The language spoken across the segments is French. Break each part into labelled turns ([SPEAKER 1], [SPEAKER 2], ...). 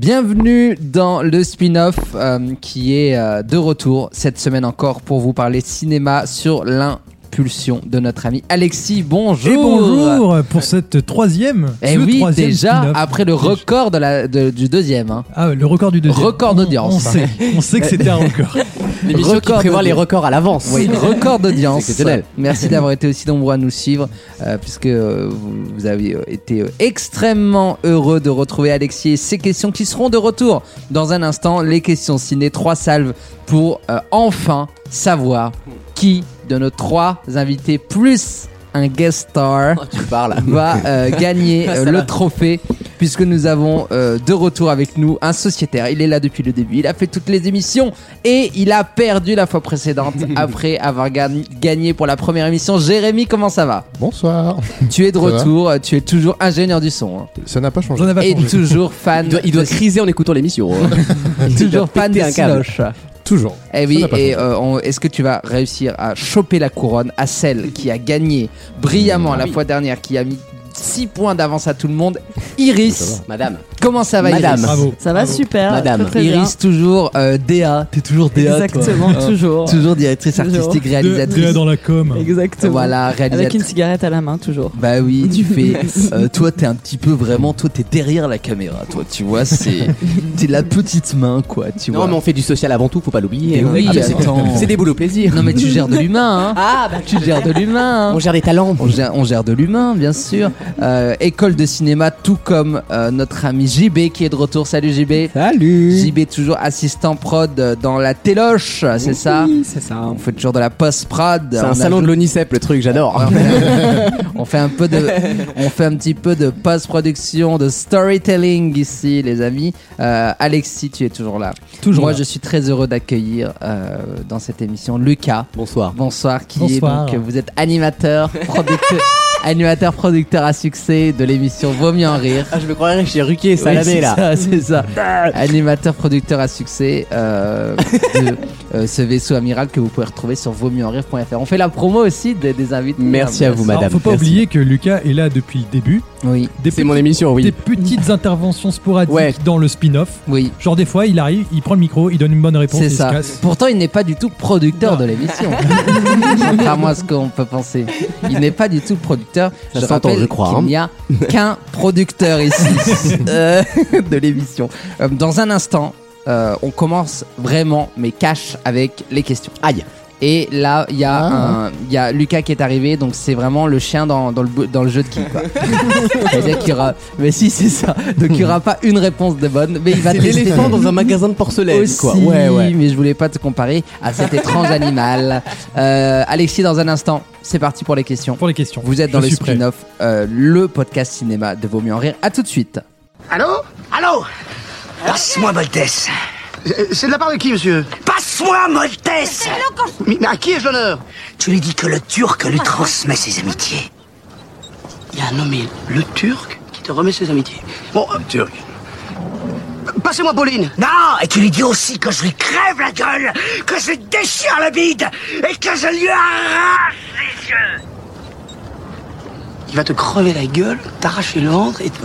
[SPEAKER 1] Bienvenue dans le spin-off euh, qui est euh, de retour cette semaine encore pour vous parler cinéma sur l'impulsion de notre ami Alexis. Bonjour.
[SPEAKER 2] Et bonjour pour cette troisième.
[SPEAKER 1] Eh
[SPEAKER 2] ce
[SPEAKER 1] oui,
[SPEAKER 2] troisième
[SPEAKER 1] déjà
[SPEAKER 2] spin-off.
[SPEAKER 1] après le record de la- de- du deuxième. hein.
[SPEAKER 2] Ah, le record du deuxième.
[SPEAKER 1] Record
[SPEAKER 2] On-
[SPEAKER 1] d'audience.
[SPEAKER 2] On, sait, on sait que c'était un record.
[SPEAKER 3] L'émission qui
[SPEAKER 1] Record
[SPEAKER 3] prévoit
[SPEAKER 1] de-
[SPEAKER 3] les records à l'avance.
[SPEAKER 1] Oui, record d'audience.
[SPEAKER 3] Exceptionnel.
[SPEAKER 1] Merci d'avoir été aussi nombreux à nous suivre, euh, puisque euh, vous, vous avez euh, été euh, extrêmement heureux de retrouver Alexis et ses questions qui seront de retour dans un instant. Les questions ciné, trois salves pour euh, enfin savoir qui de nos trois invités plus un guest star
[SPEAKER 3] Oh, tu parles. Ah,
[SPEAKER 1] va euh, gagner euh,
[SPEAKER 3] Ça
[SPEAKER 1] le
[SPEAKER 3] va.
[SPEAKER 1] trophée puisque nous avons euh, de retour avec nous un sociétaire. Il est là depuis le début, il a fait toutes les émissions et il a perdu la fois précédente après avoir gagn- gagné pour la première émission. Jérémy, comment ça va
[SPEAKER 4] Bonsoir.
[SPEAKER 1] Tu es de
[SPEAKER 4] Ça va
[SPEAKER 1] retour, euh, tu es toujours ingénieur du son hein,
[SPEAKER 4] Ça n'a pas changé.
[SPEAKER 2] J'en avais pas
[SPEAKER 1] et
[SPEAKER 2] changé.
[SPEAKER 1] toujours fan
[SPEAKER 3] Il doit, il doit
[SPEAKER 1] de-
[SPEAKER 3] criser en écoutant l'émission. hein. Il doit
[SPEAKER 1] toujours fan
[SPEAKER 3] péter
[SPEAKER 1] des
[SPEAKER 3] un câble.
[SPEAKER 1] Cinoches.
[SPEAKER 4] Toujours.
[SPEAKER 1] Eh oui,
[SPEAKER 4] Ça n'a pas
[SPEAKER 1] et
[SPEAKER 4] changé.
[SPEAKER 1] euh, on- est-ce que tu vas réussir à choper la couronne à celle qui a gagné brillamment la
[SPEAKER 3] oui.
[SPEAKER 1] fois dernière, qui a mis 6 points d'avance à tout le monde, Iris
[SPEAKER 3] Madame.
[SPEAKER 1] Comment ça va
[SPEAKER 3] Madame.
[SPEAKER 1] Iris
[SPEAKER 2] Bravo.
[SPEAKER 5] Ça va
[SPEAKER 2] Bravo.
[SPEAKER 5] super,
[SPEAKER 3] Madame.
[SPEAKER 5] très, très bien.
[SPEAKER 1] Iris toujours euh, DA, t'es toujours DA toi.
[SPEAKER 5] Exactement,
[SPEAKER 1] Euh,
[SPEAKER 5] toujours.
[SPEAKER 1] toujours directrice
[SPEAKER 5] Toujours.
[SPEAKER 1] artistique,
[SPEAKER 2] Deux- deux
[SPEAKER 1] réalisatrice.
[SPEAKER 2] dans la com.
[SPEAKER 5] Exactement.
[SPEAKER 1] Voilà,
[SPEAKER 5] Avec une
[SPEAKER 1] réalisatrice.
[SPEAKER 5] cigarette à la main, toujours.
[SPEAKER 1] Bah oui, tu fais. euh, toi, t'es un petit peu vraiment. Toi, t'es derrière la caméra. Toi, tu vois, c'est. t'es la petite main, quoi. Tu
[SPEAKER 3] Non,
[SPEAKER 1] vois.
[SPEAKER 3] mais on fait du social avant tout, faut pas l'oublier.
[SPEAKER 1] Mais oui,
[SPEAKER 3] Ah, bah, c'est-
[SPEAKER 1] attends.
[SPEAKER 3] c'est des boulots plaisir.
[SPEAKER 1] Non, mais tu gères de l'humain. Hein.
[SPEAKER 3] Ah, bah,
[SPEAKER 1] tu gères de l'humain. hein.
[SPEAKER 3] on gère des talents.
[SPEAKER 1] On gère, on gère de l'humain, bien sûr. Euh, école de cinéma, tout comme euh, notre ami JB qui est de retour. Salut JB.
[SPEAKER 3] Salut.
[SPEAKER 1] JB toujours assistant prod euh, dans la téloche, c'est ça
[SPEAKER 3] C'est ça.
[SPEAKER 1] On fait toujours de la post-prod.
[SPEAKER 3] C'est
[SPEAKER 1] On a-
[SPEAKER 3] un Ah, salon de l'ONICEP, le truc, j'adore.
[SPEAKER 1] Ah, on fait un peu de, on fait un petit peu de post-production, de storytelling ici, les amis. Euh, Alexis, tu es toujours là.
[SPEAKER 2] Toujours.
[SPEAKER 1] Moi,
[SPEAKER 2] là.
[SPEAKER 1] je suis très heureux d'accueillir euh, dans cette émission Lucas.
[SPEAKER 3] Bonsoir.
[SPEAKER 1] Bonsoir, qui
[SPEAKER 2] Bonsoir.
[SPEAKER 1] est donc vous êtes animateur, producteur, animateur, producteur à succès de l'émission Vaut mieux en rire.
[SPEAKER 3] Ah, je me croirais chez Ruquier
[SPEAKER 1] Oui,
[SPEAKER 3] Salamé
[SPEAKER 1] c'est
[SPEAKER 3] là.
[SPEAKER 1] ça, c'est ça. Animateur, producteur à succès euh, de euh, ce vaisseau amiral que vous pouvez retrouver sur vautmieuxenrire.fr. On fait la promo aussi des, des invités. hein,
[SPEAKER 3] Merci à vous,
[SPEAKER 2] Alors,
[SPEAKER 3] madame.
[SPEAKER 2] faut pas
[SPEAKER 3] Merci.
[SPEAKER 2] oublier que Lucas est là depuis le début.
[SPEAKER 1] Oui,
[SPEAKER 2] Des,
[SPEAKER 3] C'est
[SPEAKER 2] petits-
[SPEAKER 3] mon émission,
[SPEAKER 2] des
[SPEAKER 3] oui.
[SPEAKER 2] petites interventions sporadiques
[SPEAKER 3] Ouais.
[SPEAKER 2] dans le spin-off.
[SPEAKER 1] oui.
[SPEAKER 2] Genre des fois, il arrive, il prend le micro, il donne une bonne réponse,
[SPEAKER 1] C'est
[SPEAKER 2] il se
[SPEAKER 1] ça.
[SPEAKER 2] casse.
[SPEAKER 1] Pourtant, il n'est pas du tout producteur
[SPEAKER 2] Non.
[SPEAKER 1] de l'émission. Contrairement à ce qu'on peut penser. Il n'est pas du tout producteur. je
[SPEAKER 3] Ça s'entend,
[SPEAKER 1] rappelle
[SPEAKER 3] je crois,
[SPEAKER 1] qu'il
[SPEAKER 3] hein.
[SPEAKER 1] n'y a qu'un producteur ici euh, de l'émission. Euh, Dans un instant, euh, on commence vraiment, mais cash, avec les questions.
[SPEAKER 3] Aïe.
[SPEAKER 1] Et là, il y, a
[SPEAKER 4] Ah.
[SPEAKER 1] un- il y a Lucas qui est arrivé, donc c'est vraiment le chien dans, dans le, bo- dans le jeu de qui. quoi. C'est-à-dire qu'il y aura. Mais si, c'est ça. Donc il n'y aura pas une réponse de bonne, mais il va
[SPEAKER 3] C'est
[SPEAKER 1] tester.
[SPEAKER 3] l'éléphant dans un magasin de porcelaine,
[SPEAKER 1] Aussi,
[SPEAKER 3] quoi. Ouais, ouais.
[SPEAKER 1] mais je voulais pas te comparer à cet étrange animal. Euh, Alexis, dans un instant, c'est parti pour les questions.
[SPEAKER 2] Pour les questions.
[SPEAKER 1] Vous êtes
[SPEAKER 2] Je
[SPEAKER 1] dans le
[SPEAKER 2] suis prêt.
[SPEAKER 1] spin-off, euh, le podcast cinéma de Vaut mieux en rire. À tout de suite.
[SPEAKER 6] Allô Euh,
[SPEAKER 7] Allô Passe-moi Moltès
[SPEAKER 6] C'est de la part de qui, monsieur
[SPEAKER 7] Passe-moi Moltès
[SPEAKER 6] mais, mais à qui ai-je l'honneur
[SPEAKER 7] Tu lui dis que le Turc lui transmet ses amitiés.
[SPEAKER 6] Il y a un nommé le Turc qui te remet ses amitiés. Bon, euh, Turc. Passez-moi Pauline.
[SPEAKER 7] Non Et tu lui dis aussi que je lui crève la gueule, que je lui déchire le bide et que je lui arrache les yeux
[SPEAKER 6] Il va te crever la gueule, t'arracher le ventre et te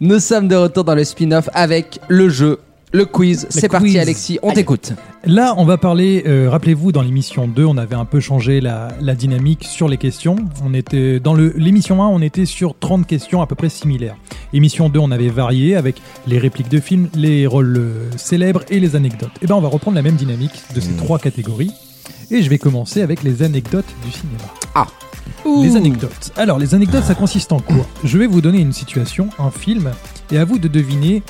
[SPEAKER 1] Nous sommes de retour dans le spin-off avec le jeu, le quiz. C'est parti,
[SPEAKER 2] quiz.
[SPEAKER 1] Alexis, on t'écoute.
[SPEAKER 2] Là, on va parler, euh, rappelez-vous, dans l'émission 2, on avait un peu changé la, la dynamique sur les questions. On était Dans le- l'émission 1, on était sur 30 questions à peu près similaires. Émission 2, on avait varié avec les répliques de films, les rôles euh, célèbres et les anecdotes. Et ben, on va reprendre la même dynamique de ces trois catégories. Et je vais commencer avec les anecdotes du cinéma.
[SPEAKER 1] Ah.
[SPEAKER 2] Les anecdotes. Alors, les anecdotes, ça consiste en quoi Je vais vous donner une situation, un film, et à vous de deviner,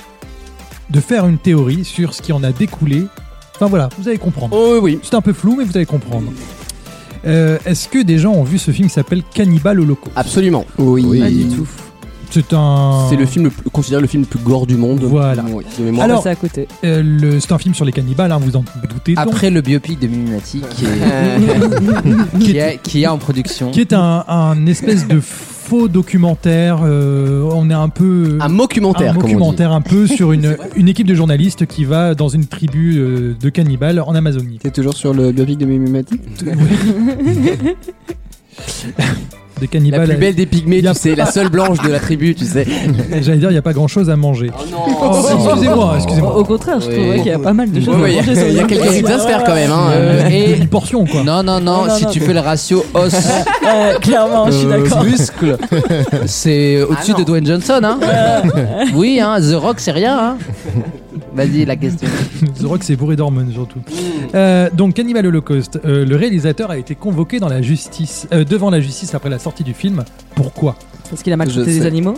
[SPEAKER 2] de faire une théorie sur ce qui en a découlé. Enfin voilà, vous allez comprendre.
[SPEAKER 3] Oh, oui, oui.
[SPEAKER 2] C'est un peu flou, mais vous allez comprendre. Euh, Est-ce que des gens ont vu ce film qui s'appelle Cannibal Holocaust
[SPEAKER 3] Absolument.
[SPEAKER 4] Pas du
[SPEAKER 3] tout.
[SPEAKER 2] C'est un.
[SPEAKER 3] Ah C'est le film, le plus, considéré le film le plus gore du monde.
[SPEAKER 2] Voilà.
[SPEAKER 3] Oui, de mémoire.
[SPEAKER 2] Alors-
[SPEAKER 5] C'est à côté.
[SPEAKER 2] euh, le- C'est un film sur les cannibales, hein, vous en doutez donc.
[SPEAKER 1] Après le biopic de Mimimati qui est, qui est, qui est en production.
[SPEAKER 2] Qui est un, un espèce de faux documentaire. euh, on est un peu.
[SPEAKER 3] un mockumentaire,
[SPEAKER 2] un
[SPEAKER 3] comme on dit.
[SPEAKER 2] documentaire un peu sur une, une équipe de journalistes qui va dans une tribu euh, de cannibales en Amazonie. Eh
[SPEAKER 8] T'es toujours sur le biopic de Mimimati
[SPEAKER 2] des cannibales.
[SPEAKER 3] La plus belle des pygmées,
[SPEAKER 2] ben, y a
[SPEAKER 3] tu sais, la seule blanche de la tribu, tu sais.
[SPEAKER 2] euh, J'allais dire, il n'y a pas grand chose à manger.
[SPEAKER 3] non
[SPEAKER 2] Oh, excusez-moi, excusez-moi.
[SPEAKER 4] Au contraire, je
[SPEAKER 3] Oui.
[SPEAKER 4] trouverais qu'il y a oh, pas mal de choses à manger sur
[SPEAKER 3] Il y a
[SPEAKER 4] le
[SPEAKER 3] quelques
[SPEAKER 4] plateau.
[SPEAKER 3] rites à se faire quand même. hein.
[SPEAKER 1] Euh, et-
[SPEAKER 2] Une portion, quoi.
[SPEAKER 1] Non, non, non,
[SPEAKER 4] Non, non,
[SPEAKER 1] si
[SPEAKER 4] non.
[SPEAKER 1] tu fais le ratio os
[SPEAKER 4] Ouais,
[SPEAKER 1] Ah,
[SPEAKER 4] Clairement, je suis
[SPEAKER 2] Euh,
[SPEAKER 4] d'accord.
[SPEAKER 1] muscle, c'est au-dessus
[SPEAKER 3] Ah, non.
[SPEAKER 1] de Dwayne Johnson. Hein. oui, hein, The Rock, c'est rien. Hein. Vas-y, la question.
[SPEAKER 2] The Rock, c'est bourré d'hormones surtout. Euh, donc, Cannibal Holocaust, euh, le réalisateur a été convoqué dans la justice, euh, devant la justice après la sortie du film. Pourquoi
[SPEAKER 4] Parce qu'il a
[SPEAKER 3] Je
[SPEAKER 4] maltraité des
[SPEAKER 3] sais.
[SPEAKER 4] animaux.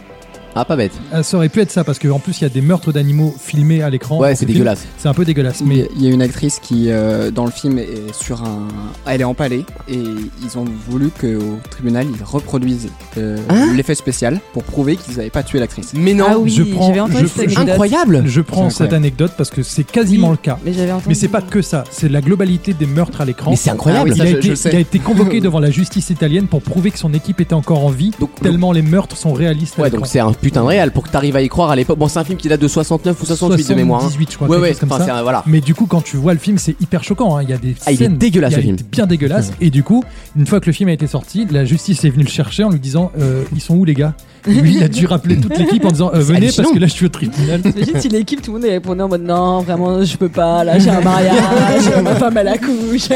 [SPEAKER 3] Ah, pas bête.
[SPEAKER 2] Ah, Ça aurait pu être ça, parce qu'en plus, il y a des meurtres d'animaux filmés à l'écran.
[SPEAKER 3] Ouais,
[SPEAKER 2] dans
[SPEAKER 3] c'est
[SPEAKER 2] ce film.
[SPEAKER 3] dégueulasse.
[SPEAKER 2] C'est un peu dégueulasse,
[SPEAKER 5] Mais
[SPEAKER 2] mais
[SPEAKER 5] il y a une actrice qui, euh, dans le film, est sur un. Elle est empalée et ils ont voulu qu'au tribunal, ils reproduisent euh, l'effet spécial pour prouver qu'ils n'avaient pas tué l'actrice.
[SPEAKER 3] Mais non,
[SPEAKER 4] ah oui,
[SPEAKER 2] je prends-
[SPEAKER 4] j'avais entendu
[SPEAKER 2] je-
[SPEAKER 4] cette anecdote.
[SPEAKER 3] incroyable.
[SPEAKER 2] je prends
[SPEAKER 5] C'est incroyable.
[SPEAKER 2] cette anecdote parce que c'est quasiment le cas.
[SPEAKER 4] Mais j'avais entendu.
[SPEAKER 2] Mais c'est pas que ça, c'est la globalité des meurtres à l'écran.
[SPEAKER 3] Mais c'est incroyable.
[SPEAKER 5] Ah oui,
[SPEAKER 2] Il
[SPEAKER 5] ça,
[SPEAKER 2] a,
[SPEAKER 5] je-
[SPEAKER 2] été,
[SPEAKER 5] je le sais.
[SPEAKER 2] il a été convoqué devant la justice italienne pour prouver que son équipe était encore en vie,
[SPEAKER 3] Donc-
[SPEAKER 2] tellement les meurtres sont réalistes. à
[SPEAKER 3] Ouais,
[SPEAKER 2] l'écran.
[SPEAKER 3] donc c'est un putain de réel pour que t'arrives à y croire à l'époque. Bon, c'est un film qui date de 69 ou 68 de mémoire. hein.
[SPEAKER 2] 78, je crois,
[SPEAKER 3] Ouais,
[SPEAKER 2] quelque
[SPEAKER 3] ouais,
[SPEAKER 2] chose comme
[SPEAKER 3] enfin,
[SPEAKER 2] ça.
[SPEAKER 3] c'est un- voilà.
[SPEAKER 2] Mais du coup, quand tu vois le film, c'est hyper choquant. hein. Il y a des
[SPEAKER 3] Ah, il est
[SPEAKER 2] scènes
[SPEAKER 3] dégueulasse,
[SPEAKER 2] il y a-
[SPEAKER 3] le film.
[SPEAKER 2] il est bien dégueulasse. Et du coup, une fois que le film a été sorti, la justice est venue le chercher en lui disant euh, ils sont où les gars Et Lui, il a dû rappeler toute l'équipe en disant euh, venez parce que là, je suis au tribunal.
[SPEAKER 4] J'imagine si l'équipe, tout le monde est répondu en mode non, vraiment, je peux pas, là, j'ai un mariage, ma femme, elle accouche.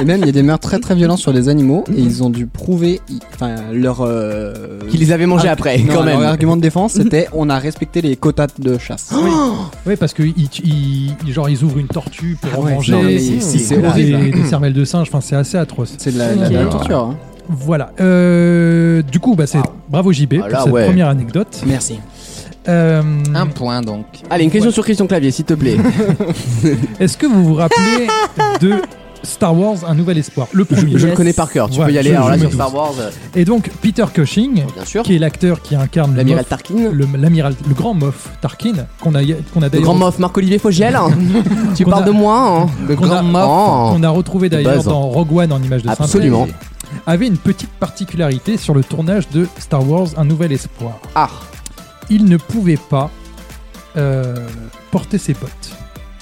[SPEAKER 5] Et même, il y a des meurtres très très violents sur des animaux et ils ont dû prouver. i- Enfin, leur. euh,
[SPEAKER 3] Qui les avait mangés après,
[SPEAKER 5] non,
[SPEAKER 3] quand
[SPEAKER 5] leur
[SPEAKER 3] même.
[SPEAKER 5] argument de défense, c'était on a respecté les quotas de chasse.
[SPEAKER 2] Oui, parce que ils, ils- ils- genre, ils ouvrent une tortue pour
[SPEAKER 5] Ah
[SPEAKER 2] en
[SPEAKER 5] ouais,
[SPEAKER 2] manger.
[SPEAKER 5] non, mais
[SPEAKER 2] ils
[SPEAKER 5] c'est-
[SPEAKER 2] ils
[SPEAKER 5] c'est
[SPEAKER 2] ouvrent
[SPEAKER 5] horrible,
[SPEAKER 2] des, des cervelles de singe. Enfin, c'est assez atroce.
[SPEAKER 5] C'est de la, la-
[SPEAKER 4] Ok.
[SPEAKER 5] la torture. hein.
[SPEAKER 2] Voilà. Euh, du coup, bah, c'est bravo JB
[SPEAKER 3] Ah
[SPEAKER 2] pour
[SPEAKER 3] là,
[SPEAKER 2] cette
[SPEAKER 3] ouais.
[SPEAKER 2] première anecdote.
[SPEAKER 5] Merci.
[SPEAKER 2] Euh,
[SPEAKER 1] Un point donc.
[SPEAKER 3] Allez, une question sur Christian Clavier, s'il te plaît.
[SPEAKER 2] Est-ce que vous vous rappelez de Star Wars Un Nouvel Espoir Le premier.
[SPEAKER 3] Je le
[SPEAKER 4] Yes.
[SPEAKER 3] connais par cœur. Tu peux
[SPEAKER 2] Ouais,
[SPEAKER 3] y aller.
[SPEAKER 2] je-
[SPEAKER 3] Alors
[SPEAKER 2] je
[SPEAKER 3] là,
[SPEAKER 2] me
[SPEAKER 3] sur
[SPEAKER 2] doute.
[SPEAKER 3] Star Wars, euh,
[SPEAKER 2] Et donc, Peter Cushing,
[SPEAKER 3] bien sûr.
[SPEAKER 2] qui est l'acteur qui incarne le,
[SPEAKER 3] L'amiral
[SPEAKER 2] Moff-
[SPEAKER 3] Tarkin.
[SPEAKER 2] le- l'amiral, le grand Moff Tarkin, qu'on a, qu'on a
[SPEAKER 3] Le
[SPEAKER 2] d'ailleurs
[SPEAKER 3] grand mof Marc-Olivier Fogiel. hein. Tu
[SPEAKER 2] Qu'on
[SPEAKER 3] parles
[SPEAKER 2] a-
[SPEAKER 3] de moi. hein.
[SPEAKER 1] Le
[SPEAKER 2] Qu'on a-
[SPEAKER 1] grand mort.
[SPEAKER 3] Oh.
[SPEAKER 2] qu'on a retrouvé
[SPEAKER 3] De
[SPEAKER 2] d'ailleurs
[SPEAKER 3] base. hein.
[SPEAKER 2] dans Rogue One en image de synthèse,
[SPEAKER 3] Absolument.
[SPEAKER 2] avait une petite particularité sur le tournage de Star Wars Un Nouvel Espoir.
[SPEAKER 3] Ah.
[SPEAKER 2] Il ne pouvait pas euh, porter ses bottes.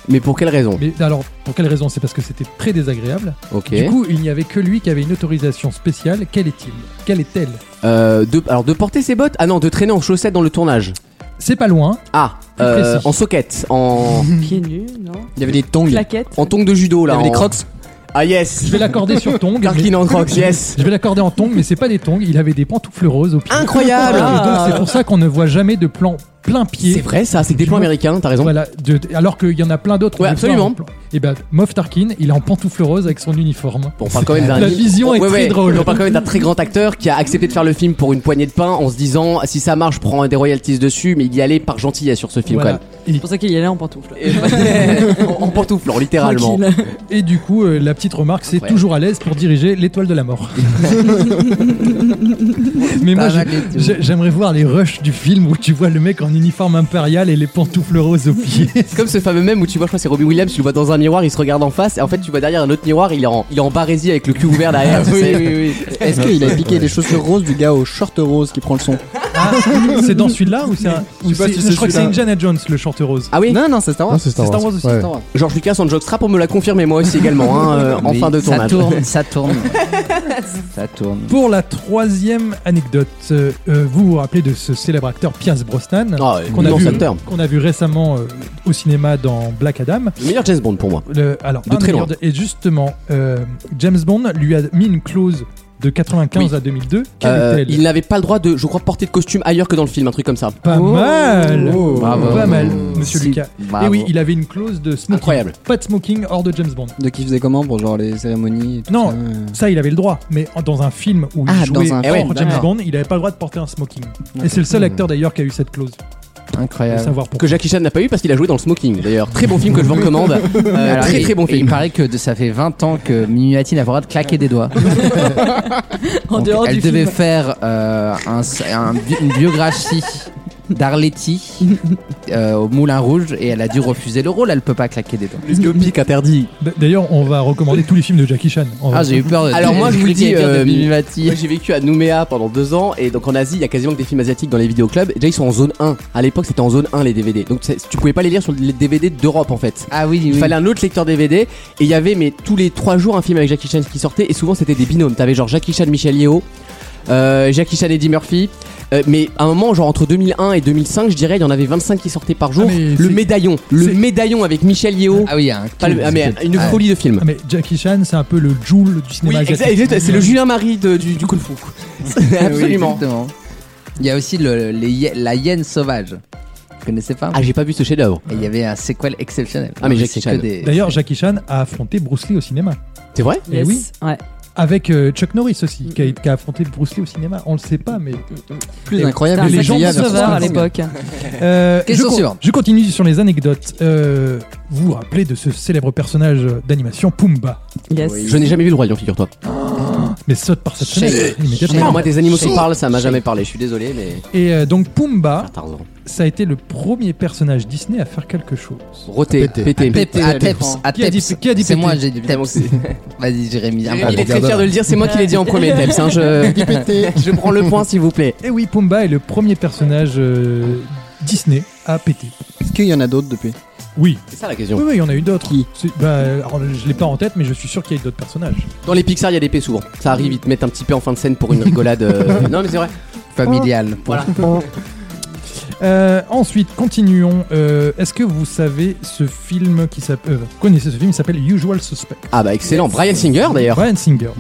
[SPEAKER 3] Mais pour quelle raison
[SPEAKER 2] Mais alors, pour quelle raison C'est parce que c'était très désagréable.
[SPEAKER 3] Ok.
[SPEAKER 2] Du coup, il n'y avait que lui qui avait une autorisation spéciale. Quelle est-il Quelle est-elle
[SPEAKER 3] Euh, de, alors de porter ses bottes Ah non, de traîner en chaussettes dans le tournage.
[SPEAKER 2] C'est pas loin.
[SPEAKER 3] Ah,
[SPEAKER 2] Plus
[SPEAKER 3] euh,
[SPEAKER 2] précis.
[SPEAKER 3] en soquette, en,
[SPEAKER 4] Pieds nus, non
[SPEAKER 5] Il y avait des tongs.
[SPEAKER 4] Claquette.
[SPEAKER 3] en tongue de judo là.
[SPEAKER 5] Il y avait
[SPEAKER 3] en-
[SPEAKER 5] des crocs.
[SPEAKER 3] Ah yes.
[SPEAKER 2] Je vais l'accorder sur tongs. mais-
[SPEAKER 3] Tarkin en crocs, yes.
[SPEAKER 2] Je vais l'accorder en tongs, mais c'est pas des tongs. Il avait des pantoufles roses au pied.
[SPEAKER 3] Incroyable.
[SPEAKER 2] Et donc, Ah, c'est pour ça qu'on ne voit jamais de plan plein pied.
[SPEAKER 3] C'est vrai ça, c'est que des plans américains, t'as raison.
[SPEAKER 2] Voilà, de- de- alors qu'il y en a plein d'autres.
[SPEAKER 3] Ouais,
[SPEAKER 2] de plans
[SPEAKER 3] absolument.
[SPEAKER 2] en plan. Et ben, Moff Tarkin, il est en pantoufle rose avec son uniforme.
[SPEAKER 3] Bon, on parle quand même d'un.
[SPEAKER 2] La vision est
[SPEAKER 3] Ouais,
[SPEAKER 2] très
[SPEAKER 3] ouais.
[SPEAKER 2] drôle.
[SPEAKER 3] On parle quand même d'un très grand acteur qui a accepté de faire le film pour une poignée de pain en se disant si ça marche, je prends des royalties dessus, mais il y allait par gentillesse sur ce film
[SPEAKER 2] Voilà.
[SPEAKER 4] C'est pour ça qu'il y allait en pantoufle.
[SPEAKER 3] quand même. Et- en, en pantouflant, littéralement.
[SPEAKER 4] Tranquille.
[SPEAKER 2] Et du coup, euh, la petite remarque, c'est
[SPEAKER 3] Ouais.
[SPEAKER 2] toujours à l'aise pour diriger l'étoile de la mort. Mais moi, j'ai- j'ai- j'aimerais voir les rushs du film où tu vois le mec en uniforme impérial et les pantoufles roses aux pieds.
[SPEAKER 3] C'est comme ce fameux même où tu vois, je crois que c'est Robbie Williams, tu le vois dans un miroir, il se regarde en face, et en fait tu vois derrière un autre miroir, il est en, il est en barésie avec le cul ouvert
[SPEAKER 2] Ah
[SPEAKER 3] derrière. tu sais.
[SPEAKER 5] Est-ce qu'il a piqué des chaussures roses du gars au short rose qui prend le son
[SPEAKER 2] Ah, c'est dans celui-là ou c'est un-
[SPEAKER 5] Je sais
[SPEAKER 2] ou
[SPEAKER 5] pas
[SPEAKER 2] c'est-
[SPEAKER 5] si
[SPEAKER 2] Je
[SPEAKER 5] c'est
[SPEAKER 2] crois que c'est
[SPEAKER 5] celui-là.
[SPEAKER 2] Indiana Jones, le chante rose.
[SPEAKER 3] Ah oui
[SPEAKER 5] Non, non, c'est Star
[SPEAKER 8] Non,
[SPEAKER 5] Wars.
[SPEAKER 8] c'est Star
[SPEAKER 2] c'est Star
[SPEAKER 8] Wars.
[SPEAKER 2] Wars aussi,
[SPEAKER 8] ouais.
[SPEAKER 5] Star Wars.
[SPEAKER 3] George Lucas en jockstrap, on me l'a confirmé moi aussi également, hein, euh, en
[SPEAKER 1] Oui,
[SPEAKER 3] fin de
[SPEAKER 1] Ça
[SPEAKER 3] tournage.
[SPEAKER 1] tourne, ça tourne. ça tourne.
[SPEAKER 2] Pour la troisième anecdote, euh, euh, vous vous rappelez de ce célèbre acteur Pierce Brosnan
[SPEAKER 3] Ah, ouais,
[SPEAKER 2] qu'on a,
[SPEAKER 3] immense
[SPEAKER 2] vu-
[SPEAKER 3] acteur.
[SPEAKER 2] qu'on a vu récemment euh, au cinéma dans Black Adam.
[SPEAKER 3] Le meilleur James Bond pour moi.
[SPEAKER 2] Le- alors,
[SPEAKER 3] De
[SPEAKER 2] un
[SPEAKER 3] très
[SPEAKER 2] milliard
[SPEAKER 3] loin.
[SPEAKER 2] de- et justement, euh, James Bond lui a mis une clause de 95 à 2002. Quelle
[SPEAKER 3] Euh,
[SPEAKER 2] est-elle
[SPEAKER 3] il n'avait pas le droit de, je crois, porter de costume ailleurs que dans le film, un truc comme ça.
[SPEAKER 2] Pas
[SPEAKER 4] Oh.
[SPEAKER 2] mal
[SPEAKER 5] Oh.
[SPEAKER 1] Bravo.
[SPEAKER 2] Pas mal, monsieur
[SPEAKER 1] Si,
[SPEAKER 2] Lucas.
[SPEAKER 1] bravo.
[SPEAKER 2] Et oui, il avait une clause de smoking.
[SPEAKER 3] Incroyable.
[SPEAKER 2] Pas de smoking hors de James Bond.
[SPEAKER 5] De qui faisait comment pour genre les cérémonies et tout
[SPEAKER 2] Non.
[SPEAKER 5] ça, euh.
[SPEAKER 2] Ça, il avait le droit, mais en- dans un film où il
[SPEAKER 5] Ah,
[SPEAKER 2] jouait
[SPEAKER 5] dans un
[SPEAKER 2] hors
[SPEAKER 3] film, Hmm.
[SPEAKER 2] James
[SPEAKER 5] d'accord.
[SPEAKER 2] Bond, il n'avait pas le droit de porter un smoking. Et c'est le seul acteur d'ailleurs qui a eu cette clause. Faut
[SPEAKER 1] Incroyable.
[SPEAKER 2] savoir pourquoi.
[SPEAKER 3] Que Jackie Chan n'a pas eu parce qu'il a joué dans le smoking d'ailleurs. Très bon film que je vous recommande. Euh,
[SPEAKER 1] Alors,
[SPEAKER 3] très
[SPEAKER 1] il-
[SPEAKER 3] très bon
[SPEAKER 1] Il
[SPEAKER 3] film.
[SPEAKER 1] paraît que de- ça fait 20 ans que Minuati n'a pas le droit de claquer des doigts.
[SPEAKER 4] En
[SPEAKER 1] Donc,
[SPEAKER 4] dehors
[SPEAKER 1] elle
[SPEAKER 4] du
[SPEAKER 1] devait
[SPEAKER 4] film.
[SPEAKER 1] faire euh, un, un bi- une biographie d'Arletty euh, au Moulin Rouge et elle a dû refuser le rôle, elle peut pas claquer des doigts.
[SPEAKER 3] Biopic interdit.
[SPEAKER 2] Bah, D'ailleurs, on va recommander tous les films de Jackie Chan. En
[SPEAKER 1] Ah,
[SPEAKER 2] vrai.
[SPEAKER 1] j'ai eu peur. de-
[SPEAKER 3] Alors, moi, je
[SPEAKER 1] j'ai
[SPEAKER 3] vous
[SPEAKER 1] cru qu'il
[SPEAKER 3] dis,
[SPEAKER 1] allait dire de
[SPEAKER 3] euh,
[SPEAKER 1] Mimimati.
[SPEAKER 3] Moi j'ai vécu à Nouméa pendant deux ans et donc en Asie il y a quasiment que des films asiatiques dans les vidéoclubs. Et Déjà ils sont en zone 1. À l'époque c'était en zone 1 les DVD. Donc c'est- tu pouvais pas les lire sur les DVD d'Europe en fait.
[SPEAKER 1] Ah oui,
[SPEAKER 3] Il
[SPEAKER 1] oui.
[SPEAKER 3] fallait un autre lecteur DVD et il y avait mais tous les trois jours un film avec Jackie Chan qui sortait et souvent c'était des binômes. T'avais genre Jackie Chan, Michel Yeo, euh, Jackie Chan et Eddie Murphy. Euh, mais à un moment, genre entre 2001 et 2005, je dirais, il y en avait 25 qui sortaient par jour.
[SPEAKER 2] Ah, mais
[SPEAKER 3] le
[SPEAKER 2] c'est-
[SPEAKER 3] médaillon, le
[SPEAKER 2] c'est-
[SPEAKER 3] médaillon avec Michel Yeo.
[SPEAKER 1] Ah oui, il y a un
[SPEAKER 3] Pas le-
[SPEAKER 1] culte.
[SPEAKER 3] ah, mais une
[SPEAKER 1] Ah.
[SPEAKER 3] folie de film.
[SPEAKER 2] Ah, mais Jackie Chan, c'est un peu le Joule du cinéma
[SPEAKER 3] Oui, exa-
[SPEAKER 2] asiatique.
[SPEAKER 3] exact, c'est le Julien Marie de- du, du Kung Fu. Absolument.
[SPEAKER 1] Exactement. Il y a aussi le, les hy- la hyène sauvage. Vous connaissez pas
[SPEAKER 3] Ah, j'ai pas vu ce chef-d'œuvre.
[SPEAKER 1] Et Il y avait un sequel exceptionnel.
[SPEAKER 3] Ah, mais
[SPEAKER 1] Donc, c'est
[SPEAKER 3] Jackie
[SPEAKER 1] que
[SPEAKER 3] Chan.
[SPEAKER 1] des-
[SPEAKER 2] D'ailleurs, Jackie Chan a affronté Bruce Lee au cinéma.
[SPEAKER 3] C'est vrai
[SPEAKER 2] Eh
[SPEAKER 4] Yes.
[SPEAKER 2] oui.
[SPEAKER 4] Ouais.
[SPEAKER 2] Avec euh, Chuck Norris aussi, qui, a, qui a affronté Bruce Lee au cinéma. On le sait pas, mais.
[SPEAKER 5] Plus incroyable,
[SPEAKER 4] C'était un
[SPEAKER 2] les gens
[SPEAKER 4] sacré
[SPEAKER 2] versus
[SPEAKER 4] sauveur à
[SPEAKER 2] Hong Kong.
[SPEAKER 4] l'époque.
[SPEAKER 2] Euh,
[SPEAKER 1] Question
[SPEAKER 2] je con-
[SPEAKER 1] suivante.
[SPEAKER 2] Je continue sur les anecdotes. Euh, vous vous rappelez de ce célèbre personnage d'animation, Pumba
[SPEAKER 4] Yes.
[SPEAKER 3] Je n'ai jamais vu le Roi Lion, figure-toi.
[SPEAKER 2] Mais saute par cette
[SPEAKER 1] Shake.
[SPEAKER 2] fenêtre
[SPEAKER 3] Mais
[SPEAKER 2] immédiatement.
[SPEAKER 3] moi, des animaux qui
[SPEAKER 1] Shake.
[SPEAKER 3] parlent, ça m'a jamais parlé. Je suis désolé, mais.
[SPEAKER 2] Et euh, donc, Pumba,
[SPEAKER 3] Ah, Tarzan.
[SPEAKER 2] ça a été le premier personnage Disney à faire quelque chose.
[SPEAKER 3] Roté,
[SPEAKER 8] Pété.
[SPEAKER 3] pété.
[SPEAKER 1] Pep- à Teps, à
[SPEAKER 2] Qui a dit-
[SPEAKER 1] Teps.
[SPEAKER 2] qui a dit
[SPEAKER 1] C'est
[SPEAKER 2] pété
[SPEAKER 1] moi, j'ai dit
[SPEAKER 3] Évidemment
[SPEAKER 1] Teps. Vas-y, Jérémy. un
[SPEAKER 3] Il est
[SPEAKER 1] peu.
[SPEAKER 3] très fier de le dire, c'est moi qui l'ai dit en premier, Teps. hein, je... je prends le point, s'il vous plaît.
[SPEAKER 2] Et oui, Pumba est le premier personnage euh, Disney à péter.
[SPEAKER 5] Est-ce qu'il y en a d'autres depuis
[SPEAKER 2] Oui.
[SPEAKER 3] C'est ça la
[SPEAKER 2] Oui,
[SPEAKER 3] question.
[SPEAKER 2] oui, il y en a eu d'autres.
[SPEAKER 5] Qui
[SPEAKER 2] C'est- bah, alors, Je l'ai pas en tête, mais je suis sûr qu'il y a eu d'autres personnages.
[SPEAKER 3] Dans les Pixar, il y a des pets souvent. Ça arrive, ils te mettent un petit peu en fin de scène pour une rigolade. euh, Non, mais c'est vrai.
[SPEAKER 1] Familial. Voilà.
[SPEAKER 2] Euh, ensuite, continuons. Euh, Est-ce que vous savez ce film qui s'appelle. euh, connaissez ce film qui s'appelle Usual Suspect
[SPEAKER 3] Ah, bah excellent. Brian Singer, d'ailleurs.
[SPEAKER 2] Brian Singer.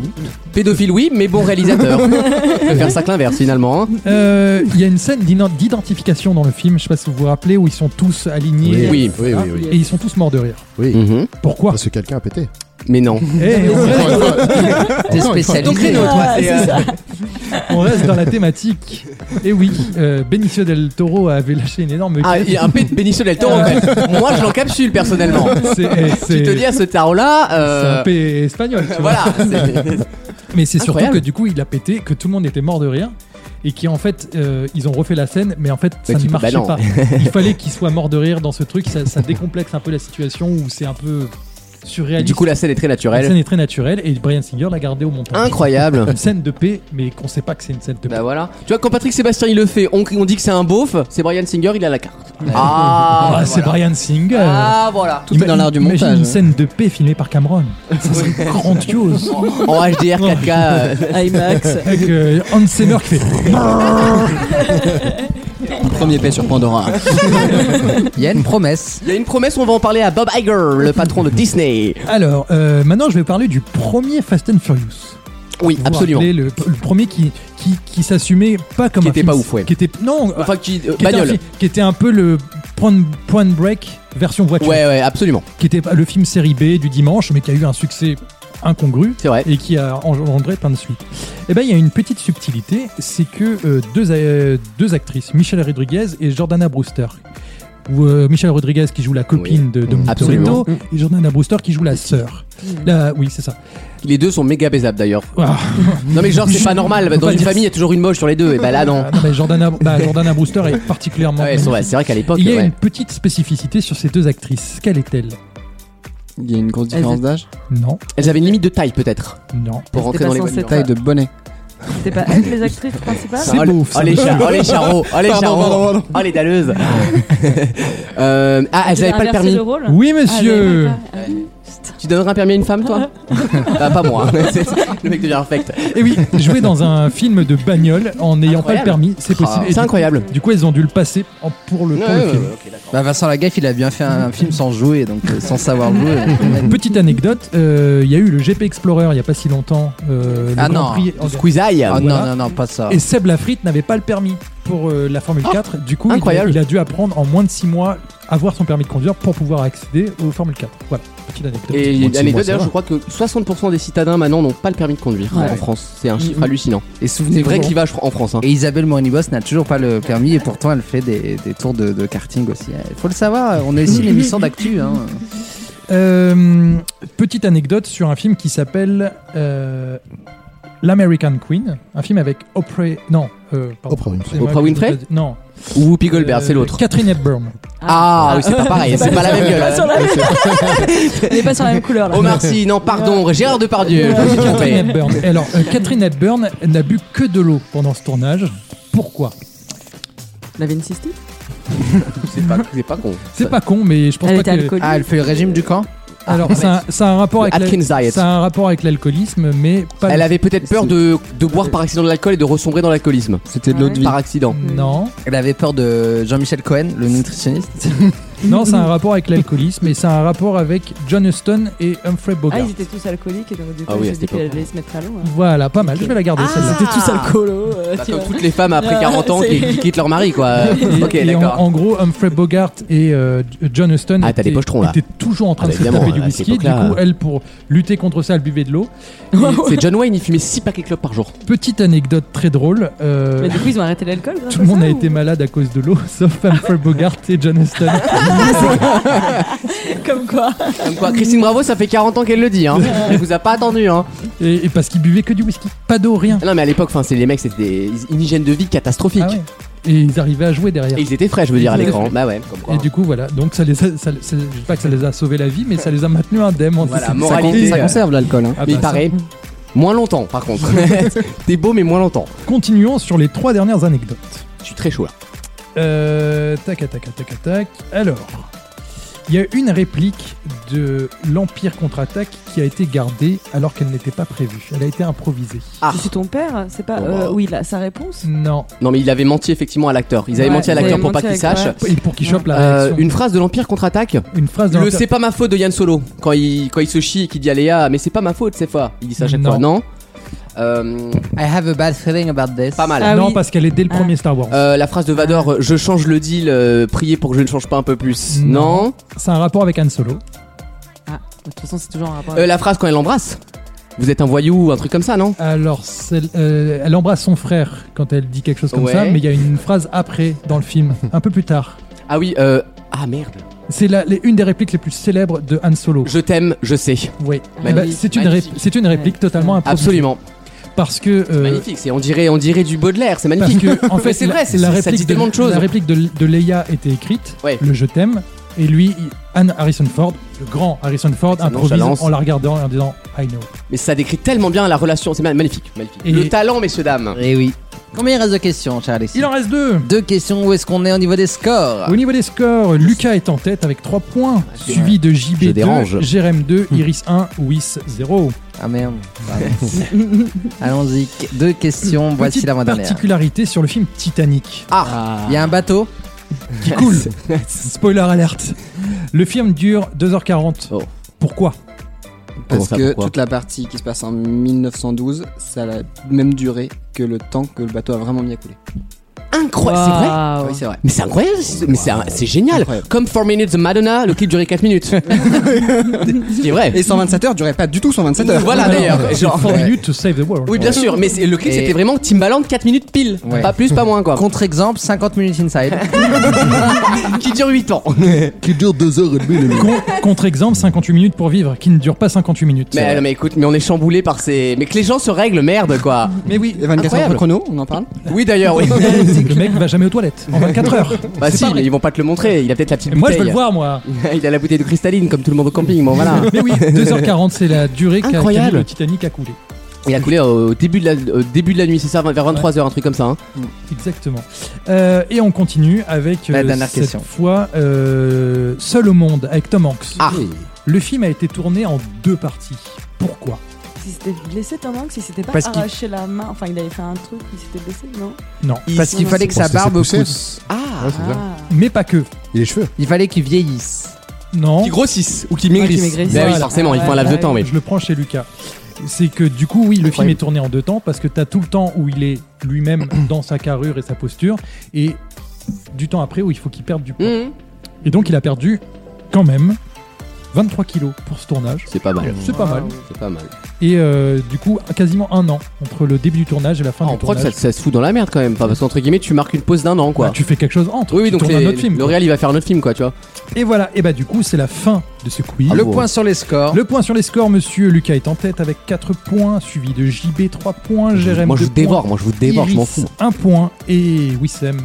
[SPEAKER 3] Pédophile, oui, mais bon réalisateur. Je vais faire ça que l'inverse, finalement. hein.
[SPEAKER 2] Euh, Il y a une scène d'ident- d'identification dans le film, je sais pas si vous vous rappelez, où ils sont tous alignés.
[SPEAKER 3] Oui.
[SPEAKER 8] oui, oui, oui.
[SPEAKER 2] Et ils sont tous morts de rire.
[SPEAKER 8] oui.
[SPEAKER 3] Mhm.
[SPEAKER 2] Pourquoi
[SPEAKER 8] Parce que quelqu'un a pété.
[SPEAKER 3] Mais non.
[SPEAKER 2] Eh, on, reste,
[SPEAKER 1] T'es
[SPEAKER 8] Encore une fois.
[SPEAKER 1] spécialisé.
[SPEAKER 3] Donc, Reno, toi,
[SPEAKER 4] Ah,
[SPEAKER 3] c'est,
[SPEAKER 4] c'est
[SPEAKER 3] euh,
[SPEAKER 4] ça.
[SPEAKER 2] on reste dans la thématique. Et oui, euh, Benicio del Toro avait lâché une énorme.
[SPEAKER 3] Ah, il y a un pet de Benicio del Toro, en fait. Moi, je l'encapsule, personnellement.
[SPEAKER 2] C'est eh,
[SPEAKER 3] Tu te
[SPEAKER 2] c'est-
[SPEAKER 3] dis à ce tarot-là.
[SPEAKER 2] c'est
[SPEAKER 3] euh,
[SPEAKER 2] un P espagnol. tu vois.
[SPEAKER 3] Voilà. c'est-
[SPEAKER 2] Mais c'est surtout
[SPEAKER 3] Incroyable.
[SPEAKER 2] que du coup, il a pété, que tout le monde était mort de rire. Et qui en fait, euh, ils ont refait la scène, mais en fait, ça
[SPEAKER 3] Mais tu
[SPEAKER 2] ne
[SPEAKER 3] peux- bah
[SPEAKER 2] marchait
[SPEAKER 3] non.
[SPEAKER 2] pas. Il fallait qu'il soit mort de rire dans ce truc. Ça, ça décomplexe un peu la situation où c'est un peu surréaliste.
[SPEAKER 3] Du coup, la scène est très
[SPEAKER 2] la
[SPEAKER 3] naturelle.
[SPEAKER 2] scène est très naturelle et Brian Singer l'a gardée au montage.
[SPEAKER 3] Incroyable.
[SPEAKER 2] Une scène de paix, mais qu'on sait pas que c'est une scène de paix.
[SPEAKER 3] Bah voilà. Tu vois, quand Patrick Sébastien il le fait, on, on dit que c'est un beauf, c'est Brian Singer, il a la carte. Ah,
[SPEAKER 2] Ah, c'est
[SPEAKER 3] voilà.
[SPEAKER 2] Brian Singer.
[SPEAKER 3] Ah, voilà.
[SPEAKER 5] Tout est dans l'art du
[SPEAKER 2] Imagine
[SPEAKER 5] montage,
[SPEAKER 2] une
[SPEAKER 5] hein.
[SPEAKER 2] scène de paix filmée par Cameron. Ça serait grandiose.
[SPEAKER 3] En HDR 4K. euh,
[SPEAKER 4] IMAX.
[SPEAKER 2] Avec euh, Hans Zimmer qui fait.
[SPEAKER 5] Premier paix sur Pandora.
[SPEAKER 1] Il y a une promesse.
[SPEAKER 3] Il y a une promesse, on va en parler à Bob Iger, le patron de Disney.
[SPEAKER 2] Alors, euh, maintenant, je vais parler du premier Fast and Furious.
[SPEAKER 3] Oui,
[SPEAKER 2] Vous vous
[SPEAKER 3] absolument.
[SPEAKER 2] rappelez, le, le premier qui, qui, qui s'assumait pas comme
[SPEAKER 3] Qui
[SPEAKER 2] un
[SPEAKER 3] était
[SPEAKER 2] film-
[SPEAKER 3] pas ouf, ouais.
[SPEAKER 2] Qui était, non, euh,
[SPEAKER 3] Enfin, qui. euh,
[SPEAKER 2] qui, était un,
[SPEAKER 3] bagnole.
[SPEAKER 2] film- qui était un peu le point, point break version voiture.
[SPEAKER 3] Ouais, ouais, absolument.
[SPEAKER 2] Qui était pas le film série B du dimanche, mais qui a eu un succès incongru.
[SPEAKER 3] C'est vrai.
[SPEAKER 2] et qui a engendré plein de suites. Eh ben, il y a une petite subtilité, c'est que euh, deux, euh, deux actrices, Michelle Rodriguez et Jordana Brewster. Ou euh, Michelle Rodriguez qui joue la copine de, de
[SPEAKER 3] Absolument.
[SPEAKER 2] Toretto et Jordana Brewster qui joue la sœur. La- oui, c'est ça.
[SPEAKER 3] Les deux sont méga baisables d'ailleurs.
[SPEAKER 2] Ah,
[SPEAKER 3] Non, mais genre, c'est pas normal. bah,
[SPEAKER 2] On
[SPEAKER 3] Dans
[SPEAKER 2] va
[SPEAKER 3] une
[SPEAKER 2] dire-
[SPEAKER 3] famille, il y a toujours une moche sur les deux. Et bah là, non.
[SPEAKER 2] non, mais Jordana, bah, Jordana Brewster est particulièrement.
[SPEAKER 3] Ouais, c'est vrai, c'est vrai qu'à l'époque,
[SPEAKER 2] Il y a
[SPEAKER 3] ouais.
[SPEAKER 2] une petite spécificité sur ces deux actrices. Quelle est-elle
[SPEAKER 5] Il y a une grosse différence d'âge.
[SPEAKER 2] Non,
[SPEAKER 3] elles avaient une limite de taille peut-être
[SPEAKER 2] non.
[SPEAKER 3] pour
[SPEAKER 4] C'était
[SPEAKER 3] rentrer
[SPEAKER 4] pas
[SPEAKER 3] dans les
[SPEAKER 4] censé
[SPEAKER 3] bonnes
[SPEAKER 4] être-
[SPEAKER 5] Taille de bonnet.
[SPEAKER 4] C'était pas elles les actrices principales
[SPEAKER 2] C'est
[SPEAKER 3] Ah,
[SPEAKER 2] beau,
[SPEAKER 3] le-
[SPEAKER 2] ça.
[SPEAKER 3] Oh les charros, oh les charros, oh les charros, oh les dalleuses. Euh, ah, elles avaient pas le
[SPEAKER 4] Inverser
[SPEAKER 3] permis.
[SPEAKER 4] rôle
[SPEAKER 2] Oui,
[SPEAKER 4] Ah,
[SPEAKER 2] monsieur
[SPEAKER 4] mais- ah, oui.
[SPEAKER 3] Tu donnerais un permis à une femme, toi Bah, pas moi. C'est- le mec devient infect.
[SPEAKER 2] Et Eh oui, jouer dans un film de bagnole en n'ayant pas le
[SPEAKER 3] Incroyable.
[SPEAKER 2] permis, c'est possible. Et
[SPEAKER 3] Ah, C'est
[SPEAKER 2] du-
[SPEAKER 3] incroyable.
[SPEAKER 2] Du coup, ils ont dû le passer en- pour le, pour le film.
[SPEAKER 1] Bah, Vincent Lagaffe, il a bien fait un, un film sans jouer, donc euh, sans savoir jouer.
[SPEAKER 5] Ah,
[SPEAKER 2] Petite anecdote, euh, il y a eu le GP Explorer il n'y a pas si longtemps. euh, le
[SPEAKER 1] Ah
[SPEAKER 2] Grand
[SPEAKER 1] non.
[SPEAKER 2] Prix en-
[SPEAKER 3] Squeezie.
[SPEAKER 1] Ah
[SPEAKER 2] voilà.
[SPEAKER 1] non, non, non, pas ça.
[SPEAKER 2] Et Seb Lafrite n'avait pas le permis pour euh, la Formule
[SPEAKER 8] Ah,
[SPEAKER 2] 4. Du coup, il a-
[SPEAKER 3] incroyable.
[SPEAKER 2] Il, a, dû apprendre en moins de 6 mois à avoir son permis de conduire pour pouvoir accéder aux Formule 4. Voilà, petite anecdote.
[SPEAKER 3] Et
[SPEAKER 8] Bon,
[SPEAKER 3] une
[SPEAKER 8] c'est
[SPEAKER 3] anecdote
[SPEAKER 8] moi, ça
[SPEAKER 3] d'ailleurs,
[SPEAKER 8] va.
[SPEAKER 3] je crois que 60% des citadins maintenant n'ont pas le permis de conduire
[SPEAKER 4] Ouais.
[SPEAKER 3] en France. C'est un chiffre
[SPEAKER 4] Mhm.
[SPEAKER 3] hallucinant.
[SPEAKER 1] Et
[SPEAKER 3] C'est
[SPEAKER 1] souvenez-vous.
[SPEAKER 3] vrai clivage fr- en France. hein.
[SPEAKER 1] Et Isabelle Morinibos n'a toujours pas le permis et pourtant elle fait des, des tours de, de karting aussi. Il faut le savoir, on est aussi une émission d'actu. Hein.
[SPEAKER 2] Euh, petite anecdote sur un film qui s'appelle euh, L'American Queen. Un film avec Oprah. Non, euh, pardon.
[SPEAKER 8] Oprah Winfrey.
[SPEAKER 2] C'est moi
[SPEAKER 3] Oprah
[SPEAKER 2] qui-
[SPEAKER 3] Winfrey
[SPEAKER 2] Non.
[SPEAKER 3] Ou Whoopi Goldberg,
[SPEAKER 2] Euh,
[SPEAKER 3] c'est l'autre.
[SPEAKER 2] Catherine Hepburn.
[SPEAKER 3] Ah, oui, c'est pas pareil, c'est pas la même
[SPEAKER 4] On est
[SPEAKER 3] gueule.
[SPEAKER 4] pas sur la même- On n'est euh, pas sur la même couleur là.
[SPEAKER 3] Omar Sy, non, pardon, Gérard Depardieu. je me suis trompé.
[SPEAKER 2] Euh, Catherine Hepburn. Et Alors, euh, Catherine Hepburn n'a bu que de l'eau pendant ce tournage. Pourquoi
[SPEAKER 4] La Vinci
[SPEAKER 3] C'est pas, c'est pas con.
[SPEAKER 2] C'est pas con, mais je pense
[SPEAKER 4] Elle
[SPEAKER 2] pas
[SPEAKER 4] était
[SPEAKER 2] que.
[SPEAKER 4] alcoolique.
[SPEAKER 1] Ah, elle fait Ah, le régime du camp
[SPEAKER 2] Alors, ça, a- ça a un rapport avec
[SPEAKER 3] Le Atkins
[SPEAKER 2] la-
[SPEAKER 3] diet.
[SPEAKER 2] ça a un rapport avec l'alcoolisme, mais pas.
[SPEAKER 5] Ah,
[SPEAKER 3] Elle
[SPEAKER 2] du-
[SPEAKER 3] avait peut-être peur de, de boire par accident de l'alcool et de ressombrer dans l'alcoolisme.
[SPEAKER 5] C'était de
[SPEAKER 4] Ah
[SPEAKER 5] l'autre
[SPEAKER 4] ouais.
[SPEAKER 5] vie.
[SPEAKER 3] Par accident.
[SPEAKER 2] Non,
[SPEAKER 1] Elle avait peur de Jean-Michel Cohen, le nutritionniste.
[SPEAKER 2] non, ça a un rapport avec l'alcoolisme, et ça a un rapport avec John Huston et Humphrey Bogart.
[SPEAKER 4] Ah, ils étaient tous alcooliques et donc du coup,
[SPEAKER 3] Ah
[SPEAKER 4] je
[SPEAKER 3] oui, à
[SPEAKER 4] me suis
[SPEAKER 3] cette
[SPEAKER 4] dit qu'elle
[SPEAKER 3] époque.
[SPEAKER 4] allait se mettre à l'eau. hein.
[SPEAKER 2] Voilà, pas mal. Je vais la
[SPEAKER 4] Ah.
[SPEAKER 2] garder celle-là.
[SPEAKER 4] Ils étaient tous alcoolos. euh,
[SPEAKER 3] Bah,
[SPEAKER 4] tu
[SPEAKER 3] comme
[SPEAKER 4] vois.
[SPEAKER 3] toutes les femmes après 40 ans qui, qui quittent leur mari, quoi.
[SPEAKER 2] Et-
[SPEAKER 3] ok,
[SPEAKER 2] et en,
[SPEAKER 3] d'accord.
[SPEAKER 2] en gros, Humphrey Bogart et euh, John Huston
[SPEAKER 3] Ah, t'as des
[SPEAKER 2] étaient,
[SPEAKER 3] pochetrons, là.
[SPEAKER 2] étaient toujours en train
[SPEAKER 3] Ah,
[SPEAKER 2] de se
[SPEAKER 3] évidemment,
[SPEAKER 2] taper du
[SPEAKER 3] à cette
[SPEAKER 2] whisky. Du
[SPEAKER 3] époque-là.
[SPEAKER 2] coup, elle, pour lutter contre ça, elle buvait de l'eau.
[SPEAKER 3] C'est John Wayne, il fumait 6 paquets de clopes par jour.
[SPEAKER 2] Petite anecdote très drôle. euh,
[SPEAKER 4] Mais du coup, ils ont arrêté l'alcool. grâce
[SPEAKER 2] tout le
[SPEAKER 4] à
[SPEAKER 2] monde
[SPEAKER 4] ça,
[SPEAKER 2] a
[SPEAKER 4] ou-
[SPEAKER 2] été malade à cause de l'eau, sauf Humphrey Bogart et John Huston.
[SPEAKER 4] Comme quoi.
[SPEAKER 3] Comme quoi, Christine Bravo, ça fait 40 ans qu'elle le dit, hein. Elle vous a pas attendu, hein.
[SPEAKER 2] Et, et parce qu'ils buvaient que du whisky, pas d'eau, rien.
[SPEAKER 3] Non, mais à l'époque, enfin, c'est les mecs, c'était des- une hygiène de vie catastrophique.
[SPEAKER 2] Ah ouais. Et ils arrivaient à jouer derrière.
[SPEAKER 3] Et
[SPEAKER 2] Et,
[SPEAKER 3] ils étaient frais, je veux dire, à
[SPEAKER 2] Ils étaient
[SPEAKER 3] l'écran. Bah ouais, comme quoi.
[SPEAKER 2] du coup, voilà. Donc, ça les a, ça- ça- je dis pas que ça les a sauvé la vie, mais ça les a maintenus indemnes. en
[SPEAKER 3] Voilà,
[SPEAKER 2] disant-
[SPEAKER 5] Ça, con-
[SPEAKER 3] Moralité,
[SPEAKER 5] ça
[SPEAKER 3] euh,
[SPEAKER 5] conserve l'alcool. hein.
[SPEAKER 2] Ah bah,
[SPEAKER 3] mais il
[SPEAKER 2] ça-
[SPEAKER 3] paraît. Moins longtemps, par contre. T'es beau, mais moins longtemps.
[SPEAKER 2] Continuons sur les trois dernières anecdotes.
[SPEAKER 3] Je suis très chaud là.
[SPEAKER 2] Euh, tac, tac, tac, tac, tac. Alors, il y a une réplique de l'Empire contre-attaque qui a été gardée alors qu'elle n'était pas prévue. Elle a été improvisée.
[SPEAKER 3] Ah.
[SPEAKER 4] Je suis ton père, c'est pas.
[SPEAKER 3] Bon,
[SPEAKER 4] euh,
[SPEAKER 3] bah.
[SPEAKER 4] oui, là, sa réponse.
[SPEAKER 2] Non.
[SPEAKER 3] Non, mais il avait menti effectivement à l'acteur. Ils avaient
[SPEAKER 4] Ouais,
[SPEAKER 3] menti à
[SPEAKER 4] ils avaient
[SPEAKER 3] l'acteur pour pas
[SPEAKER 4] menti
[SPEAKER 3] qu'il
[SPEAKER 4] avec-
[SPEAKER 3] sache.
[SPEAKER 2] Et pour qu'il chope la
[SPEAKER 3] Euh,
[SPEAKER 2] réaction.
[SPEAKER 3] une phrase de l'Empire contre-attaque.
[SPEAKER 2] Une... phrase de
[SPEAKER 3] Le
[SPEAKER 2] l'Empire-
[SPEAKER 3] c'est pas ma faute de Yann Solo. Quand il, quand il se chie et qu'il dit à Léa, mais c'est pas ma faute cette fois. Il dit ça à chaque
[SPEAKER 2] Non.
[SPEAKER 3] fois. Non. Euh,
[SPEAKER 1] I have a bad feeling about this.
[SPEAKER 3] pas mal.
[SPEAKER 4] Ah
[SPEAKER 2] non,
[SPEAKER 4] oui.
[SPEAKER 2] parce qu'elle est dès le
[SPEAKER 4] Ah.
[SPEAKER 2] premier Star Wars.
[SPEAKER 3] Euh, la phrase de Vador, je change le deal, euh, priez pour que je ne change pas un peu plus. Non.
[SPEAKER 2] C'est un rapport avec Han Solo.
[SPEAKER 4] Ah, de toute façon, c'est toujours un rapport.
[SPEAKER 3] Euh, la phrase quand elle l'embrasse. Vous êtes un voyou, un truc comme ça, non
[SPEAKER 2] Alors, celle- euh, elle embrasse son frère quand elle dit quelque chose comme
[SPEAKER 3] Ouais.
[SPEAKER 2] ça, mais il y a une phrase après dans le film, un peu plus tard.
[SPEAKER 3] Ah oui, euh, ah merde.
[SPEAKER 2] C'est la- les- une des répliques les plus célèbres de Han Solo.
[SPEAKER 3] Je t'aime, je sais.
[SPEAKER 2] Oui.
[SPEAKER 4] Ah
[SPEAKER 2] Eh ben,
[SPEAKER 4] oui.
[SPEAKER 2] c'est une, ré-
[SPEAKER 3] Magnifique.
[SPEAKER 2] c'est une réplique
[SPEAKER 4] Ouais.
[SPEAKER 2] totalement improvisée.
[SPEAKER 3] Absolument.
[SPEAKER 2] Parce que euh,
[SPEAKER 3] Magnifique. C'est on dirait, on dirait du Baudelaire. C'est
[SPEAKER 2] Parce
[SPEAKER 3] magnifique.
[SPEAKER 2] que, en
[SPEAKER 3] Mais
[SPEAKER 2] fait,
[SPEAKER 3] c'est
[SPEAKER 2] la-
[SPEAKER 3] vrai, c'est-
[SPEAKER 2] la
[SPEAKER 3] ça
[SPEAKER 2] réplique
[SPEAKER 3] dit tellement de choses.
[SPEAKER 2] La réplique de, de Leia était écrite,
[SPEAKER 3] Ouais.
[SPEAKER 2] le je t'aime, et lui, il- Anne Harrison Ford, le grand Harrison Ford,
[SPEAKER 3] sa
[SPEAKER 2] improvise
[SPEAKER 3] nonchalance.
[SPEAKER 2] en la regardant et en disant I know.
[SPEAKER 3] Mais ça décrit tellement bien la relation. C'est ma- magnifique, magnifique.
[SPEAKER 2] Et-
[SPEAKER 3] Le talent, messieurs dames.
[SPEAKER 1] Et Eh oui. Combien il reste de questions, Charles
[SPEAKER 2] Il en reste deux.
[SPEAKER 1] Deux questions. Où est-ce qu'on est au niveau des scores
[SPEAKER 2] Au niveau des scores, Lucas est en tête avec 3 points,
[SPEAKER 3] je-
[SPEAKER 2] suivi de
[SPEAKER 3] je
[SPEAKER 2] JB2,
[SPEAKER 3] dérange. Hmm.
[SPEAKER 2] Jérém 2, Iris 1, Whis 0.
[SPEAKER 1] Ah merde. Pardon. Allons-y. Qu- Deux questions. Voici
[SPEAKER 2] Petite
[SPEAKER 1] l'avant-dernière.
[SPEAKER 2] particularité sur le film Titanic.
[SPEAKER 3] Ah.
[SPEAKER 1] Il y a un bateau.
[SPEAKER 2] Qui coule Spoiler alerte. Le film dure 2h40.
[SPEAKER 3] Oh.
[SPEAKER 2] Pourquoi
[SPEAKER 3] Comment
[SPEAKER 5] Parce
[SPEAKER 3] ça,
[SPEAKER 5] que
[SPEAKER 3] pourquoi
[SPEAKER 5] toute la partie qui se passe en 1912, ça a la même durée que le temps que le bateau a vraiment mis à couler.
[SPEAKER 3] Incroyable. C'est vrai.
[SPEAKER 4] Waouh.
[SPEAKER 5] Oui, c'est vrai.
[SPEAKER 3] Mais c'est incroyable, c'est- mais c'est un- c'est génial.
[SPEAKER 5] Incroyable.
[SPEAKER 3] Comme 4 Minutes the Madonna, le clip durait 4 minutes. Ce qui est vrai.
[SPEAKER 5] Et 127 heures durait pas du tout 127 heures.
[SPEAKER 3] Voilà d'ailleurs.
[SPEAKER 2] C'est
[SPEAKER 3] genre-
[SPEAKER 2] 4 minutes to save the world.
[SPEAKER 3] Oui, bien sûr, mais c'est- le clip
[SPEAKER 1] Et-
[SPEAKER 3] c'était vraiment Timbaland 4 minutes pile.
[SPEAKER 1] Ouais.
[SPEAKER 3] Pas plus, pas moins quoi.
[SPEAKER 1] Contre-exemple, 50 minutes inside.
[SPEAKER 3] qui dure 8 ans.
[SPEAKER 8] qui dure 2 heures et demie, le
[SPEAKER 2] Con- Contre-exemple, 58 minutes pour vivre, qui ne dure pas 58 minutes.
[SPEAKER 3] Mais, euh, mais écoute, mais on est chamboulé par ces. Mais que les gens se règlent, merde quoi.
[SPEAKER 2] Mais oui,
[SPEAKER 5] Et 24 heures
[SPEAKER 3] Incroyable.
[SPEAKER 5] de chrono, on en parle
[SPEAKER 3] Oui d'ailleurs, oui.
[SPEAKER 2] le mec va jamais aux toilettes en 24 heures.
[SPEAKER 3] bah
[SPEAKER 2] C'est
[SPEAKER 3] si,
[SPEAKER 2] pas vrai.
[SPEAKER 3] mais ils vont pas te le montrer. Il a peut-être la petite
[SPEAKER 2] Et moi je
[SPEAKER 3] bouteille.
[SPEAKER 2] veux le voir moi.
[SPEAKER 3] Il a la bouteille de cristalline comme tout le monde au camping, bon voilà.
[SPEAKER 2] Mais oui, 2h40 c'est la durée qu'a qu'a mis
[SPEAKER 3] Ah. Incroyable.
[SPEAKER 2] le Titanic a coulé.
[SPEAKER 3] Il a coulé au début de la, au début de la nuit, c'est ça, vers 23h, un truc comme ça. hein.
[SPEAKER 2] Exactement. Euh, et on continue avec euh,
[SPEAKER 1] La dernière
[SPEAKER 2] cette
[SPEAKER 1] question.
[SPEAKER 2] fois euh, Seul au monde avec Tom Hanks.
[SPEAKER 3] Ah.
[SPEAKER 2] Le film a été tourné en deux parties. Pourquoi
[SPEAKER 3] Euh,
[SPEAKER 4] Si c'était blessé Tom Hanks, il s'était pas
[SPEAKER 1] Parce qu'il-
[SPEAKER 4] arraché la main. Enfin, il avait fait un truc, il s'était blessé, non
[SPEAKER 2] Non.
[SPEAKER 1] Parce qu'il fallait que sa barbe pousse.
[SPEAKER 3] Ah.
[SPEAKER 8] Ouais, c'est ça.
[SPEAKER 4] Ah.
[SPEAKER 2] Mais pas que.
[SPEAKER 8] Et les cheveux.
[SPEAKER 1] Il fallait qu'il vieillisse.
[SPEAKER 2] Non.
[SPEAKER 3] Qui grossissent ou qui
[SPEAKER 4] maigrissent.
[SPEAKER 3] maigrissent.
[SPEAKER 4] Ouais, qui maigrissent.
[SPEAKER 3] Bah oui,
[SPEAKER 2] Voilà.
[SPEAKER 3] forcément, il faut un laps de temps, oui.
[SPEAKER 2] Je le prends chez Lucas. C'est que du coup, oui, le film
[SPEAKER 3] Incroyable.
[SPEAKER 2] est tourné en deux temps parce que t'as tout le temps où il est lui-même dans sa carrure et sa posture et du temps après où il faut qu'il perde du poids.
[SPEAKER 3] Mmh.
[SPEAKER 2] Et donc, il a perdu quand même 23 kilos pour ce tournage.
[SPEAKER 3] C'est pas mal.
[SPEAKER 2] C'est pas mal.
[SPEAKER 3] C'est pas mal.
[SPEAKER 2] Et euh, du coup, quasiment un an entre le début du tournage et la fin
[SPEAKER 3] Ah, en
[SPEAKER 2] du
[SPEAKER 3] prod,
[SPEAKER 2] tournage.
[SPEAKER 3] ça, ça se fout dans la merde quand même. Enfin, parce qu'entre guillemets, tu marques une pause d'un an quoi.
[SPEAKER 2] Bah, tu fais quelque chose entre.
[SPEAKER 3] Oui, oui,
[SPEAKER 2] tu
[SPEAKER 3] donc
[SPEAKER 2] tournes
[SPEAKER 3] les-
[SPEAKER 2] un autre film.
[SPEAKER 3] le
[SPEAKER 2] quoi.
[SPEAKER 3] réel il va faire un autre film quoi, tu vois.
[SPEAKER 2] Et voilà. Et bah, du coup, c'est la fin de ce quiz.
[SPEAKER 1] Le point sur les scores.
[SPEAKER 2] Ah, Le point sur les scores, monsieur Lucas est en tête avec 4 points, suivi de JB 3 points, Jérém
[SPEAKER 3] moi je
[SPEAKER 2] 2
[SPEAKER 3] vous dévore, moi je vous dévore, je m'en fous.
[SPEAKER 2] 1 point et Wissem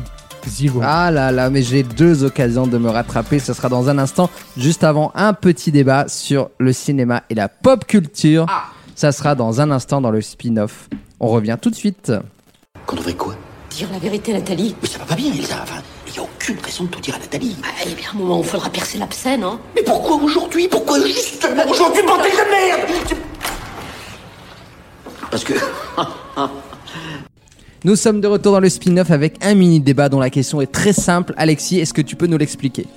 [SPEAKER 2] 0.
[SPEAKER 1] Ah là là, mais j'ai deux occasions de me rattraper. Ce sera dans un instant, juste avant un petit débat sur le cinéma et la pop culture. Ça sera dans un instant dans le spin-off. On revient tout de suite.
[SPEAKER 7] Qu'on devrait quoi
[SPEAKER 9] Dire la vérité, Nathalie.
[SPEAKER 7] Mais ça va pas bien, Elsa. Enfin, il y a aucune j'ai une raison de tout dire à Nathalie.
[SPEAKER 9] Eh bien, à un moment, on faudra percer l'abcès, non
[SPEAKER 7] Mais pourquoi aujourd'hui Pourquoi justement aujourd'hui, bordel de merde Parce que.
[SPEAKER 1] Nous sommes de retour dans le spin-off avec un mini débat dont la question est très simple. Alexis, est-ce que tu peux nous l'expliquer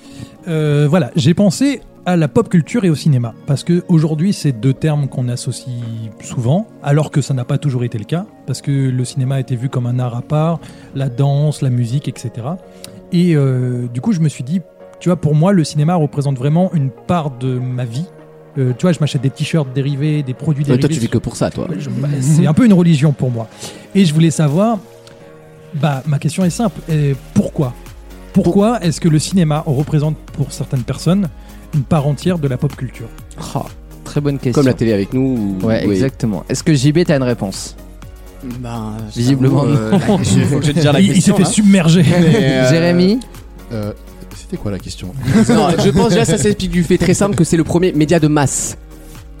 [SPEAKER 2] Euh, voilà, j'ai pensé à la pop culture et au cinéma parce que aujourd'hui c'est deux termes qu'on associe souvent alors que ça n'a pas toujours été le cas parce que le cinéma a été vu comme un art à part, la danse, la musique, etc. Et euh, du coup je me suis dit, tu vois, pour moi le cinéma représente vraiment une part de ma vie. Euh, tu vois, je m'achète des t-shirts dérivés, des produits dérivés.
[SPEAKER 3] Ouais, Euh, toi, tu vis que pour ça, toi.
[SPEAKER 2] Ouais, je- bah, c'est un peu une religion pour moi. Et je voulais savoir, bah, ma question est simple. euh, pourquoi Pourquoi est-ce que le cinéma représente pour certaines personnes une part entière de la pop culture
[SPEAKER 1] Oh, Très bonne question.
[SPEAKER 3] Comme la télé avec nous. ou-
[SPEAKER 1] Ouais,
[SPEAKER 3] oui.
[SPEAKER 1] exactement. Est-ce que JB, t'as une réponse
[SPEAKER 5] Ben,
[SPEAKER 1] Visiblement,
[SPEAKER 5] j'avoue, euh, la- je- faut que je te dise la
[SPEAKER 2] Il, il s'est
[SPEAKER 5] question,
[SPEAKER 2] fait
[SPEAKER 5] là.
[SPEAKER 3] hein.
[SPEAKER 2] submerger.
[SPEAKER 5] Mais, euh,
[SPEAKER 1] Jérémy
[SPEAKER 8] Euh, C'était quoi la question
[SPEAKER 3] Non, je pense déjà ça s'explique du fait très simple que c'est le premier média de masse.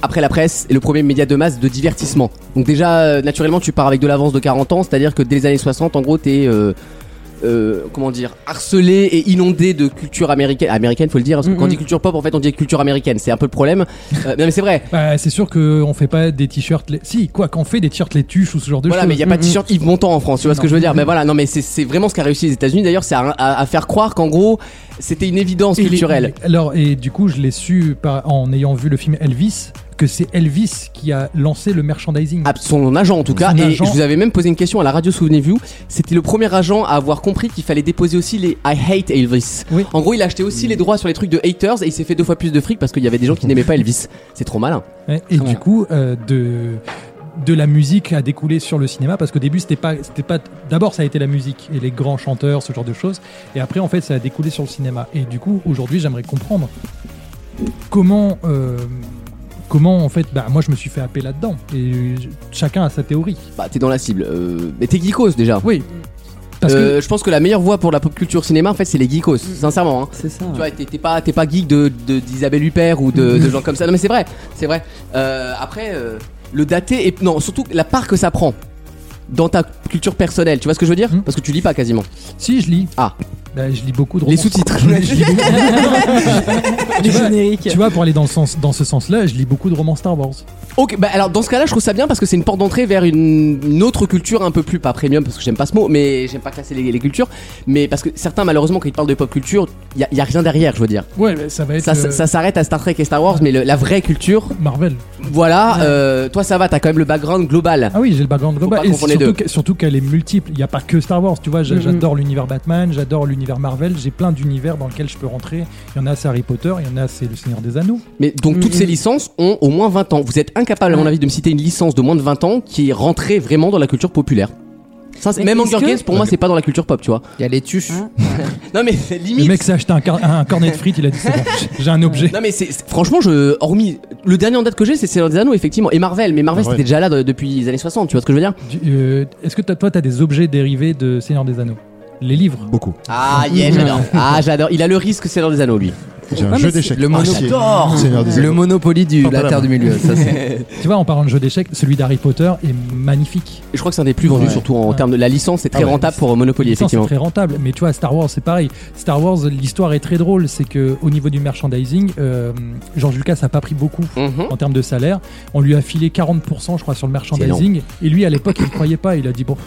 [SPEAKER 3] Après la presse, et le premier média de masse de divertissement. Donc déjà, euh, naturellement, tu pars avec de l'avance de 40 ans, c'est-à-dire que dès les années 60, en gros, t'es... euh, euh, comment dire harcelé et inondé de culture américaine américaine faut le dire hein, parce que quand on dit culture pop en fait on dit culture américaine c'est un peu le problème Euh, non mais c'est vrai
[SPEAKER 2] Bah, c'est sûr qu'on fait pas des t-shirts. les- Si, quoi, qu'on fait des t-shirts les tuches ou ce genre de
[SPEAKER 3] voilà
[SPEAKER 2] choses.
[SPEAKER 3] mais il y a pas de t-shirt Yves Montand en France tu vois ce que
[SPEAKER 2] Non.
[SPEAKER 3] je veux dire mais voilà non mais c'est- c'est vraiment ce qu'a réussi les États-Unis d'ailleurs c'est à, à- à faire croire qu'en gros c'était une évidence
[SPEAKER 2] Et les-
[SPEAKER 3] culturelle
[SPEAKER 2] alors, et du coup, je l'ai su par- en ayant vu le film Elvis, que c'est Elvis qui a lancé le merchandising.
[SPEAKER 3] Ah, son agent en tout cas.
[SPEAKER 2] Son
[SPEAKER 3] et
[SPEAKER 2] agent.
[SPEAKER 3] je vous avais même posé une question à la radio, souvenez-vous. C'était le premier agent à avoir compris qu'il fallait déposer aussi les I hate Elvis.
[SPEAKER 2] Oui.
[SPEAKER 3] En gros, il a acheté aussi les droits sur les trucs de haters et il s'est fait deux fois plus de fric parce qu'il y avait des gens qui n'aimaient pas Elvis. C'est trop malin.
[SPEAKER 2] Ouais, et
[SPEAKER 3] Très
[SPEAKER 2] du
[SPEAKER 3] bien.
[SPEAKER 2] coup, euh, de de la musique a découlé sur le cinéma parce qu'au début c'était pas c'était pas d'abord ça a été la musique et les grands chanteurs ce genre de choses et après en fait ça a découlé sur le cinéma et du coup aujourd'hui j'aimerais comprendre comment euh, comment en fait bah moi je me suis fait happer là dedans et je- chacun a sa théorie
[SPEAKER 3] Bah, t'es dans la cible. Euh, mais t'es geekos déjà.
[SPEAKER 2] oui parce que Mm.
[SPEAKER 3] Euh, Je pense que la meilleure voie pour la pop culture cinéma, en fait, c'est les geekos. Sincèrement. hein.
[SPEAKER 4] C'est ça.
[SPEAKER 3] Tu vois, t'es t'es pas, t'es pas geek de de- d'Isabelle Huppert ou de, de gens comme ça. Non, mais c'est vrai, c'est vrai. Euh, après, euh, le daté et non, surtout la part que ça prend dans ta culture personnelle. Tu vois ce que je veux dire
[SPEAKER 2] Mhm.
[SPEAKER 3] Parce que tu lis pas quasiment.
[SPEAKER 2] si je lis
[SPEAKER 3] Ah.
[SPEAKER 2] bah, je lis beaucoup de
[SPEAKER 3] Les
[SPEAKER 2] romans.
[SPEAKER 3] sous-titres.
[SPEAKER 2] Je lis beaucoup-
[SPEAKER 4] du générique.
[SPEAKER 2] tu vois pour aller dans le sens dans ce sens là je lis beaucoup de romans Star Wars
[SPEAKER 3] Ok, bah alors dans ce cas-là, je trouve ça bien parce que c'est une porte d'entrée vers une, une autre culture un peu plus pas premium parce que j'aime pas ce mot, mais j'aime pas classer les, les cultures. Mais parce que certains, malheureusement, quand ils parlent de pop culture, il y, a- y a rien derrière, je veux dire.
[SPEAKER 2] ouais mais ça va être
[SPEAKER 3] Ça, ça,
[SPEAKER 2] euh,
[SPEAKER 3] ça s'arrête à Star Trek et Star Wars, mais le- la vraie culture,
[SPEAKER 2] Marvel
[SPEAKER 3] voilà. euh, toi, ça va, t'as quand même le background global.
[SPEAKER 2] Ah oui, j'ai le background
[SPEAKER 3] pas
[SPEAKER 2] global. Et
[SPEAKER 3] confondre les
[SPEAKER 2] surtout,
[SPEAKER 3] deux.
[SPEAKER 2] que- surtout qu'elle est multiple. Il n'y a pas que Star Wars. Tu vois, j'a-
[SPEAKER 4] Mhm.
[SPEAKER 2] j'adore l'univers Batman, j'adore l'univers Marvel. J'ai plein d'univers dans lesquels je peux rentrer. Il y en a, c'est Harry Potter. Il y en a, c'est Le Seigneur des Anneaux.
[SPEAKER 3] Mais donc toutes ces licences ont au moins 20 ans. Vous êtes incapable, à mon avis, de me citer une licence de moins de 20 ans qui est rentrée vraiment dans la culture populaire. Ça, c'est-
[SPEAKER 4] Mais
[SPEAKER 3] même
[SPEAKER 4] est-ce
[SPEAKER 3] Hunger
[SPEAKER 4] que-
[SPEAKER 3] Games, pour moi, c'est pas dans la culture pop, tu vois.
[SPEAKER 1] Il y a les tuches.
[SPEAKER 2] Ah.
[SPEAKER 4] Hein
[SPEAKER 3] Non, mais c'est
[SPEAKER 2] Le
[SPEAKER 3] limite.
[SPEAKER 2] mec s'est acheté un, car- un cornet de frites. Il a dit c'est bon, j'ai un objet.
[SPEAKER 3] Non mais c'est c'est- franchement je hormis le dernier en date que j'ai c'est Seigneur des Anneaux effectivement et Marvel mais Marvel
[SPEAKER 8] Ah ouais.
[SPEAKER 3] c'était déjà là de- depuis les années 60 tu vois ce que je veux dire
[SPEAKER 2] Du- euh, Est-ce que t'as- toi, tu as des objets dérivés de Seigneur des Anneaux Les livres
[SPEAKER 8] Beaucoup.
[SPEAKER 3] Ah yeah j'adore ah j'adore il a le risque Seigneur des Anneaux lui
[SPEAKER 8] J'ai un
[SPEAKER 4] Ouais, mais
[SPEAKER 8] jeu d'échecs. Ah,
[SPEAKER 1] Le
[SPEAKER 8] entier. Seigneur des
[SPEAKER 1] Le
[SPEAKER 8] Anneaux.
[SPEAKER 1] Monopoly du la
[SPEAKER 8] Pantalon.
[SPEAKER 1] Terre du Milieu, ça c'est.
[SPEAKER 2] Tu vois, en parlant de jeu d'échecs, celui d'Harry Potter est magnifique.
[SPEAKER 3] je crois que c'est un des plus vendus
[SPEAKER 8] Ouais.
[SPEAKER 3] surtout en
[SPEAKER 2] Ouais.
[SPEAKER 3] termes de la licence c'est très
[SPEAKER 8] Ah ouais.
[SPEAKER 3] rentable pour Monopoly
[SPEAKER 2] Ça, C'est
[SPEAKER 3] effectivement
[SPEAKER 2] très rentable. Mais tu vois, Star Wars, c'est pareil. Star Wars, l'histoire est très drôle. C'est que au niveau du merchandising, euh, George Lucas a pas pris beaucoup.
[SPEAKER 3] Mhm.
[SPEAKER 2] en termes de salaire. On lui a filé 40% je crois sur le merchandising. Et lui à l'époque il ne croyait pas, il a dit bon,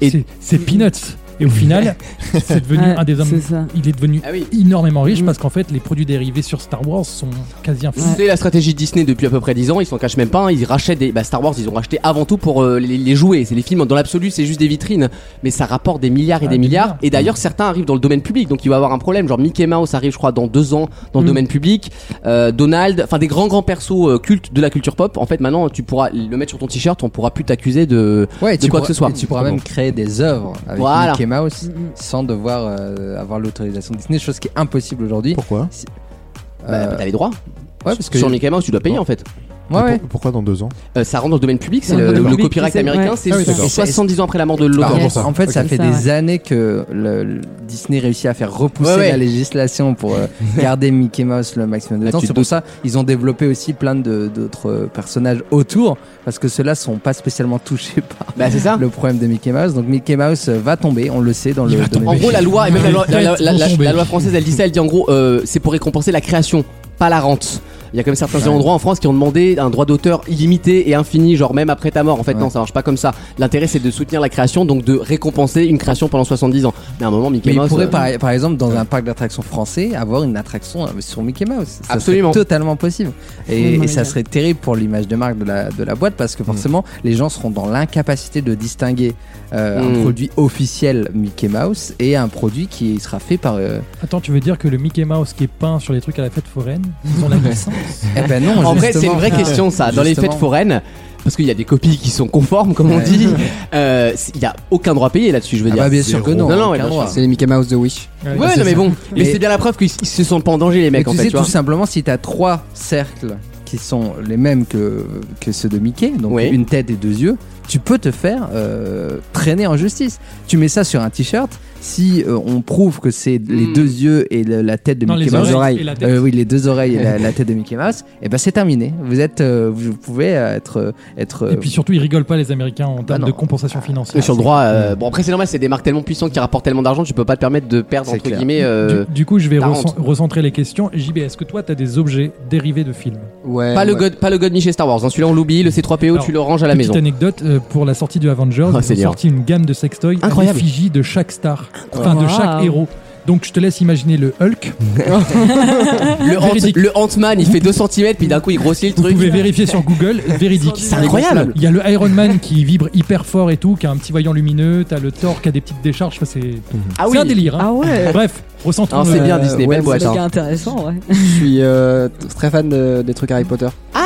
[SPEAKER 3] Et-
[SPEAKER 2] c'est- c'est peanuts. Et au final, c'est devenu
[SPEAKER 4] Ouais,
[SPEAKER 2] un des hommes.
[SPEAKER 4] C'est ça.
[SPEAKER 2] Il est devenu
[SPEAKER 3] ah oui
[SPEAKER 2] énormément riche
[SPEAKER 4] Mm.
[SPEAKER 2] parce qu'en fait les produits dérivés sur Star Wars sont quasi infinis.
[SPEAKER 3] c'est la stratégie Disney depuis à peu près 10 ans, ils s'en cachent même pas, hein. ils rachètent des bah, Star Wars, ils ont racheté avant tout pour euh, les, les jouets, c'est les films dans l'absolu, c'est juste des vitrines, mais ça rapporte des milliards et
[SPEAKER 2] Ah,
[SPEAKER 3] des
[SPEAKER 2] des
[SPEAKER 3] milliards.
[SPEAKER 2] milliards.
[SPEAKER 3] et d'ailleurs certains arrivent dans le domaine public, donc il va y avoir un problème, genre Mickey Mouse arrive je crois dans deux ans dans le
[SPEAKER 4] Mm.
[SPEAKER 3] domaine public, Euh, Donald, enfin des grands grands persos euh, cultes de la culture pop, en fait maintenant tu pourras le mettre sur ton t-shirt, on pourra plus t'accuser de... euh,
[SPEAKER 1] Ouais, et
[SPEAKER 3] De quoi
[SPEAKER 1] pourras-
[SPEAKER 3] que ce soit.
[SPEAKER 1] et tu pourras même créer des œuvres avec
[SPEAKER 3] Voilà.
[SPEAKER 1] Mickey Mouse
[SPEAKER 4] Mhm.
[SPEAKER 1] sans devoir euh, avoir l'autorisation de Disney, chose qui est impossible aujourd'hui.
[SPEAKER 8] Pourquoi
[SPEAKER 3] Bah,
[SPEAKER 1] Euh,
[SPEAKER 3] t'as les droits,
[SPEAKER 1] ouais, parce que
[SPEAKER 3] sur Mickey Mouse tu dois payer en fait.
[SPEAKER 1] Ouais,
[SPEAKER 8] Mais
[SPEAKER 1] ouais.
[SPEAKER 8] pour- pourquoi dans deux ans
[SPEAKER 3] Euh, ça rentre dans le domaine public, c'est
[SPEAKER 4] Dans
[SPEAKER 3] le,
[SPEAKER 4] le domaine
[SPEAKER 3] le
[SPEAKER 4] public,
[SPEAKER 3] copyright
[SPEAKER 4] c'est- ouais.
[SPEAKER 3] américain, c'est
[SPEAKER 8] Ah oui, d'accord.
[SPEAKER 3] 70 ans après la mort de
[SPEAKER 8] Ah,
[SPEAKER 3] l'auteur.
[SPEAKER 8] pour ça.
[SPEAKER 1] En fait, ça
[SPEAKER 8] Ok.
[SPEAKER 1] fait
[SPEAKER 4] Ça,
[SPEAKER 1] des
[SPEAKER 4] ouais.
[SPEAKER 1] années que le, le Disney réussit à faire repousser
[SPEAKER 3] Ouais, ouais.
[SPEAKER 1] la législation pour euh, garder Mickey Mouse le maximum de
[SPEAKER 3] Là,
[SPEAKER 1] temps.
[SPEAKER 3] tu
[SPEAKER 1] C'est
[SPEAKER 3] te
[SPEAKER 1] pour
[SPEAKER 3] doutes.
[SPEAKER 1] ça ils ont développé aussi plein de- d'autres euh, personnages autour parce que ceux-là sont pas spécialement touchés par
[SPEAKER 3] Bah c'est
[SPEAKER 4] Ah.
[SPEAKER 3] ça.
[SPEAKER 1] le problème de Mickey Mouse. Donc Mickey Mouse euh, va tomber, on le sait dans
[SPEAKER 2] Il
[SPEAKER 1] le
[SPEAKER 2] va
[SPEAKER 1] domaine
[SPEAKER 3] En
[SPEAKER 1] public.
[SPEAKER 3] gros, la loi, et même la loi, la- la- la- la-
[SPEAKER 2] Tomber.
[SPEAKER 3] la loi française, elle dit ça, elle dit en gros, euh, c'est pour récompenser la création, pas la rente. Il y a quand même certains endroits en France qui ont demandé un droit d'auteur illimité et infini, genre même après ta mort. En fait, non,
[SPEAKER 1] Ouais.
[SPEAKER 3] ça marche pas comme ça. L'intérêt, c'est de soutenir la création, donc de récompenser une création pendant 70 ans. Mais à un moment, Mickey
[SPEAKER 1] Mais il
[SPEAKER 3] Mouse,
[SPEAKER 1] pourrait,
[SPEAKER 3] euh,
[SPEAKER 1] par, par exemple, dans un parc d'attractions français, avoir une attraction euh, sur Mickey Mouse. Ça serait
[SPEAKER 3] Absolument.
[SPEAKER 1] totalement possible. Et,
[SPEAKER 4] Absolument,
[SPEAKER 1] et ça
[SPEAKER 4] les gars.
[SPEAKER 1] serait terrible pour l'image de marque de la, de la boîte parce que
[SPEAKER 3] Mm.
[SPEAKER 1] forcément, les gens seront dans l'incapacité de distinguer euh,
[SPEAKER 3] Mm.
[SPEAKER 1] un produit officiel Mickey Mouse et un produit qui sera fait par. euh,
[SPEAKER 2] Attends, tu veux dire que le Mickey Mouse qui est peint sur les trucs à la fête foraine, ils ont la licence
[SPEAKER 1] Eh ben non,
[SPEAKER 3] En vrai, c'est
[SPEAKER 1] justement.
[SPEAKER 3] une vraie question ça. Dans les
[SPEAKER 1] Justement.
[SPEAKER 3] fêtes foraines, parce qu'il y a des copies qui sont conformes, comme on
[SPEAKER 1] Ouais.
[SPEAKER 3] dit, euh, c'est- il n'y a aucun droit payé là-dessus, je veux
[SPEAKER 1] Ah
[SPEAKER 3] dire.
[SPEAKER 1] bah, bien sûr que non.
[SPEAKER 3] Non, non,
[SPEAKER 1] aucun
[SPEAKER 3] ouais, bien
[SPEAKER 1] droit.
[SPEAKER 5] C'est les Mickey Mouse de Wish.
[SPEAKER 2] euh,
[SPEAKER 3] Ouais, non, mais bon. Mais
[SPEAKER 1] Mais-
[SPEAKER 3] c'est bien la preuve qu'ils ils se sentent pas en danger, les
[SPEAKER 1] Mais
[SPEAKER 3] mecs, en
[SPEAKER 1] tu
[SPEAKER 3] fait,
[SPEAKER 1] sais,
[SPEAKER 3] tu
[SPEAKER 1] tout
[SPEAKER 3] vois.
[SPEAKER 1] simplement, si tu as trois cercles qui sont les mêmes que, que ceux de Mickey, donc
[SPEAKER 3] Oui.
[SPEAKER 1] une tête et deux yeux, tu peux te faire euh, traîner en justice. Tu mets ça sur un t-shirt, si euh, on prouve que c'est les
[SPEAKER 3] Hmm.
[SPEAKER 1] deux yeux et le- la tête de
[SPEAKER 2] Non,
[SPEAKER 1] Mickey
[SPEAKER 2] les
[SPEAKER 1] Mouse,
[SPEAKER 2] oreilles et la tête.
[SPEAKER 1] Euh, oui, les deux oreilles et la, la tête de Mickey Mouse, et ben c'est terminé. Vous êtes, euh, vous pouvez euh, être, euh, être.
[SPEAKER 2] Et puis surtout, ils rigolent pas les Américains en termes
[SPEAKER 1] non.
[SPEAKER 2] de compensation
[SPEAKER 3] Ah Mais
[SPEAKER 2] financière.
[SPEAKER 3] sur le droit, euh, bon après c'est normal, c'est des marques tellement puissantes qui rapportent tellement d'argent, tu peux pas te permettre de perdre
[SPEAKER 1] C'est
[SPEAKER 3] entre
[SPEAKER 1] clair.
[SPEAKER 3] guillemets. euh,
[SPEAKER 2] Du, du coup, je vais
[SPEAKER 3] la
[SPEAKER 2] recen-
[SPEAKER 3] rente.
[SPEAKER 2] recentrer les questions. JB, est-ce que toi, t'as des objets dérivés de films
[SPEAKER 5] Ouais.
[SPEAKER 3] Pas, le
[SPEAKER 5] ouais.
[SPEAKER 3] God, pas le God ni chez Star Wars, hein. celui-là on l'oublie, le C3PO
[SPEAKER 2] Alors,
[SPEAKER 3] tu le ranges à la
[SPEAKER 2] Petite
[SPEAKER 3] maison.
[SPEAKER 2] anecdote, euh, pour la sortie du Avengers,
[SPEAKER 3] Oh,
[SPEAKER 2] ils ont
[SPEAKER 3] Seigneur.
[SPEAKER 2] sorti une gamme de sextoys à
[SPEAKER 3] Incroyable.
[SPEAKER 2] l'effigie de chaque star, enfin de chaque
[SPEAKER 4] Wow.
[SPEAKER 2] héros. Donc je te laisse imaginer le Hulk.
[SPEAKER 3] Le, Ant-
[SPEAKER 2] Véridique.
[SPEAKER 3] le Ant-Man il fait 2 cm puis d'un coup il grossit le
[SPEAKER 2] Vous
[SPEAKER 3] truc.
[SPEAKER 2] pouvez vérifier sur Google, véridique.
[SPEAKER 3] C'est incroyable.
[SPEAKER 2] Il y a le Iron Man qui vibre hyper fort et tout, qui a un petit voyant lumineux, t'as le Thor qui a des petites décharges, Enfin, c'est
[SPEAKER 3] Ah
[SPEAKER 2] c'est
[SPEAKER 3] oui.
[SPEAKER 2] un délire. hein.
[SPEAKER 4] Ah ouais.
[SPEAKER 2] Bref, recentrons
[SPEAKER 3] Alors, Ah, c'est
[SPEAKER 2] le-
[SPEAKER 3] bien Disney,
[SPEAKER 5] ouais,
[SPEAKER 3] belle
[SPEAKER 4] C'est
[SPEAKER 3] boîte.
[SPEAKER 4] le
[SPEAKER 3] hein.
[SPEAKER 4] gars intéressant, ouais.
[SPEAKER 5] Je suis euh, t- très fan de- des trucs Harry Potter.
[SPEAKER 3] Ah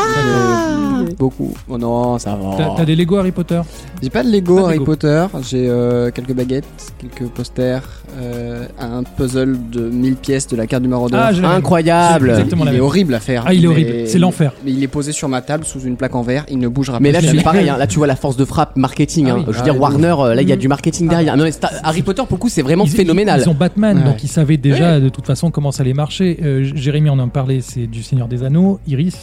[SPEAKER 5] Beaucoup. Oh non, ça
[SPEAKER 3] hein.
[SPEAKER 2] T'as
[SPEAKER 5] va.
[SPEAKER 2] t'as des Lego Harry Potter
[SPEAKER 5] J'ai pas de Lego
[SPEAKER 2] Pas de
[SPEAKER 5] Harry
[SPEAKER 2] Lego.
[SPEAKER 5] Potter. J'ai euh, quelques baguettes, quelques posters, euh, un puzzle de 1000 pièces de la carte du maraudeur.
[SPEAKER 2] Ah, je l'ai- C'est
[SPEAKER 3] Incroyable.
[SPEAKER 2] exactement la
[SPEAKER 5] il est
[SPEAKER 2] même.
[SPEAKER 5] horrible à faire.
[SPEAKER 2] Ah, il est
[SPEAKER 5] mais-
[SPEAKER 2] horrible, c'est l'enfer.
[SPEAKER 5] Mais il est posé sur ma table sous une plaque en verre, il ne bougera pas.
[SPEAKER 3] Mais là,
[SPEAKER 2] Je
[SPEAKER 3] tu
[SPEAKER 2] l'ai
[SPEAKER 3] pareil.
[SPEAKER 2] vu.
[SPEAKER 3] hein. Là, tu vois la force de frappe marketing.
[SPEAKER 2] Ah
[SPEAKER 3] hein.
[SPEAKER 2] oui. Mm. Ah.
[SPEAKER 3] Je veux
[SPEAKER 1] Ah,
[SPEAKER 3] dire,
[SPEAKER 1] de
[SPEAKER 3] Warner, euh, là, il y a
[SPEAKER 4] Mhm.
[SPEAKER 3] du marketing derrière. Non, mais Star- Harry Potter, pour le coup, c'est vraiment
[SPEAKER 2] Ils-
[SPEAKER 3] phénoménal.
[SPEAKER 2] Ils, ils ont Batman,
[SPEAKER 5] Ouais.
[SPEAKER 2] donc ils savaient déjà de toute façon comment ça allait marcher. Euh, J- Jérémy en a parlé, c'est du Seigneur des Anneaux, Iris.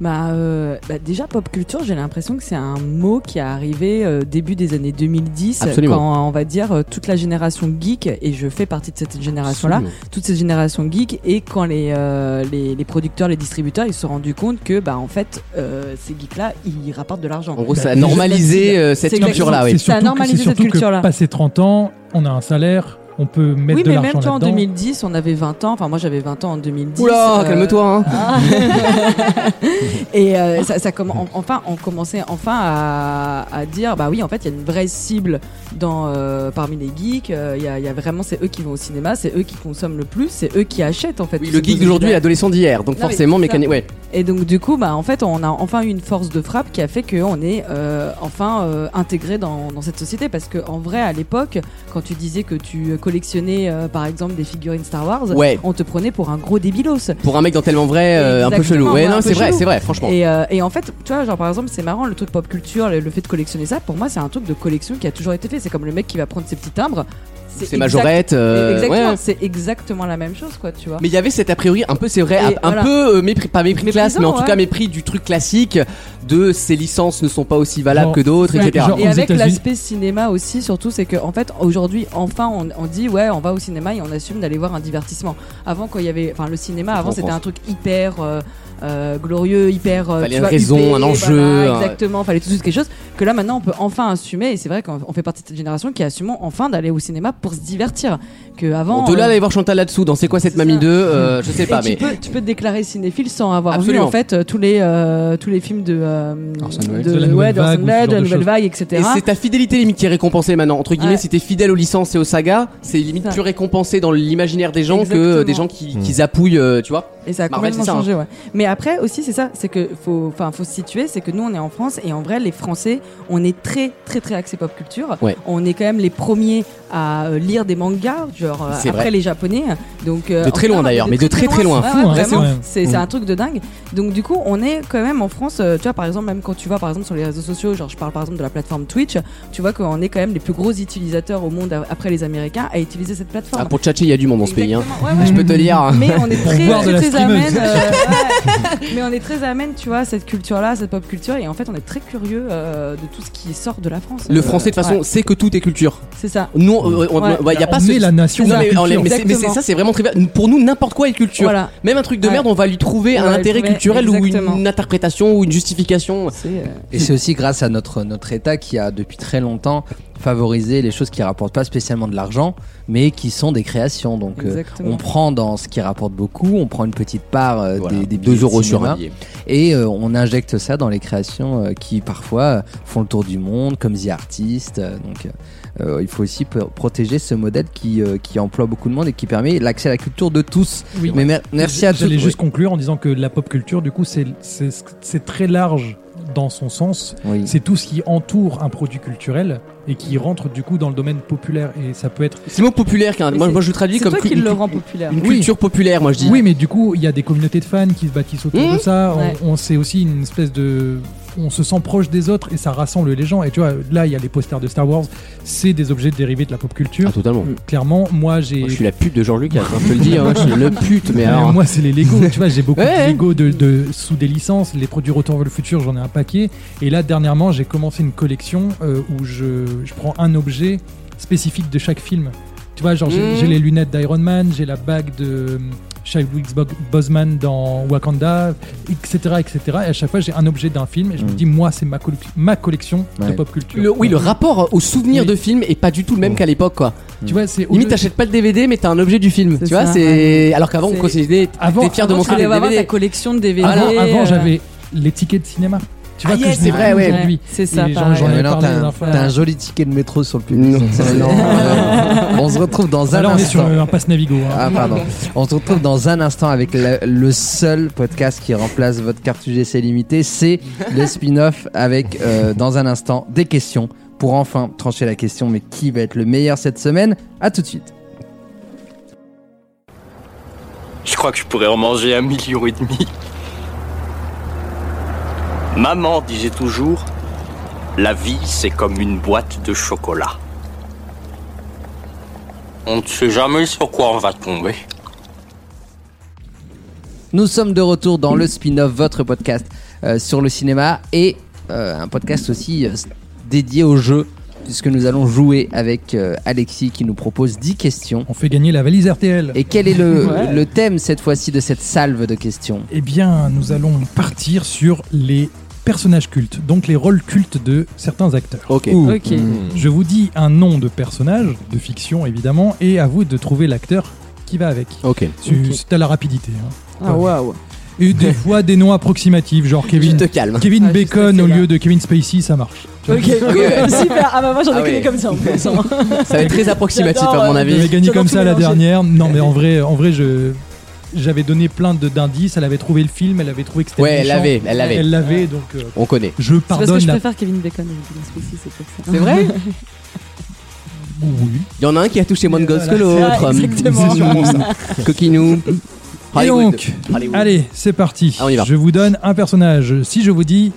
[SPEAKER 4] Bah, euh, bah, déjà, pop culture, j'ai l'impression que c'est un mot qui est arrivé euh, début des années 2010,
[SPEAKER 3] Absolument.
[SPEAKER 4] quand on va dire euh, toute la génération geek, et je fais partie de cette
[SPEAKER 5] Ah,
[SPEAKER 4] génération-là,
[SPEAKER 3] Absolument.
[SPEAKER 4] toute cette génération geek, et quand les, euh, les, les producteurs, les distributeurs, ils se sont rendus compte que, bah, en fait, euh, ces geeks-là, ils rapportent de l'argent.
[SPEAKER 3] En gros, ça a
[SPEAKER 2] Bah,
[SPEAKER 3] normalisé
[SPEAKER 4] c'est-
[SPEAKER 3] euh, cette
[SPEAKER 4] c'est
[SPEAKER 3] culture-là,
[SPEAKER 4] exactement-
[SPEAKER 3] oui.
[SPEAKER 2] C'est
[SPEAKER 4] Ça a
[SPEAKER 2] surtout, que,
[SPEAKER 4] normalisé
[SPEAKER 2] c'est surtout
[SPEAKER 4] cette
[SPEAKER 2] que
[SPEAKER 4] culture-là.
[SPEAKER 2] passé 30 ans, on a un salaire, on peut mettre
[SPEAKER 4] Oui,
[SPEAKER 2] de
[SPEAKER 4] mais même
[SPEAKER 2] l'argent
[SPEAKER 4] toi, en
[SPEAKER 2] là-dedans.
[SPEAKER 4] 2010, on avait 20 ans, enfin, moi j'avais 20 ans en 2010.
[SPEAKER 3] Oula,
[SPEAKER 4] euh,
[SPEAKER 3] calme-toi. hein.
[SPEAKER 4] Ah. et euh, ça, ça commen- en- enfin, on commençait enfin à, à dire bah oui, en fait, il y a une vraie cible dans, euh, parmi les geeks. euh, Il y, a- il y a vraiment, c'est eux qui vont au cinéma, c'est eux qui consomment le plus, c'est eux qui achètent en fait.
[SPEAKER 3] Oui,
[SPEAKER 4] tous
[SPEAKER 3] le
[SPEAKER 4] ces
[SPEAKER 3] geek
[SPEAKER 4] beaux
[SPEAKER 3] d'aujourd'hui est
[SPEAKER 4] objets.
[SPEAKER 3] l'adolescent d'hier,
[SPEAKER 4] Non,
[SPEAKER 3] donc
[SPEAKER 4] mais
[SPEAKER 3] forcément
[SPEAKER 4] c'est ça.
[SPEAKER 3] mécanique. Ouais.
[SPEAKER 4] Et donc du coup, bah en fait, on a enfin eu une force de frappe qui a fait qu'on est euh, enfin euh, intégré dans, dans cette société parce que en vrai, à l'époque, quand tu disais que tu collectionnais euh, par exemple des figurines Star Wars,
[SPEAKER 3] Ouais.
[SPEAKER 4] on te prenait pour un gros débilos.
[SPEAKER 3] Pour un mec dans tellement vrai, euh, un peu
[SPEAKER 4] Exactement,
[SPEAKER 3] chelou. Ouais,
[SPEAKER 4] ouais,
[SPEAKER 3] non,
[SPEAKER 4] un
[SPEAKER 3] c'est
[SPEAKER 4] peu
[SPEAKER 3] vrai,
[SPEAKER 4] chelou.
[SPEAKER 3] c'est vrai, franchement.
[SPEAKER 4] Et, euh, et en fait, tu vois, genre par exemple, c'est marrant le truc pop culture, le, le fait de collectionner ça. Pour moi, c'est un truc de collection qui a toujours été fait. C'est comme le mec qui va prendre ses petits timbres.
[SPEAKER 3] C'est
[SPEAKER 4] exact-
[SPEAKER 3] majorette. euh,
[SPEAKER 4] Exactement,
[SPEAKER 3] ouais.
[SPEAKER 4] c'est exactement la même chose, quoi, tu vois.
[SPEAKER 3] Mais il y avait cet a priori un peu, c'est vrai,
[SPEAKER 4] Et
[SPEAKER 3] un
[SPEAKER 4] voilà.
[SPEAKER 3] peu euh, mépris, pas mépris de classe,
[SPEAKER 4] Méprisant,
[SPEAKER 3] mais en tout
[SPEAKER 4] ouais.
[SPEAKER 3] cas mépris du truc classique de ces licences ne sont pas aussi valables
[SPEAKER 2] Genre-
[SPEAKER 3] que d'autres,
[SPEAKER 2] Ouais,
[SPEAKER 3] etc.
[SPEAKER 2] genre-
[SPEAKER 4] Et
[SPEAKER 2] aux
[SPEAKER 4] avec
[SPEAKER 2] États-Unis-
[SPEAKER 4] l'aspect cinéma aussi, surtout, c'est que en fait aujourd'hui, enfin, on, on dit ouais, on va au cinéma et on assume d'aller voir un divertissement. Avant, quand il y avait, enfin, le cinéma
[SPEAKER 3] Surtout
[SPEAKER 4] avant,
[SPEAKER 3] en
[SPEAKER 4] c'était
[SPEAKER 3] France.
[SPEAKER 4] un truc hyper euh, euh, glorieux, hyper. euh,
[SPEAKER 3] Fallait
[SPEAKER 4] tu
[SPEAKER 3] une
[SPEAKER 4] vois,
[SPEAKER 3] raison,
[SPEAKER 4] huppé,
[SPEAKER 3] un enjeu,
[SPEAKER 4] voilà,
[SPEAKER 3] un-
[SPEAKER 4] exactement. Fallait tout de suite quelque chose que là maintenant on peut enfin assumer. Et c'est vrai qu'on on fait partie de cette génération qui assumons enfin d'aller au cinéma pour se divertir. Que avant.
[SPEAKER 3] Bon, de là,
[SPEAKER 4] euh,
[SPEAKER 3] d'aller voir Chantal là-dessous, dans C'est quoi cette
[SPEAKER 4] C'est
[SPEAKER 3] mamie
[SPEAKER 4] ça.
[SPEAKER 3] 2, euh, je sais
[SPEAKER 4] et
[SPEAKER 3] pas,
[SPEAKER 4] tu,
[SPEAKER 3] mais.
[SPEAKER 4] peux, tu peux te déclarer cinéphile sans avoir
[SPEAKER 3] Absolument.
[SPEAKER 4] vu en fait euh, tous les euh, tous les films de euh,
[SPEAKER 5] Orson Welles.
[SPEAKER 4] de,
[SPEAKER 2] De la Nouvelle
[SPEAKER 4] ouais, d'Orson
[SPEAKER 2] Vague ou ce
[SPEAKER 4] Welles,
[SPEAKER 2] genre
[SPEAKER 4] de la
[SPEAKER 2] de
[SPEAKER 4] nouvelle
[SPEAKER 2] choses.
[SPEAKER 4] vague, etc.
[SPEAKER 3] Et c'est ta fidélité limite qui est récompensée maintenant. Entre guillemets,
[SPEAKER 4] Ouais.
[SPEAKER 3] si t'es fidèle aux licences et aux sagas, c'est limite
[SPEAKER 4] Ça.
[SPEAKER 3] plus récompensé dans l'imaginaire des gens que euh,
[SPEAKER 4] Exactement.
[SPEAKER 3] des gens qui,
[SPEAKER 2] Hmm.
[SPEAKER 8] Mm.
[SPEAKER 3] qui zapouillent, euh, tu vois.
[SPEAKER 4] Et ça a
[SPEAKER 3] Marvel,
[SPEAKER 4] complètement
[SPEAKER 3] c'est ça,
[SPEAKER 4] changé, ouais. Mais après aussi, c'est ça, c'est que faut, enfin, faut se situer, c'est que nous, on est en France et en vrai, les Français, on est très, très, très axé pop culture.
[SPEAKER 3] Ouais.
[SPEAKER 4] On est quand même les premiers à euh, lire des mangas, genre euh,
[SPEAKER 3] C'est
[SPEAKER 4] après
[SPEAKER 3] vrai.
[SPEAKER 4] les Japonais. Donc euh,
[SPEAKER 3] De très
[SPEAKER 4] en-
[SPEAKER 3] loin,
[SPEAKER 4] non, non,
[SPEAKER 3] d'ailleurs, mais de très, très loin.
[SPEAKER 4] Ouais,
[SPEAKER 2] Fou,
[SPEAKER 4] ouais,
[SPEAKER 2] hein,
[SPEAKER 4] vraiment,
[SPEAKER 2] c'est vrai.
[SPEAKER 4] c'est c'est
[SPEAKER 2] Mm.
[SPEAKER 4] un truc de dingue. Donc du coup, on est quand même en France. euh, tu vois, par exemple, même quand tu vas, par exemple, sur les réseaux sociaux, genre je parle par exemple de la plateforme Twitch, tu vois qu'on est quand même les plus gros utilisateurs au monde a- après les Américains à utiliser cette plateforme.
[SPEAKER 3] Ah, pour tchatcher, il y a du monde dans ce pays. hein.
[SPEAKER 4] Exactement. Ouais, ouais.
[SPEAKER 3] Je peux te dire.
[SPEAKER 4] Mais on est
[SPEAKER 2] Pour
[SPEAKER 4] très,
[SPEAKER 2] boire de la
[SPEAKER 4] très
[SPEAKER 2] streameuse.
[SPEAKER 4] amène, euh, ouais. mais on est très amène, tu vois, à cette culture-là, cette pop culture, et en fait, on est très curieux euh, de tout ce qui sort de la France.
[SPEAKER 3] Le
[SPEAKER 4] Euh,
[SPEAKER 3] français, de toute façon,
[SPEAKER 4] ouais,
[SPEAKER 3] sait que tout est culture.
[SPEAKER 4] c'est ça.
[SPEAKER 3] Nous, il
[SPEAKER 4] Ouais.
[SPEAKER 3] n'y a pas
[SPEAKER 2] on
[SPEAKER 3] ce-
[SPEAKER 2] est la nation.
[SPEAKER 3] Non,
[SPEAKER 2] de la
[SPEAKER 3] mais,
[SPEAKER 2] culture.
[SPEAKER 3] on l'est- mais c'est- mais c'est-
[SPEAKER 4] Exactement.
[SPEAKER 3] ça, c'est vraiment trivial. Pour nous, n'importe quoi est culture.
[SPEAKER 4] Voilà.
[SPEAKER 3] Même un truc de
[SPEAKER 4] Ouais.
[SPEAKER 3] merde, on va lui trouver
[SPEAKER 4] On
[SPEAKER 3] un
[SPEAKER 4] va lui
[SPEAKER 3] intérêt
[SPEAKER 4] trouver-
[SPEAKER 3] culturel ou
[SPEAKER 4] exactement.
[SPEAKER 3] une interprétation ou une justification.
[SPEAKER 4] C'est, euh,
[SPEAKER 1] Et c'est aussi grâce à notre, notre État qui a depuis très longtemps favorisé les choses qui rapportent pas spécialement de l'argent, mais qui sont des créations. Donc euh,
[SPEAKER 4] Exactement.
[SPEAKER 1] on prend dans ce qui rapporte beaucoup, on prend une petite part euh,
[SPEAKER 3] Voilà.
[SPEAKER 1] des, des
[SPEAKER 3] Deux
[SPEAKER 1] billets de
[SPEAKER 3] euros sur
[SPEAKER 1] cinéma,
[SPEAKER 3] un billet.
[SPEAKER 1] et euh, on injecte ça dans les créations euh, qui parfois euh, font le tour du monde, comme The Artist. euh, donc euh, il faut aussi p- protéger ce modèle qui, euh, qui emploie beaucoup de monde et qui permet l'accès à la culture de tous.
[SPEAKER 2] Oui.
[SPEAKER 1] Mais mer- merci à tous.
[SPEAKER 2] J'allais
[SPEAKER 1] Oui.
[SPEAKER 2] juste conclure en disant que la pop culture, du coup, c'est- c'est c'est très large dans son sens.
[SPEAKER 1] Oui.
[SPEAKER 2] C'est tout ce qui entoure un produit culturel et qui rentre du coup dans le domaine populaire. Et ça peut être.
[SPEAKER 3] C'est le mot populaire. qu'un-
[SPEAKER 4] Mais
[SPEAKER 3] Moi,
[SPEAKER 4] c'est-
[SPEAKER 3] moi, je le traduis
[SPEAKER 4] c'est
[SPEAKER 3] comme
[SPEAKER 4] toi
[SPEAKER 3] cu-
[SPEAKER 4] qui le
[SPEAKER 3] une,
[SPEAKER 4] rend populaire.
[SPEAKER 3] une
[SPEAKER 2] Oui.
[SPEAKER 3] culture populaire, moi je dis.
[SPEAKER 2] Oui, mais du coup, il y a des communautés de fans qui se bâtissent autour
[SPEAKER 3] Mmh.
[SPEAKER 2] de ça. On-
[SPEAKER 4] Ouais.
[SPEAKER 2] On, c'est aussi une espèce de. On se sent proche des autres et ça rassemble les gens. Et tu vois, là, il y a les posters de Star Wars. C'est des objets dérivés de la pop culture.
[SPEAKER 3] Ah, totalement.
[SPEAKER 2] Clairement, moi, j'ai.
[SPEAKER 3] Moi, je suis la pute de Jean-Luc, hein, je te le dis. hein, je suis le pute, mais
[SPEAKER 2] Ouais,
[SPEAKER 3] alors.
[SPEAKER 2] Moi, c'est les Lego. tu vois, j'ai beaucoup
[SPEAKER 3] Ouais.
[SPEAKER 2] de Lego de, de- sous des licences. Les produits Retour vers le futur, j'en ai un paquet. Et là, dernièrement, j'ai commencé une collection euh, où je, je prends un objet spécifique de chaque film. Tu vois, genre, j'ai-
[SPEAKER 3] Mhm.
[SPEAKER 2] j'ai les lunettes d'Iron Man, j'ai la bague de hum, Chadwick Bo- Boseman dans Wakanda, etc., etc. Et à chaque fois, j'ai un objet d'un film et je me
[SPEAKER 3] Mmh.
[SPEAKER 1] Mhm.
[SPEAKER 2] dis, moi, c'est ma, collec- ma collection de
[SPEAKER 1] Ouais.
[SPEAKER 2] pop culture.
[SPEAKER 3] Le- oui, le rapport au souvenir
[SPEAKER 2] Oui.
[SPEAKER 3] de film est pas du tout le même
[SPEAKER 2] Mmh.
[SPEAKER 3] qu'à l'époque, quoi.
[SPEAKER 2] Tu vois, c'est au
[SPEAKER 3] Limite,
[SPEAKER 2] lieu-
[SPEAKER 3] t'achètes pas le DVD, mais t'as un objet du film.
[SPEAKER 4] C'est
[SPEAKER 3] Tu vois,
[SPEAKER 4] ça,
[SPEAKER 3] c'est. Alors qu'avant, on
[SPEAKER 4] C'est-
[SPEAKER 3] considérait.
[SPEAKER 2] Avant-
[SPEAKER 3] T'es fier de
[SPEAKER 4] Avant,
[SPEAKER 3] montrer
[SPEAKER 4] tu
[SPEAKER 3] les
[SPEAKER 4] devais avoir ta
[SPEAKER 3] DVD.
[SPEAKER 4] collection de DVD.
[SPEAKER 2] Avant, avant,
[SPEAKER 4] euh,
[SPEAKER 2] j'avais les tickets de cinéma. Tu vois
[SPEAKER 3] Ah
[SPEAKER 2] que
[SPEAKER 3] yes,
[SPEAKER 2] je n'ai
[SPEAKER 3] c'est vrai,
[SPEAKER 2] plus
[SPEAKER 3] ouais.
[SPEAKER 2] aujourd'hui.
[SPEAKER 4] C'est ça.
[SPEAKER 2] Et les gens,
[SPEAKER 4] pareil.
[SPEAKER 2] j'en ai-
[SPEAKER 1] Mais alors,
[SPEAKER 2] parlé
[SPEAKER 1] t'as
[SPEAKER 2] les
[SPEAKER 1] un,
[SPEAKER 2] enfants.
[SPEAKER 1] t'as un joli ticket de métro sur le public.
[SPEAKER 3] Non.
[SPEAKER 1] Ça, non, non. On se retrouve dans
[SPEAKER 2] Ah,
[SPEAKER 1] un
[SPEAKER 2] là, on est sur
[SPEAKER 1] instant.
[SPEAKER 2] euh, un pass Navigo. hein.
[SPEAKER 1] Ah pardon. On se retrouve dans un instant avec le, le seul podcast qui remplace votre carte UGC limitée, c'est le spin-off avec euh, dans un instant des questions pour enfin trancher la question mais qui va être le meilleur cette semaine À tout de suite.
[SPEAKER 10] Je crois que je pourrais en manger un million et demi. Maman disait toujours, la vie c'est comme une boîte de chocolat. On ne sait jamais sur quoi on va tomber.
[SPEAKER 1] Nous sommes de retour dans le spin-off, votre podcast euh, sur le cinéma et euh, un podcast aussi euh, dédié au jeu puisque nous allons jouer avec euh, Alexis qui nous propose 10 questions.
[SPEAKER 2] On fait gagner la valise RTL.
[SPEAKER 1] Et quel est le,
[SPEAKER 2] Ouais.
[SPEAKER 1] le thème cette fois-ci de cette salve de questions
[SPEAKER 2] Eh bien, nous allons partir sur les personnages cultes, donc les rôles cultes de certains acteurs.
[SPEAKER 3] Ok.
[SPEAKER 4] Ok.
[SPEAKER 2] Je vous dis un nom de personnage, de fiction évidemment, et à vous de trouver l'acteur qui va avec.
[SPEAKER 3] Ok.
[SPEAKER 2] Tu-
[SPEAKER 4] Ok.
[SPEAKER 2] C'est à la rapidité. hein.
[SPEAKER 4] Ah waouh.
[SPEAKER 2] Et des fois des noms approximatifs, genre
[SPEAKER 3] Tu
[SPEAKER 2] Kevin,
[SPEAKER 3] te calmes.
[SPEAKER 2] Kevin
[SPEAKER 4] Ah, je suis
[SPEAKER 2] Bacon au
[SPEAKER 4] stressée, là.
[SPEAKER 2] lieu de Kevin Spacey, ça marche. Tu vois,
[SPEAKER 4] Ok, cool. super. Ah bah moi j'en ai
[SPEAKER 3] Ah
[SPEAKER 4] connu
[SPEAKER 3] ouais.
[SPEAKER 4] comme ça en plus. hein.
[SPEAKER 3] Ça va être très approximatif,
[SPEAKER 4] J'adore,
[SPEAKER 3] à mon
[SPEAKER 4] euh,
[SPEAKER 2] J'avais
[SPEAKER 3] avis.
[SPEAKER 2] gagné
[SPEAKER 4] J'adore
[SPEAKER 2] comme
[SPEAKER 4] tout
[SPEAKER 2] ça la
[SPEAKER 4] mélanger.
[SPEAKER 2] dernière. Non, mais en vrai, en vrai, je j'avais donné plein de- d'indices. Elle avait trouvé le film, elle avait trouvé que c'était
[SPEAKER 3] Ouais,
[SPEAKER 2] le
[SPEAKER 3] elle
[SPEAKER 2] méchant.
[SPEAKER 3] l'avait, elle l'avait.
[SPEAKER 2] Elle l'avait, donc euh,
[SPEAKER 3] On connaît.
[SPEAKER 2] je
[SPEAKER 4] C'est parce que
[SPEAKER 2] pardonne.
[SPEAKER 4] je
[SPEAKER 2] la-
[SPEAKER 4] préfère Kevin Bacon et Kevin Spacey, c'est pour ça.
[SPEAKER 3] C'est vrai
[SPEAKER 2] Oui.
[SPEAKER 3] Il y en a un qui a touché moins de gosses que
[SPEAKER 2] Voilà,
[SPEAKER 3] l'autre.
[SPEAKER 4] c'est- exactement. Mmh.
[SPEAKER 3] C'est sûrement ça. Coquinou.
[SPEAKER 2] Et
[SPEAKER 3] Hollywood.
[SPEAKER 2] donc,
[SPEAKER 4] Eh
[SPEAKER 3] Hollywood.
[SPEAKER 2] allez, c'est parti.
[SPEAKER 3] Ah, on y va.
[SPEAKER 2] Je vous donne un personnage. Si je vous dis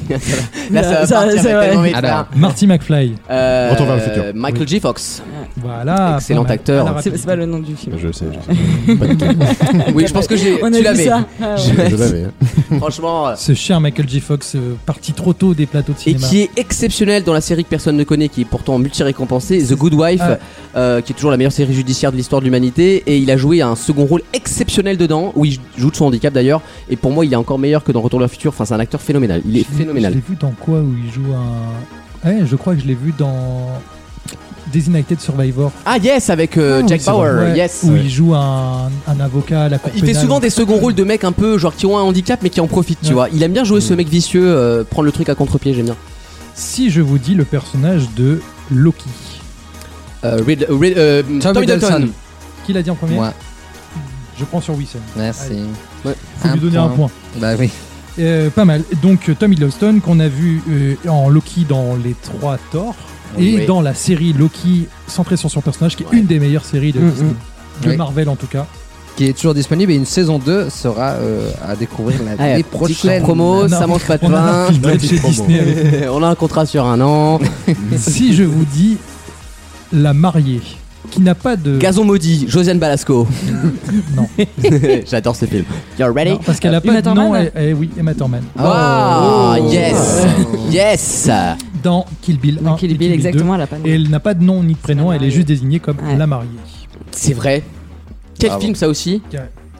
[SPEAKER 3] Là, ça va
[SPEAKER 4] Ah, Ça,
[SPEAKER 3] partir
[SPEAKER 4] c'est
[SPEAKER 3] avec
[SPEAKER 4] vrai.
[SPEAKER 3] tellement vite,
[SPEAKER 1] Alors.
[SPEAKER 3] là.
[SPEAKER 2] Marty McFly,
[SPEAKER 3] Euh,
[SPEAKER 8] Retour Ah, vers le futur.
[SPEAKER 3] Michael
[SPEAKER 2] Oui.
[SPEAKER 3] J. Fox.
[SPEAKER 2] voilà.
[SPEAKER 3] Excellent
[SPEAKER 2] pas mal.
[SPEAKER 3] acteur.
[SPEAKER 2] À la
[SPEAKER 4] C'est c'est pas
[SPEAKER 2] rapidité.
[SPEAKER 4] le nom du film.
[SPEAKER 8] Je sais, je sais. Pas de quel.
[SPEAKER 3] Oui, je pense que j'ai.
[SPEAKER 4] On a
[SPEAKER 3] Tu
[SPEAKER 4] vu
[SPEAKER 3] l'avais.
[SPEAKER 4] ça. Ah ouais.
[SPEAKER 8] Je l'avais. hein.
[SPEAKER 3] Franchement. euh,
[SPEAKER 2] Ce cher Michael J. Fox euh, parti trop tôt des plateaux de
[SPEAKER 3] Et
[SPEAKER 2] cinéma.
[SPEAKER 3] qui est exceptionnel dans la série que personne ne connaît, qui est pourtant multi-récompensée, The Good Wife,
[SPEAKER 2] Ah.
[SPEAKER 3] euh, qui est toujours la meilleure série judiciaire de l'histoire de l'humanité. Et il a joué un second rôle exceptionnel dedans, où il joue de son handicap d'ailleurs. Et pour moi, il est encore meilleur que dans Retour vers le futur. Enfin, c'est un acteur phénoménal. Il est
[SPEAKER 2] Je l'ai- Je
[SPEAKER 3] phénoménal.
[SPEAKER 2] l'ai vu dans quoi où il joue un. Ouais, je crois que je l'ai vu dans Designated Survivor.
[SPEAKER 3] Ah, yes, avec euh,
[SPEAKER 2] Ah,
[SPEAKER 3] Jack
[SPEAKER 2] oui, c'est
[SPEAKER 3] Bauer.
[SPEAKER 2] vrai. Ouais,
[SPEAKER 3] Yes.
[SPEAKER 2] Où il joue un, un avocat à la cour
[SPEAKER 3] Il fait
[SPEAKER 2] pénale.
[SPEAKER 3] souvent des seconds rôles de mecs un peu genre qui ont un handicap mais qui en profitent, tu
[SPEAKER 2] Ouais.
[SPEAKER 3] vois. Il aime bien jouer ce mec vicieux, euh, prendre le truc à contre-pied, j'aime bien.
[SPEAKER 2] Si je vous dis le personnage de Loki,
[SPEAKER 3] Euh, Rid- Rid- euh, Tom,
[SPEAKER 1] Tom
[SPEAKER 3] Hiddleston.
[SPEAKER 1] Hiddleston.
[SPEAKER 2] qui l'a dit en premier
[SPEAKER 1] Moi.
[SPEAKER 2] Je prends sur Wissem.
[SPEAKER 1] Merci.
[SPEAKER 2] Faut lui donner un point.
[SPEAKER 1] Bah oui.
[SPEAKER 2] Euh, pas mal. Donc euh, Tom Hiddleston qu'on a vu euh, en Loki dans les trois Thor et
[SPEAKER 3] Oui.
[SPEAKER 2] dans la série Loki centrée sur son personnage qui est une des meilleures séries de,
[SPEAKER 1] Mhm.
[SPEAKER 2] Disney. de
[SPEAKER 1] Oui.
[SPEAKER 2] Marvel en tout cas.
[SPEAKER 1] Qui est toujours disponible et une saison 2 sera euh, à découvrir l'année
[SPEAKER 3] Allez, petite
[SPEAKER 1] prochaine.
[SPEAKER 3] promo,
[SPEAKER 2] Non,
[SPEAKER 3] ça
[SPEAKER 2] mais
[SPEAKER 3] mange pas de
[SPEAKER 2] on a un
[SPEAKER 3] pain.
[SPEAKER 2] final
[SPEAKER 8] petite
[SPEAKER 2] chez
[SPEAKER 8] promo.
[SPEAKER 2] Disney avec-
[SPEAKER 3] on a un contrat sur un an.
[SPEAKER 2] si je vous dis la mariée qui n'a pas de
[SPEAKER 3] Gazon maudit, Josiane Balasco.
[SPEAKER 2] Non.
[SPEAKER 3] J'adore ce film. You're ready?
[SPEAKER 2] Non, parce qu'elle a
[SPEAKER 4] Uma
[SPEAKER 2] pas de
[SPEAKER 4] Thurman
[SPEAKER 2] nom elle- eh oui Emma Thurman
[SPEAKER 3] Ah,
[SPEAKER 1] Oh.
[SPEAKER 3] yes! yes!
[SPEAKER 2] dans Kill Bill 1
[SPEAKER 4] Dans Kill
[SPEAKER 2] et
[SPEAKER 4] Bill,
[SPEAKER 2] 2.
[SPEAKER 4] exactement, elle a pas
[SPEAKER 2] et
[SPEAKER 4] de
[SPEAKER 2] elle n'a pas de nom ni de prénom
[SPEAKER 4] La
[SPEAKER 2] elle est
[SPEAKER 4] mariée.
[SPEAKER 2] juste désignée comme
[SPEAKER 4] Ouais.
[SPEAKER 2] la mariée
[SPEAKER 3] C'est vrai. Quel
[SPEAKER 1] Bravo.
[SPEAKER 3] film ça aussi?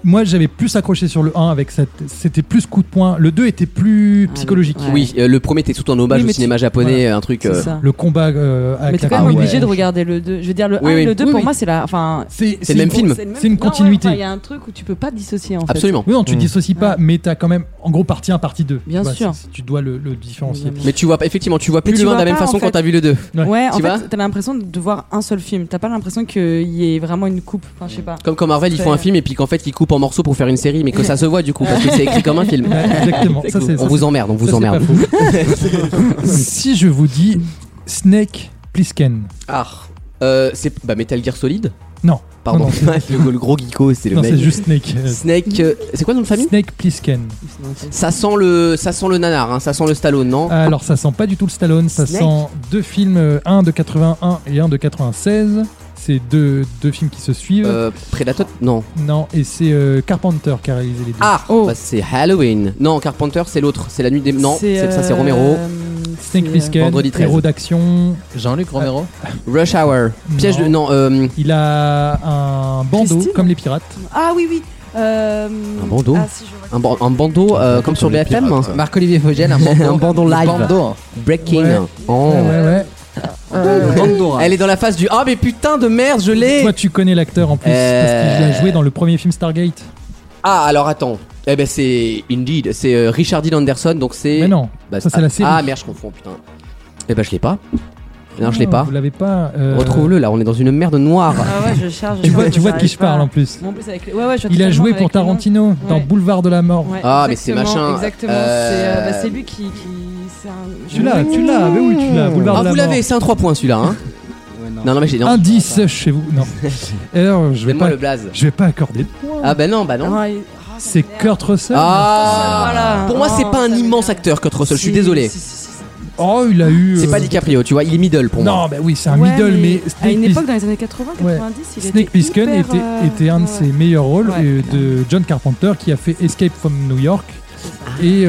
[SPEAKER 2] moi j'avais plus accroché sur le 1 avec cette c'était plus coup de poing le 2 était plus
[SPEAKER 4] Ah, le-
[SPEAKER 2] psychologique
[SPEAKER 4] ouais.
[SPEAKER 3] Oui, euh, le premier était surtout un hommage
[SPEAKER 2] Oui,
[SPEAKER 3] au
[SPEAKER 2] mais
[SPEAKER 3] cinéma
[SPEAKER 2] tu-
[SPEAKER 3] japonais,
[SPEAKER 2] voilà.
[SPEAKER 3] un truc. euh,
[SPEAKER 4] C'est ça.
[SPEAKER 2] le combat euh,
[SPEAKER 3] Ah,
[SPEAKER 4] Mais
[SPEAKER 2] avec
[SPEAKER 4] t'es
[SPEAKER 2] la
[SPEAKER 4] quand même
[SPEAKER 2] mariée.
[SPEAKER 4] obligé de regarder le 2. Je veux dire, le
[SPEAKER 3] Oui,
[SPEAKER 4] 1 et
[SPEAKER 3] oui.
[SPEAKER 4] le 2,
[SPEAKER 2] Oui,
[SPEAKER 4] pour
[SPEAKER 2] oui.
[SPEAKER 4] moi, c'est la. Enfin, Oh,
[SPEAKER 2] c'est
[SPEAKER 3] c'est le même film.
[SPEAKER 4] le même-
[SPEAKER 2] C'est une
[SPEAKER 4] Non, ouais,
[SPEAKER 2] continuité.
[SPEAKER 4] enfin, Il y a un truc où tu peux pas dissocier en fait.
[SPEAKER 3] Absolument.
[SPEAKER 2] Oui, non, tu
[SPEAKER 8] Mm.
[SPEAKER 2] dissocies pas, mais t'as quand même, en gros, partie 1, partie 2.
[SPEAKER 4] Bien
[SPEAKER 2] tu vois,
[SPEAKER 4] sûr.
[SPEAKER 2] c'est- Tu dois le, le différencier.
[SPEAKER 4] Évidemment.
[SPEAKER 3] Mais tu vois, effectivement, tu vois plus
[SPEAKER 4] Mais tu
[SPEAKER 3] l'un de
[SPEAKER 4] vois
[SPEAKER 3] la même
[SPEAKER 4] pas,
[SPEAKER 3] façon
[SPEAKER 4] en
[SPEAKER 3] quand
[SPEAKER 4] fait.
[SPEAKER 3] t'as vu le 2.
[SPEAKER 2] Ouais.
[SPEAKER 4] Ouais, en
[SPEAKER 3] Tu vas
[SPEAKER 4] fait, t'as l'impression de voir un seul film. T'as pas l'impression qu'il y ait vraiment une coupe. Enfin, je sais pas.
[SPEAKER 3] Comme quand Marvel, ils
[SPEAKER 4] Très-
[SPEAKER 3] font un film et puis qu'en fait, ils coupent en morceaux pour faire une série, mais que ça se voit du coup, parce que c'est écrit comme un film.
[SPEAKER 2] Ouais, exactement. ça, c'est,
[SPEAKER 3] On
[SPEAKER 2] ça,
[SPEAKER 3] vous emmerde, on
[SPEAKER 2] c'est- ça,
[SPEAKER 3] vous
[SPEAKER 2] c'est pas
[SPEAKER 3] emmerde.
[SPEAKER 2] faux. si je vous dis Snake Plissken,
[SPEAKER 3] Ah, euh, c'est bah, Metal Gear Solid
[SPEAKER 2] Non.
[SPEAKER 3] Pardon,
[SPEAKER 2] Non, non,
[SPEAKER 3] le, le gros geeko, c'est le
[SPEAKER 2] non,
[SPEAKER 3] mec.
[SPEAKER 2] c'est juste Snake. euh,
[SPEAKER 3] Snake, euh, c'est quoi notre famille
[SPEAKER 2] Snake Plissken.
[SPEAKER 3] ça sent, le, ça sent le nanar, hein, ça sent le Stallone, non
[SPEAKER 2] Ah, Alors, ça sent pas du tout le Stallone, ça
[SPEAKER 3] Snake.
[SPEAKER 2] sent deux films, euh, un de 81 et un de 96. C'est deux, deux films qui se suivent.
[SPEAKER 3] euh, Predator Non.
[SPEAKER 2] Non, et c'est euh, Carpenter qui a réalisé les deux.
[SPEAKER 3] Ah
[SPEAKER 4] Oh.
[SPEAKER 3] bah, C'est Halloween. Non, Carpenter, c'est l'autre. C'est la nuit des. Non, c'est- ça, c'est
[SPEAKER 4] euh,
[SPEAKER 3] Romero.
[SPEAKER 2] Snake
[SPEAKER 4] c'est, euh,
[SPEAKER 2] Plissken,
[SPEAKER 3] Vendredi 13.
[SPEAKER 2] héros d'action,
[SPEAKER 1] Jean-Luc Romero
[SPEAKER 3] Rush Hour. Piège
[SPEAKER 2] Non.
[SPEAKER 3] de. Non, euh,
[SPEAKER 2] Il a un bandeau
[SPEAKER 4] Christine
[SPEAKER 2] comme les pirates.
[SPEAKER 4] Ah oui, oui. Euh,
[SPEAKER 3] Un bandeau
[SPEAKER 4] ah, si, je vois.
[SPEAKER 3] un, ban- un bandeau euh, comme sur
[SPEAKER 8] les
[SPEAKER 3] BFM
[SPEAKER 8] pirates.
[SPEAKER 1] Marc-Olivier Vogel, un bandeau.
[SPEAKER 3] Un bandeau live.
[SPEAKER 1] Bandeau.
[SPEAKER 3] Breaking.
[SPEAKER 2] Ouais.
[SPEAKER 3] Oh. Elle est dans la phase du Ah, mais putain de merde, je l'ai
[SPEAKER 2] Toi, tu connais l'acteur en plus
[SPEAKER 3] Euh.
[SPEAKER 2] parce qu'il a joué dans le premier film Stargate.
[SPEAKER 3] Ah, alors attends. Eh ben, c'est. Indeed, c'est euh, Richard Dean Anderson, donc c'est.
[SPEAKER 2] Mais non,
[SPEAKER 3] Bah,
[SPEAKER 2] ça c'est la série.
[SPEAKER 3] Ah, merde, je confonds, putain. Eh ben, je l'ai pas. Non, je l'ai
[SPEAKER 2] Ah,
[SPEAKER 3] pas.
[SPEAKER 2] Vous l'avez pas. euh,
[SPEAKER 3] Retrouve-le là, on est dans une merde noire.
[SPEAKER 4] Ah ouais, je charge.
[SPEAKER 2] Tu vois, tu vois de qui je parle en plus.
[SPEAKER 4] Bon, en plus avec les- ouais, ouais, je vois
[SPEAKER 2] Il a
[SPEAKER 4] totalement
[SPEAKER 2] joué
[SPEAKER 4] avec
[SPEAKER 2] pour
[SPEAKER 4] les noms.
[SPEAKER 2] Tarantino dans
[SPEAKER 4] Ouais.
[SPEAKER 2] Boulevard de la Mort.
[SPEAKER 4] Ouais,
[SPEAKER 3] Ah, mais c'est
[SPEAKER 4] exactement,
[SPEAKER 3] machin.
[SPEAKER 4] Exactement.
[SPEAKER 3] Euh,
[SPEAKER 4] C'est euh, bah, c'est lui qui. qui- c'est un-
[SPEAKER 2] Tu l'as, tu l'as, mais oui, tu l'as. Boulevard
[SPEAKER 3] Ah,
[SPEAKER 2] de la
[SPEAKER 3] vous
[SPEAKER 2] Mort.
[SPEAKER 3] l'avez, c'est un 3 points celui-là. Hein
[SPEAKER 5] Ouais, non.
[SPEAKER 3] non. non, mais j'ai. non,
[SPEAKER 2] Indice chez vous. Non. Alors, je vais
[SPEAKER 3] Donne-moi
[SPEAKER 2] pas,
[SPEAKER 3] le blaze.
[SPEAKER 2] je vais pas accorder.
[SPEAKER 3] Ah, bah non, bah non.
[SPEAKER 4] Ah, il- ah, ça
[SPEAKER 2] C'est
[SPEAKER 4] m'énerve.
[SPEAKER 2] Kurt Russell.
[SPEAKER 3] Ah
[SPEAKER 4] Voilà.
[SPEAKER 3] Pour moi, c'est
[SPEAKER 4] Oh,
[SPEAKER 3] pas
[SPEAKER 4] ça
[SPEAKER 3] un
[SPEAKER 4] m'énerve.
[SPEAKER 3] immense acteur, Kurt Russell, je suis
[SPEAKER 4] Si,
[SPEAKER 3] désolé.
[SPEAKER 4] si, si, si, si.
[SPEAKER 2] Oh, il a eu.
[SPEAKER 3] C'est
[SPEAKER 2] euh,
[SPEAKER 3] pas DiCaprio, tu vois, il est middle pour moi.
[SPEAKER 2] Non, bah oui, c'est un
[SPEAKER 4] Ouais,
[SPEAKER 2] middle, mais
[SPEAKER 4] à
[SPEAKER 2] Snake
[SPEAKER 4] une
[SPEAKER 2] Plissken-
[SPEAKER 4] époque dans les années 80, 90, il
[SPEAKER 2] Snake
[SPEAKER 4] était
[SPEAKER 2] Plissken
[SPEAKER 4] hyper,
[SPEAKER 2] était,
[SPEAKER 4] euh,
[SPEAKER 2] était un de
[SPEAKER 4] ouais.
[SPEAKER 2] ses meilleurs rôles
[SPEAKER 4] Ouais.
[SPEAKER 2] euh, de John Carpenter qui a fait Escape from New York.
[SPEAKER 4] Ah,
[SPEAKER 2] Et euh,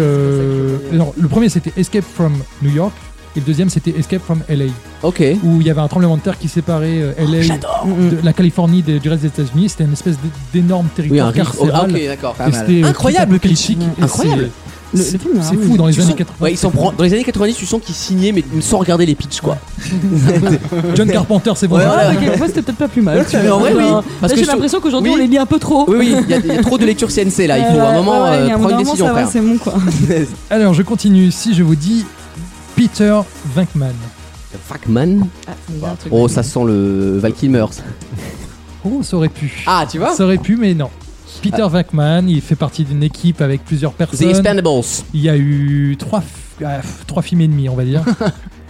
[SPEAKER 4] C'est ça qui est-
[SPEAKER 2] non, le premier c'était Escape from New York et le deuxième c'était Escape from LA
[SPEAKER 3] Ok.
[SPEAKER 2] où il y avait un tremblement de terre qui séparait euh,
[SPEAKER 3] Oh,
[SPEAKER 2] LA
[SPEAKER 3] Mm,
[SPEAKER 2] de la Californie des- du reste des États-Unis. C'était une espèce d- d'énorme
[SPEAKER 3] Oui, un
[SPEAKER 2] territoire
[SPEAKER 3] riff. Oh, ah,
[SPEAKER 2] carcéral.
[SPEAKER 3] ok, d'accord.
[SPEAKER 2] Et c'était, euh,
[SPEAKER 3] Incroyable,
[SPEAKER 2] tout à fait cliché.
[SPEAKER 4] cliché.
[SPEAKER 2] Et
[SPEAKER 3] Incroyable.
[SPEAKER 2] c'est-
[SPEAKER 4] Le- le film,
[SPEAKER 2] C'est
[SPEAKER 4] hein,
[SPEAKER 2] fou
[SPEAKER 4] oui.
[SPEAKER 2] dans les
[SPEAKER 3] Tu
[SPEAKER 2] années
[SPEAKER 3] sens-
[SPEAKER 2] 80.
[SPEAKER 3] Ouais, ils s'en prend. Dans les années 90, tu sens qu'ils signaient, mais sans regarder les pitchs, quoi.
[SPEAKER 2] John Carpenter, c'est bon.
[SPEAKER 3] Ouais,
[SPEAKER 2] voilà.
[SPEAKER 4] Ah, mais quelquefois c'était peut-être pas plus mal. tu
[SPEAKER 3] Mais en
[SPEAKER 4] vois.
[SPEAKER 3] vrai, oui.
[SPEAKER 4] Genre,
[SPEAKER 3] Parce
[SPEAKER 4] là,
[SPEAKER 3] que
[SPEAKER 4] j'ai
[SPEAKER 3] je-
[SPEAKER 4] l'impression qu'aujourd'hui
[SPEAKER 3] oui.
[SPEAKER 4] on les lit un peu trop.
[SPEAKER 3] Oui, oui, il y, a- il y a trop de lecture CNC là, il faut à un moment
[SPEAKER 4] Ouais, ouais, il y
[SPEAKER 3] euh,
[SPEAKER 4] a un
[SPEAKER 3] prendre une
[SPEAKER 4] moment,
[SPEAKER 3] décision,
[SPEAKER 4] ça va,
[SPEAKER 3] frère.
[SPEAKER 4] C'est bon quoi. Ah,
[SPEAKER 2] Alors je continue. Si je vous dis Peter Venkman.
[SPEAKER 3] Fuckman. Oh, ça sent le Val Kilmer. ça.
[SPEAKER 2] Oh, ça aurait pu.
[SPEAKER 3] Ah, tu vois
[SPEAKER 2] Ça aurait pu, mais non. Peter Venkman, il fait partie d'une équipe avec plusieurs
[SPEAKER 3] The
[SPEAKER 2] personnes.
[SPEAKER 3] Expendables.
[SPEAKER 2] Il y a eu trois, f- ah, f- trois films et demi, on va dire.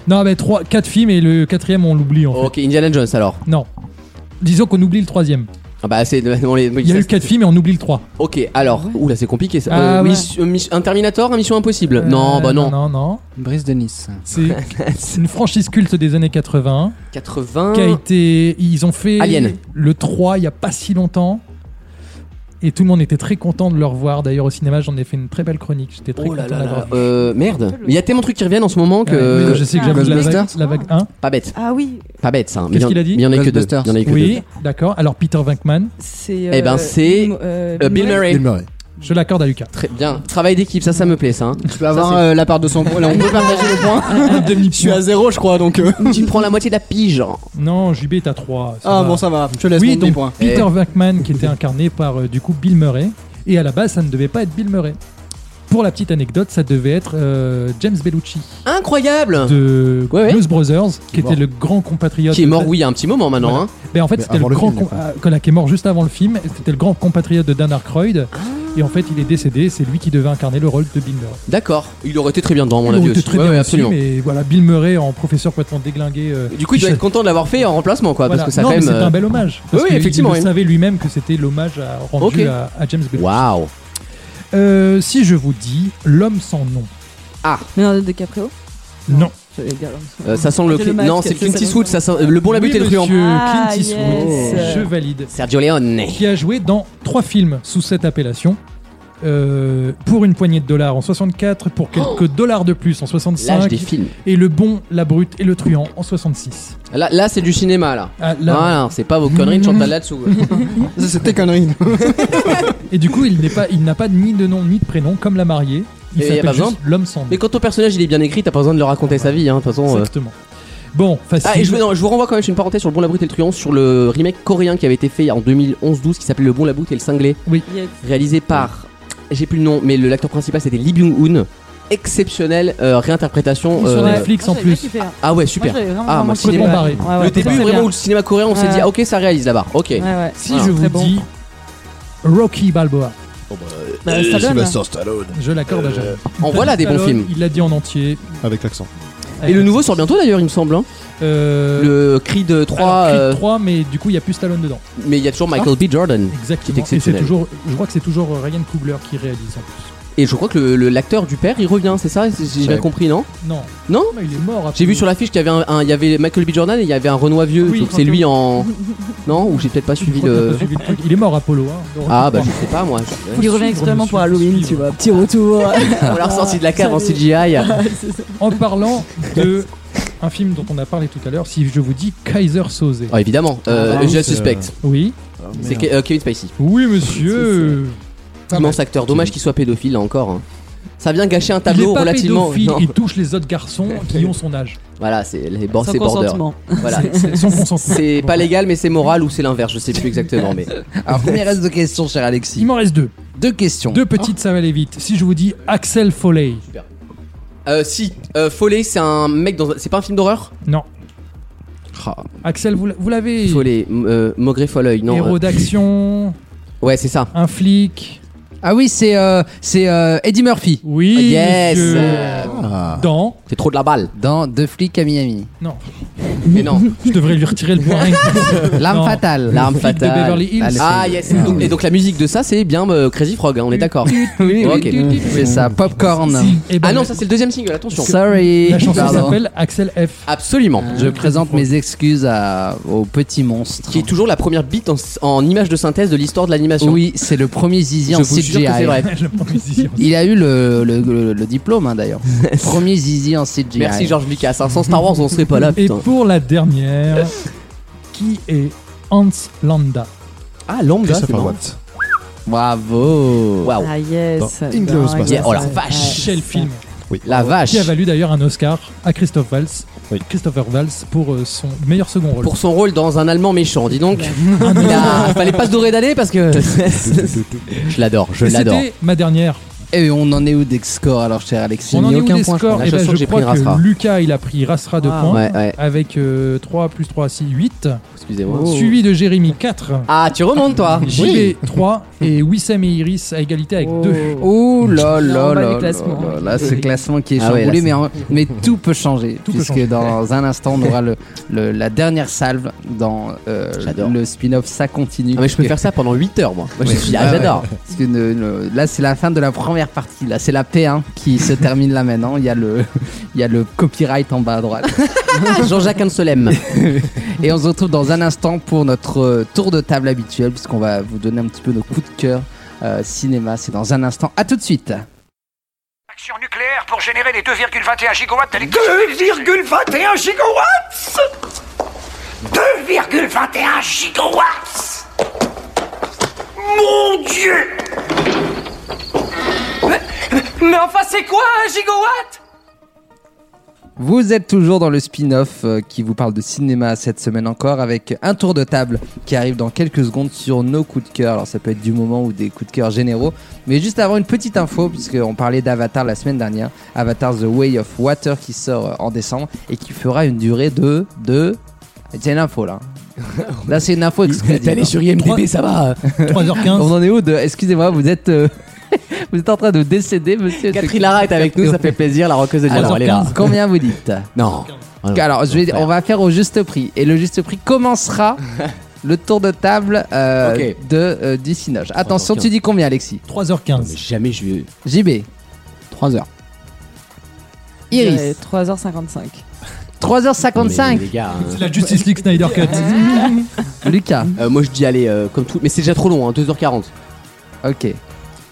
[SPEAKER 2] non, mais trois, quatre films et le quatrième, on l'oublie en fait.
[SPEAKER 3] Ok, Indiana Jones alors.
[SPEAKER 2] Non. Disons qu'on oublie le troisième.
[SPEAKER 3] Ah bah c'est on les-
[SPEAKER 2] Il y a
[SPEAKER 3] ça,
[SPEAKER 2] eu
[SPEAKER 3] c'est-
[SPEAKER 2] quatre films et on oublie le trois.
[SPEAKER 3] Ok, alors, oula, c'est compliqué ça.
[SPEAKER 2] Ah,
[SPEAKER 3] Euh,
[SPEAKER 2] ouais.
[SPEAKER 3] Miss- euh, Miss- un Terminator, un Mission Impossible.
[SPEAKER 2] Euh,
[SPEAKER 3] non, bah non.
[SPEAKER 2] Non, non.
[SPEAKER 5] Brice de Nice.
[SPEAKER 2] C'est c'est une franchise culte des années 80
[SPEAKER 3] 80.
[SPEAKER 2] qui a été. Ils ont fait
[SPEAKER 3] Alien.
[SPEAKER 2] le 3 il n'y a pas si longtemps. Et tout le monde était très content de le revoir. D'ailleurs, au cinéma, j'en ai fait une très belle chronique. J'étais très
[SPEAKER 3] Oh
[SPEAKER 2] content
[SPEAKER 3] là là
[SPEAKER 2] d'avoir
[SPEAKER 3] là.
[SPEAKER 2] vu.
[SPEAKER 3] Euh, merde. Il y a tellement de trucs qui reviennent en ce moment que.
[SPEAKER 2] Ouais, oui, je sais que j'avoue la vague,
[SPEAKER 5] Ghostbusters
[SPEAKER 2] la vague 1.
[SPEAKER 3] Pas bête.
[SPEAKER 4] Ah oui,
[SPEAKER 3] Pas bête ça.
[SPEAKER 2] Qu'est-ce
[SPEAKER 3] mais il y en-
[SPEAKER 2] qu'il a dit
[SPEAKER 3] mais Il y en a que deux.
[SPEAKER 5] Ghostbusters.
[SPEAKER 3] Il y en a que
[SPEAKER 2] Oui, d'accord. Alors Peter Venkman,
[SPEAKER 4] c'est.
[SPEAKER 3] Eh ben,
[SPEAKER 4] euh,
[SPEAKER 3] c'est,
[SPEAKER 4] Mo- euh,
[SPEAKER 3] deux. Euh, Bill
[SPEAKER 4] Murray.
[SPEAKER 3] Murray.
[SPEAKER 8] Il meurt.
[SPEAKER 2] je l'accorde à Lucas.
[SPEAKER 3] Très bien. Travail d'équipe, ça, ça me plaît ça. hein.
[SPEAKER 5] Tu peux avoir
[SPEAKER 3] c'est-
[SPEAKER 5] euh, la part de son point. Là, on peut partager le point. Je suis à zéro, je crois, donc. euh.
[SPEAKER 3] tu prends la moitié de la pige. genre.
[SPEAKER 2] Non, JB est à 3.
[SPEAKER 5] Ah bon, ça va. Je te laisse
[SPEAKER 2] Oui,
[SPEAKER 5] mon
[SPEAKER 2] donc
[SPEAKER 5] demi-point.
[SPEAKER 2] Peter Venkman qui était incarné par euh, du coup Bill Murray. Et à la base, ça ne devait pas être Bill Murray. pour la petite anecdote, ça devait être euh, James Bellucci
[SPEAKER 3] Incroyable
[SPEAKER 2] de
[SPEAKER 3] Ouais, ouais.
[SPEAKER 2] Blues Brothers, qui
[SPEAKER 8] est mort.
[SPEAKER 2] était le grand compatriote.
[SPEAKER 3] Qui est mort,
[SPEAKER 2] de-
[SPEAKER 3] oui, il y a un petit moment maintenant.
[SPEAKER 2] Voilà.
[SPEAKER 3] hein.
[SPEAKER 2] Ben, en fait,
[SPEAKER 8] Mais
[SPEAKER 2] c'était le
[SPEAKER 8] avant le
[SPEAKER 2] grand
[SPEAKER 8] film,
[SPEAKER 2] com- euh, voilà, qui est mort juste avant le film. C'était le grand compatriote de Dan Aykroyd.
[SPEAKER 3] Ah.
[SPEAKER 2] Et en fait, il est décédé. C'est lui qui devait incarner le rôle de Bill Murray.
[SPEAKER 3] D'accord. Il aurait été très bien dedans, à mon
[SPEAKER 2] Il
[SPEAKER 3] avis
[SPEAKER 2] aurait été
[SPEAKER 3] aussi.
[SPEAKER 2] très
[SPEAKER 3] Ouais,
[SPEAKER 2] bien
[SPEAKER 3] ouais,
[SPEAKER 2] aussi,
[SPEAKER 3] absolument.
[SPEAKER 2] mais voilà, Bill Murray en professeur complètement déglingué. euh,
[SPEAKER 3] Du coup, il doit
[SPEAKER 2] qui
[SPEAKER 3] être content de l'avoir fait en remplacement, quoi,
[SPEAKER 2] Voilà.
[SPEAKER 3] parce que ça
[SPEAKER 2] non,
[SPEAKER 3] quand
[SPEAKER 2] mais
[SPEAKER 3] même.
[SPEAKER 2] c'était
[SPEAKER 3] euh,
[SPEAKER 2] un bel hommage. parce
[SPEAKER 3] oui,
[SPEAKER 2] que
[SPEAKER 3] effectivement,
[SPEAKER 2] Il
[SPEAKER 3] oui.
[SPEAKER 2] le savait lui-même que c'était l'hommage à- rendu
[SPEAKER 3] Ok.
[SPEAKER 2] à, à James Bond.
[SPEAKER 3] Waouh.
[SPEAKER 2] Euh, si je vous dis l'homme sans nom.
[SPEAKER 4] Leonardo DiCaprio
[SPEAKER 2] Non.
[SPEAKER 4] J'allais dire l'homme.
[SPEAKER 3] Euh, ça sent le.
[SPEAKER 4] C'est le
[SPEAKER 3] cli-
[SPEAKER 4] masque,
[SPEAKER 3] Non, c'est
[SPEAKER 4] c'est
[SPEAKER 3] Clint
[SPEAKER 4] ça,
[SPEAKER 3] Eastwood.
[SPEAKER 4] le
[SPEAKER 3] Ça sent... euh, Le bon, la
[SPEAKER 2] Oui,
[SPEAKER 3] butte et le truand.
[SPEAKER 2] monsieur
[SPEAKER 4] Ah,
[SPEAKER 2] Clint Eastwood.
[SPEAKER 4] yes.
[SPEAKER 2] Je valide.
[SPEAKER 3] Sergio Leone.
[SPEAKER 2] Qui a joué dans trois films sous cette appellation. Euh, pour une poignée de dollars en 64, pour quelques dollars de plus en
[SPEAKER 3] Oh. L'âge
[SPEAKER 2] 65,
[SPEAKER 3] des films.
[SPEAKER 2] et Le Bon, La Brute et Le Truand en 66.
[SPEAKER 3] Là, là c'est du cinéma, là.
[SPEAKER 2] Ah, là. Mm-hmm.
[SPEAKER 3] Voilà, c'est pas vos conneries de chantal là-dessous.
[SPEAKER 5] C'était connerie.
[SPEAKER 2] Et du coup, il n'est pas, il n'a pas ni de nom ni de prénom comme la mariée. Il
[SPEAKER 3] Et y a pas
[SPEAKER 2] s'appelle
[SPEAKER 3] besoin
[SPEAKER 2] juste l'homme sans nom.
[SPEAKER 3] Mais quand ton personnage il est bien écrit, t'as pas besoin de le raconter sa vie, hein, de toute façon. euh.
[SPEAKER 2] Exactement. Bon, facile.
[SPEAKER 3] Ah, et je, veux- non, je vous renvoie quand même, je fais une parenthèse sur le bon, la brute et le truand, sur le remake coréen qui avait été fait en 2011-12 qui s'appelait Le bon, la brute et le cinglé,
[SPEAKER 4] Yes.
[SPEAKER 3] réalisé par. J'ai plus le nom, mais le- l'acteur principal c'était Lee Byung-hun. Exceptionnelle euh, réinterprétation.
[SPEAKER 2] Sur
[SPEAKER 3] euh,
[SPEAKER 2] Netflix. Flix
[SPEAKER 4] Moi,
[SPEAKER 2] en
[SPEAKER 4] j'avais bien
[SPEAKER 2] plus.
[SPEAKER 4] kiffé, hein.
[SPEAKER 3] Ah ouais,
[SPEAKER 4] Moi,
[SPEAKER 3] super.
[SPEAKER 4] j'avais vraiment,
[SPEAKER 3] Ah,
[SPEAKER 4] vraiment
[SPEAKER 3] moi,
[SPEAKER 4] kiffé.
[SPEAKER 2] complètement
[SPEAKER 3] cinéma.
[SPEAKER 2] barré.
[SPEAKER 4] Ouais, ouais,
[SPEAKER 3] le
[SPEAKER 4] très,
[SPEAKER 3] début
[SPEAKER 4] très
[SPEAKER 3] vraiment
[SPEAKER 4] bien.
[SPEAKER 3] où le cinéma coréen on s'est
[SPEAKER 4] Ouais.
[SPEAKER 3] dit ah, ok ça réalise là-bas, ok.
[SPEAKER 4] Ouais, ouais.
[SPEAKER 2] Si
[SPEAKER 3] Voilà.
[SPEAKER 2] je vous
[SPEAKER 4] Très bon.
[SPEAKER 2] dis Rocky Balboa,
[SPEAKER 4] Bah, Stallone, hein.
[SPEAKER 8] Sylvester Stallone.
[SPEAKER 2] je l'accorde à
[SPEAKER 3] Euh,
[SPEAKER 2] Jeanne.
[SPEAKER 3] en voilà des bons
[SPEAKER 2] Stallone,
[SPEAKER 3] films.
[SPEAKER 2] Il l'a dit en entier.
[SPEAKER 8] Avec l'accent.
[SPEAKER 3] Et le nouveau sort bientôt d'ailleurs il me semble, hein.
[SPEAKER 2] Euh,
[SPEAKER 3] le Creed 3,
[SPEAKER 2] alors, Creed
[SPEAKER 3] euh,
[SPEAKER 2] 3, mais du coup, il n'y a plus Stallone dedans.
[SPEAKER 3] mais il y a toujours Michael B. Jordan.
[SPEAKER 2] Exactement.
[SPEAKER 3] Qui est
[SPEAKER 2] Et c'est
[SPEAKER 3] exceptionnel.
[SPEAKER 2] toujours, je crois que c'est toujours euh, Ryan Coogler qui réalise en plus.
[SPEAKER 3] Et je crois que le- le- l'acteur du père il revient, c'est ça J'ai j'ai bien
[SPEAKER 8] Ouais.
[SPEAKER 3] compris, non
[SPEAKER 2] Non.
[SPEAKER 3] Non
[SPEAKER 2] Mais Il est mort.
[SPEAKER 3] J'ai vu sur l'affiche qu'il y avait un, un- il y avait Michael B Jordan et il y avait un Renoir vieux.
[SPEAKER 2] Oui,
[SPEAKER 3] donc c'est
[SPEAKER 2] quand
[SPEAKER 3] lui en non ou j'ai peut-être pas
[SPEAKER 2] Je
[SPEAKER 3] suivi
[SPEAKER 2] crois qu'on a
[SPEAKER 3] le.
[SPEAKER 2] pas suivi le truc. Il est mort Apollo. hein. Donc,
[SPEAKER 3] Ah bah
[SPEAKER 2] bon.
[SPEAKER 3] je sais pas moi.
[SPEAKER 2] Faut
[SPEAKER 4] Il revient
[SPEAKER 2] suivre,
[SPEAKER 4] extrêmement
[SPEAKER 2] monsieur,
[SPEAKER 4] pour
[SPEAKER 2] faut
[SPEAKER 4] Halloween,
[SPEAKER 2] suivre.
[SPEAKER 4] tu vois. Petit retour.
[SPEAKER 3] On l'a ressorti de la cave en CGI.
[SPEAKER 2] En parlant de un film dont on a parlé tout à l'heure, si je vous dis Kaiser Soze.
[SPEAKER 3] Ah évidemment. Euh,
[SPEAKER 8] Ah, oui,
[SPEAKER 3] je
[SPEAKER 8] c'est-
[SPEAKER 3] suspecte.
[SPEAKER 2] Oui.
[SPEAKER 3] C'est Ke- euh, Kevin Spacey.
[SPEAKER 2] Oui, monsieur. Ah,
[SPEAKER 3] Immense acteur. Dommage qu'il soit pédophile là encore. hein. Ça vient gâcher un
[SPEAKER 2] Il
[SPEAKER 3] tableau
[SPEAKER 2] est pas
[SPEAKER 3] relativement.
[SPEAKER 2] pédophile,
[SPEAKER 3] Non.
[SPEAKER 2] il touche les autres garçons qui ont son âge.
[SPEAKER 3] Voilà c'est les bor-
[SPEAKER 4] Sans
[SPEAKER 3] c'est border.
[SPEAKER 4] consentement.
[SPEAKER 3] Voilà.
[SPEAKER 2] C'est Sans consentement.
[SPEAKER 3] C'est
[SPEAKER 2] Bon.
[SPEAKER 3] pas légal mais c'est moral ou c'est l'inverse. Je sais plus exactement mais.
[SPEAKER 1] Alors, combien il reste de questions, cher
[SPEAKER 2] Il
[SPEAKER 1] Alexis
[SPEAKER 2] m'en reste deux.
[SPEAKER 1] Deux questions.
[SPEAKER 2] Deux petites, ça va aller vite. Si je vous dis Axel Foley.
[SPEAKER 3] Euh, si euh, Follet c'est un mec dans un- c'est pas un film d'horreur.
[SPEAKER 2] Non.
[SPEAKER 3] Ah.
[SPEAKER 2] Axel, vous l- vous l'avez.
[SPEAKER 3] Follet euh, Maugré Folleuil non.
[SPEAKER 2] Héros d'action,
[SPEAKER 3] euh, Ouais c'est ça.
[SPEAKER 2] un flic.
[SPEAKER 1] Ah oui, c'est euh, c'est euh, Eddie Murphy
[SPEAKER 2] Oui.
[SPEAKER 3] Yes.
[SPEAKER 2] monsieur.
[SPEAKER 8] Ah.
[SPEAKER 2] Dans.
[SPEAKER 3] C'est trop de la balle.
[SPEAKER 1] dans Deux flics à Miami.
[SPEAKER 2] Non.
[SPEAKER 3] Mais non.
[SPEAKER 2] Je devrais lui retirer le point. rien que pour ça.
[SPEAKER 1] L'âme
[SPEAKER 2] Non.
[SPEAKER 1] fatale.
[SPEAKER 3] L'arme
[SPEAKER 2] Le flic de
[SPEAKER 3] fatale.
[SPEAKER 2] Beverly Hills.
[SPEAKER 1] Allez.
[SPEAKER 3] Ah yes.
[SPEAKER 8] Ah,
[SPEAKER 3] Donc-
[SPEAKER 8] oui.
[SPEAKER 3] et donc la musique de ça c'est bien euh, Crazy Frog, hein, on est d'accord.
[SPEAKER 1] Oui, oui,
[SPEAKER 3] Ok.
[SPEAKER 1] oui, c'est ça. Popcorn.
[SPEAKER 2] Eh ben,
[SPEAKER 3] Ah non, ça c'est le deuxième single, attention.
[SPEAKER 1] Sorry.
[SPEAKER 2] La chanson
[SPEAKER 1] Pardon.
[SPEAKER 2] s'appelle Axel F.
[SPEAKER 3] Absolument.
[SPEAKER 1] Je présente mes excuses à, au petit monstre.
[SPEAKER 3] Qui est toujours la première beat en, en image de synthèse de l'histoire de l'animation.
[SPEAKER 1] Oui, c'est le premier zizi
[SPEAKER 3] je
[SPEAKER 1] en
[SPEAKER 3] vous
[SPEAKER 1] CGI.
[SPEAKER 3] jure que c'est vrai.
[SPEAKER 2] Je prends mes idées.
[SPEAKER 1] Il a eu le, le- le- le diplôme hein, d'ailleurs. premier zizi en CGI.
[SPEAKER 3] Merci Georges Lucas. hein. Sans Star Wars, on serait pas là,
[SPEAKER 2] Et
[SPEAKER 3] putain.
[SPEAKER 2] pour la dernière, qui est Hans Landa
[SPEAKER 3] Ah, Lambda, c'est
[SPEAKER 8] Christopher
[SPEAKER 3] marrant.
[SPEAKER 8] Watt.
[SPEAKER 1] Bravo.
[SPEAKER 3] Waouh.
[SPEAKER 4] Ah yes.
[SPEAKER 8] Dans Inglourious
[SPEAKER 4] Ah,
[SPEAKER 8] Basterds.
[SPEAKER 4] yes.
[SPEAKER 3] Oh la
[SPEAKER 4] Ouais,
[SPEAKER 3] vache.
[SPEAKER 4] ouais,
[SPEAKER 2] Quel
[SPEAKER 4] ça.
[SPEAKER 2] film
[SPEAKER 3] La vache.
[SPEAKER 2] Qui a valu d'ailleurs un Oscar à Christophe Valls.
[SPEAKER 8] Oui.
[SPEAKER 2] Christopher Valls pour euh, son meilleur second rôle.
[SPEAKER 3] Pour son rôle dans Un Allemand méchant, dis donc. Il a- fallait pas se dorer d'aller parce que. je l'adore, je
[SPEAKER 2] Et
[SPEAKER 3] l'adore.
[SPEAKER 2] C'était ma dernière.
[SPEAKER 3] Eh,
[SPEAKER 1] Et on en est où des scores alors, cher Alexis
[SPEAKER 2] On en
[SPEAKER 1] Ni
[SPEAKER 2] est où
[SPEAKER 1] aucun
[SPEAKER 2] des
[SPEAKER 1] point, je
[SPEAKER 2] scores
[SPEAKER 1] crois.
[SPEAKER 2] Eh ben,
[SPEAKER 3] chanson que
[SPEAKER 2] Je
[SPEAKER 3] j'ai
[SPEAKER 2] crois
[SPEAKER 3] pris, Rasra. Ah.
[SPEAKER 2] que Lucas, il a pris Rassra de
[SPEAKER 4] Wow.
[SPEAKER 2] points.
[SPEAKER 3] Ouais, ouais,
[SPEAKER 2] Avec euh, 3 plus 3, 6, 8.
[SPEAKER 3] excusez-moi.
[SPEAKER 1] Oh.
[SPEAKER 2] Suivi de Jérémy 4.
[SPEAKER 3] Ah, tu remontes toi.
[SPEAKER 2] JB 3 et Wissam et Iris à égalité avec
[SPEAKER 4] Oh.
[SPEAKER 2] 2.
[SPEAKER 1] Ouh là là
[SPEAKER 4] Non, on bat les
[SPEAKER 1] là là
[SPEAKER 4] classements.
[SPEAKER 1] là là, ce classement qui est
[SPEAKER 3] Ah ouais,
[SPEAKER 1] chamboulé,
[SPEAKER 3] là,
[SPEAKER 1] mais, en- mais tout peut changer,
[SPEAKER 2] Tout peut
[SPEAKER 1] puisque
[SPEAKER 2] changer.
[SPEAKER 1] dans un instant on aura le, le- la dernière salve dans euh,
[SPEAKER 3] J'adore.
[SPEAKER 1] le spin-off, ça continue.
[SPEAKER 3] Ah, mais je peux
[SPEAKER 1] puisque-
[SPEAKER 3] faire ça pendant 8 heures, moi. Moi, je
[SPEAKER 1] Ouais.
[SPEAKER 3] suis-
[SPEAKER 1] Ah
[SPEAKER 3] ah,
[SPEAKER 1] ouais.
[SPEAKER 3] j'adore.
[SPEAKER 1] Parce que ne- ne- là, c'est la fin de la première partie. Là, c'est la P1 qui se termine là maintenant. Il y a le, il y a le copyright en bas à droite.
[SPEAKER 3] Jean-Jacques Anselem.
[SPEAKER 1] Et on se retrouve dans un instant pour notre euh, tour de table habituel, puisqu'on va vous donner un petit peu nos coups de cœur euh, cinéma. C'est dans un instant. À tout de suite.
[SPEAKER 7] Action nucléaire pour générer les 2,21 gigawatts d'électricité.
[SPEAKER 6] 2,21 gigawatts
[SPEAKER 7] 2,21 gigawatts Mon Dieu Mais, mais enfin, c'est quoi un gigawatt
[SPEAKER 1] Vous êtes toujours dans le spin-off euh, qui vous parle de cinéma cette semaine encore avec un tour de table qui arrive dans quelques secondes sur nos coups de cœur. Alors ça peut être du moment ou des coups de cœur généraux. Mais juste avant une petite info puisqu'on parlait d'Avatar la semaine dernière. Avatar The Way of Water qui sort euh, en décembre et qui fera une durée de... de... C'est une info là. Là c'est une info exclusive.
[SPEAKER 3] T'es allé sur IMDB,
[SPEAKER 2] Trois-
[SPEAKER 3] ça va
[SPEAKER 2] 3h15.
[SPEAKER 1] On en est où de... Excusez-moi, vous êtes... euh, vous êtes en train de décéder, monsieur.
[SPEAKER 3] Catherine Lara est avec nous, ça fait plaisir, la roqueuse de
[SPEAKER 1] Alors,
[SPEAKER 3] Dijon, elle est là.
[SPEAKER 1] Combien vous dites
[SPEAKER 3] Non.
[SPEAKER 1] Alors, je vais, on va faire au juste prix. Et le juste prix commencera le tour de table euh,
[SPEAKER 3] Ok.
[SPEAKER 1] de, euh, du Cinoche. Attention,
[SPEAKER 3] ok.
[SPEAKER 1] tu dis combien, Alexis
[SPEAKER 2] 3h15.
[SPEAKER 3] Jamais je vais.
[SPEAKER 1] JB
[SPEAKER 5] 3 heures.
[SPEAKER 1] Iris
[SPEAKER 4] 3h55.
[SPEAKER 1] 3h55
[SPEAKER 3] Mais les gars, hein.
[SPEAKER 2] C'est la Justice League Snyder Cut.
[SPEAKER 1] Lucas
[SPEAKER 3] euh, euh, moi je dis allez euh, comme tout, mais c'est déjà trop long, hein, 2h40.
[SPEAKER 1] Ok.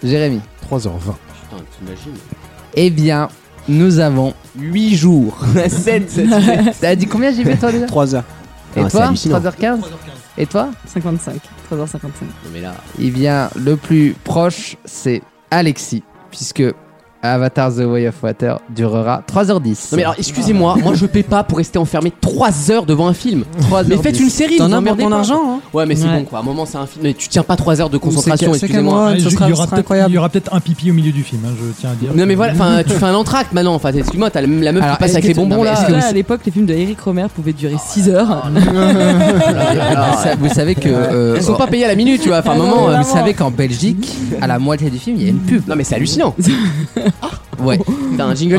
[SPEAKER 1] Jérémy
[SPEAKER 8] 3h20.
[SPEAKER 3] Putain, t'imagines
[SPEAKER 1] Eh bien, nous avons.
[SPEAKER 3] 8 jours, 7, 7
[SPEAKER 1] T'as dit combien, JB, toi déjà
[SPEAKER 5] 3 heures.
[SPEAKER 1] Et
[SPEAKER 3] Ah, c'est
[SPEAKER 1] toi
[SPEAKER 3] hallucinant.
[SPEAKER 1] 3h15 Et toi
[SPEAKER 4] 55. 3h55.
[SPEAKER 3] mais là,
[SPEAKER 1] Eh bien, le plus proche, c'est Alexis. Puisque Avatar The Way of Water durera 3h10.
[SPEAKER 3] Non mais alors excusez-moi, moi je paie pas pour rester enfermé 3 heures devant un film.
[SPEAKER 1] 3h10.
[SPEAKER 3] Mais faites une série,
[SPEAKER 5] T'en
[SPEAKER 3] vous
[SPEAKER 5] as pour
[SPEAKER 3] emmerdez
[SPEAKER 5] ton
[SPEAKER 3] pas.
[SPEAKER 5] argent, hein
[SPEAKER 3] Ouais mais c'est
[SPEAKER 1] Ouais.
[SPEAKER 3] bon quoi, à un moment c'est un film, mais tu tiens pas 3 heures de concentration,
[SPEAKER 5] C'est qu'à- c'est qu'à
[SPEAKER 3] excusez-moi.
[SPEAKER 5] moi.
[SPEAKER 2] Ah,
[SPEAKER 5] ce
[SPEAKER 2] ju-
[SPEAKER 5] sera-
[SPEAKER 2] il y aura
[SPEAKER 5] ce sera
[SPEAKER 2] peut-être-
[SPEAKER 5] incroyable.
[SPEAKER 2] il y aura peut-être un pipi au milieu du film, hein, je tiens à dire.
[SPEAKER 3] Non mais voilà, enfin tu fais un entracte maintenant, enfin excuse-moi, t'as la la meuf
[SPEAKER 1] Alors,
[SPEAKER 3] qui passe
[SPEAKER 1] est-ce
[SPEAKER 3] avec
[SPEAKER 1] que
[SPEAKER 3] les
[SPEAKER 1] tu- non,
[SPEAKER 3] bonbons
[SPEAKER 1] mais
[SPEAKER 3] là. euh,
[SPEAKER 1] est-ce
[SPEAKER 4] Parce
[SPEAKER 1] que
[SPEAKER 4] que
[SPEAKER 1] vous-
[SPEAKER 4] à l'époque, les films de Eric Romer pouvaient durer 6 heures.
[SPEAKER 1] Vous sa- vous Ah, savez que. euh,
[SPEAKER 3] Elles sont pas payées à la minute, tu vois, enfin à un moment. euh,
[SPEAKER 1] Vous savez qu'en Belgique, à la moitié du film, il y a une pub.
[SPEAKER 3] Non mais c'est hallucinant.
[SPEAKER 1] Ouais,
[SPEAKER 3] T'as un jingle Euh,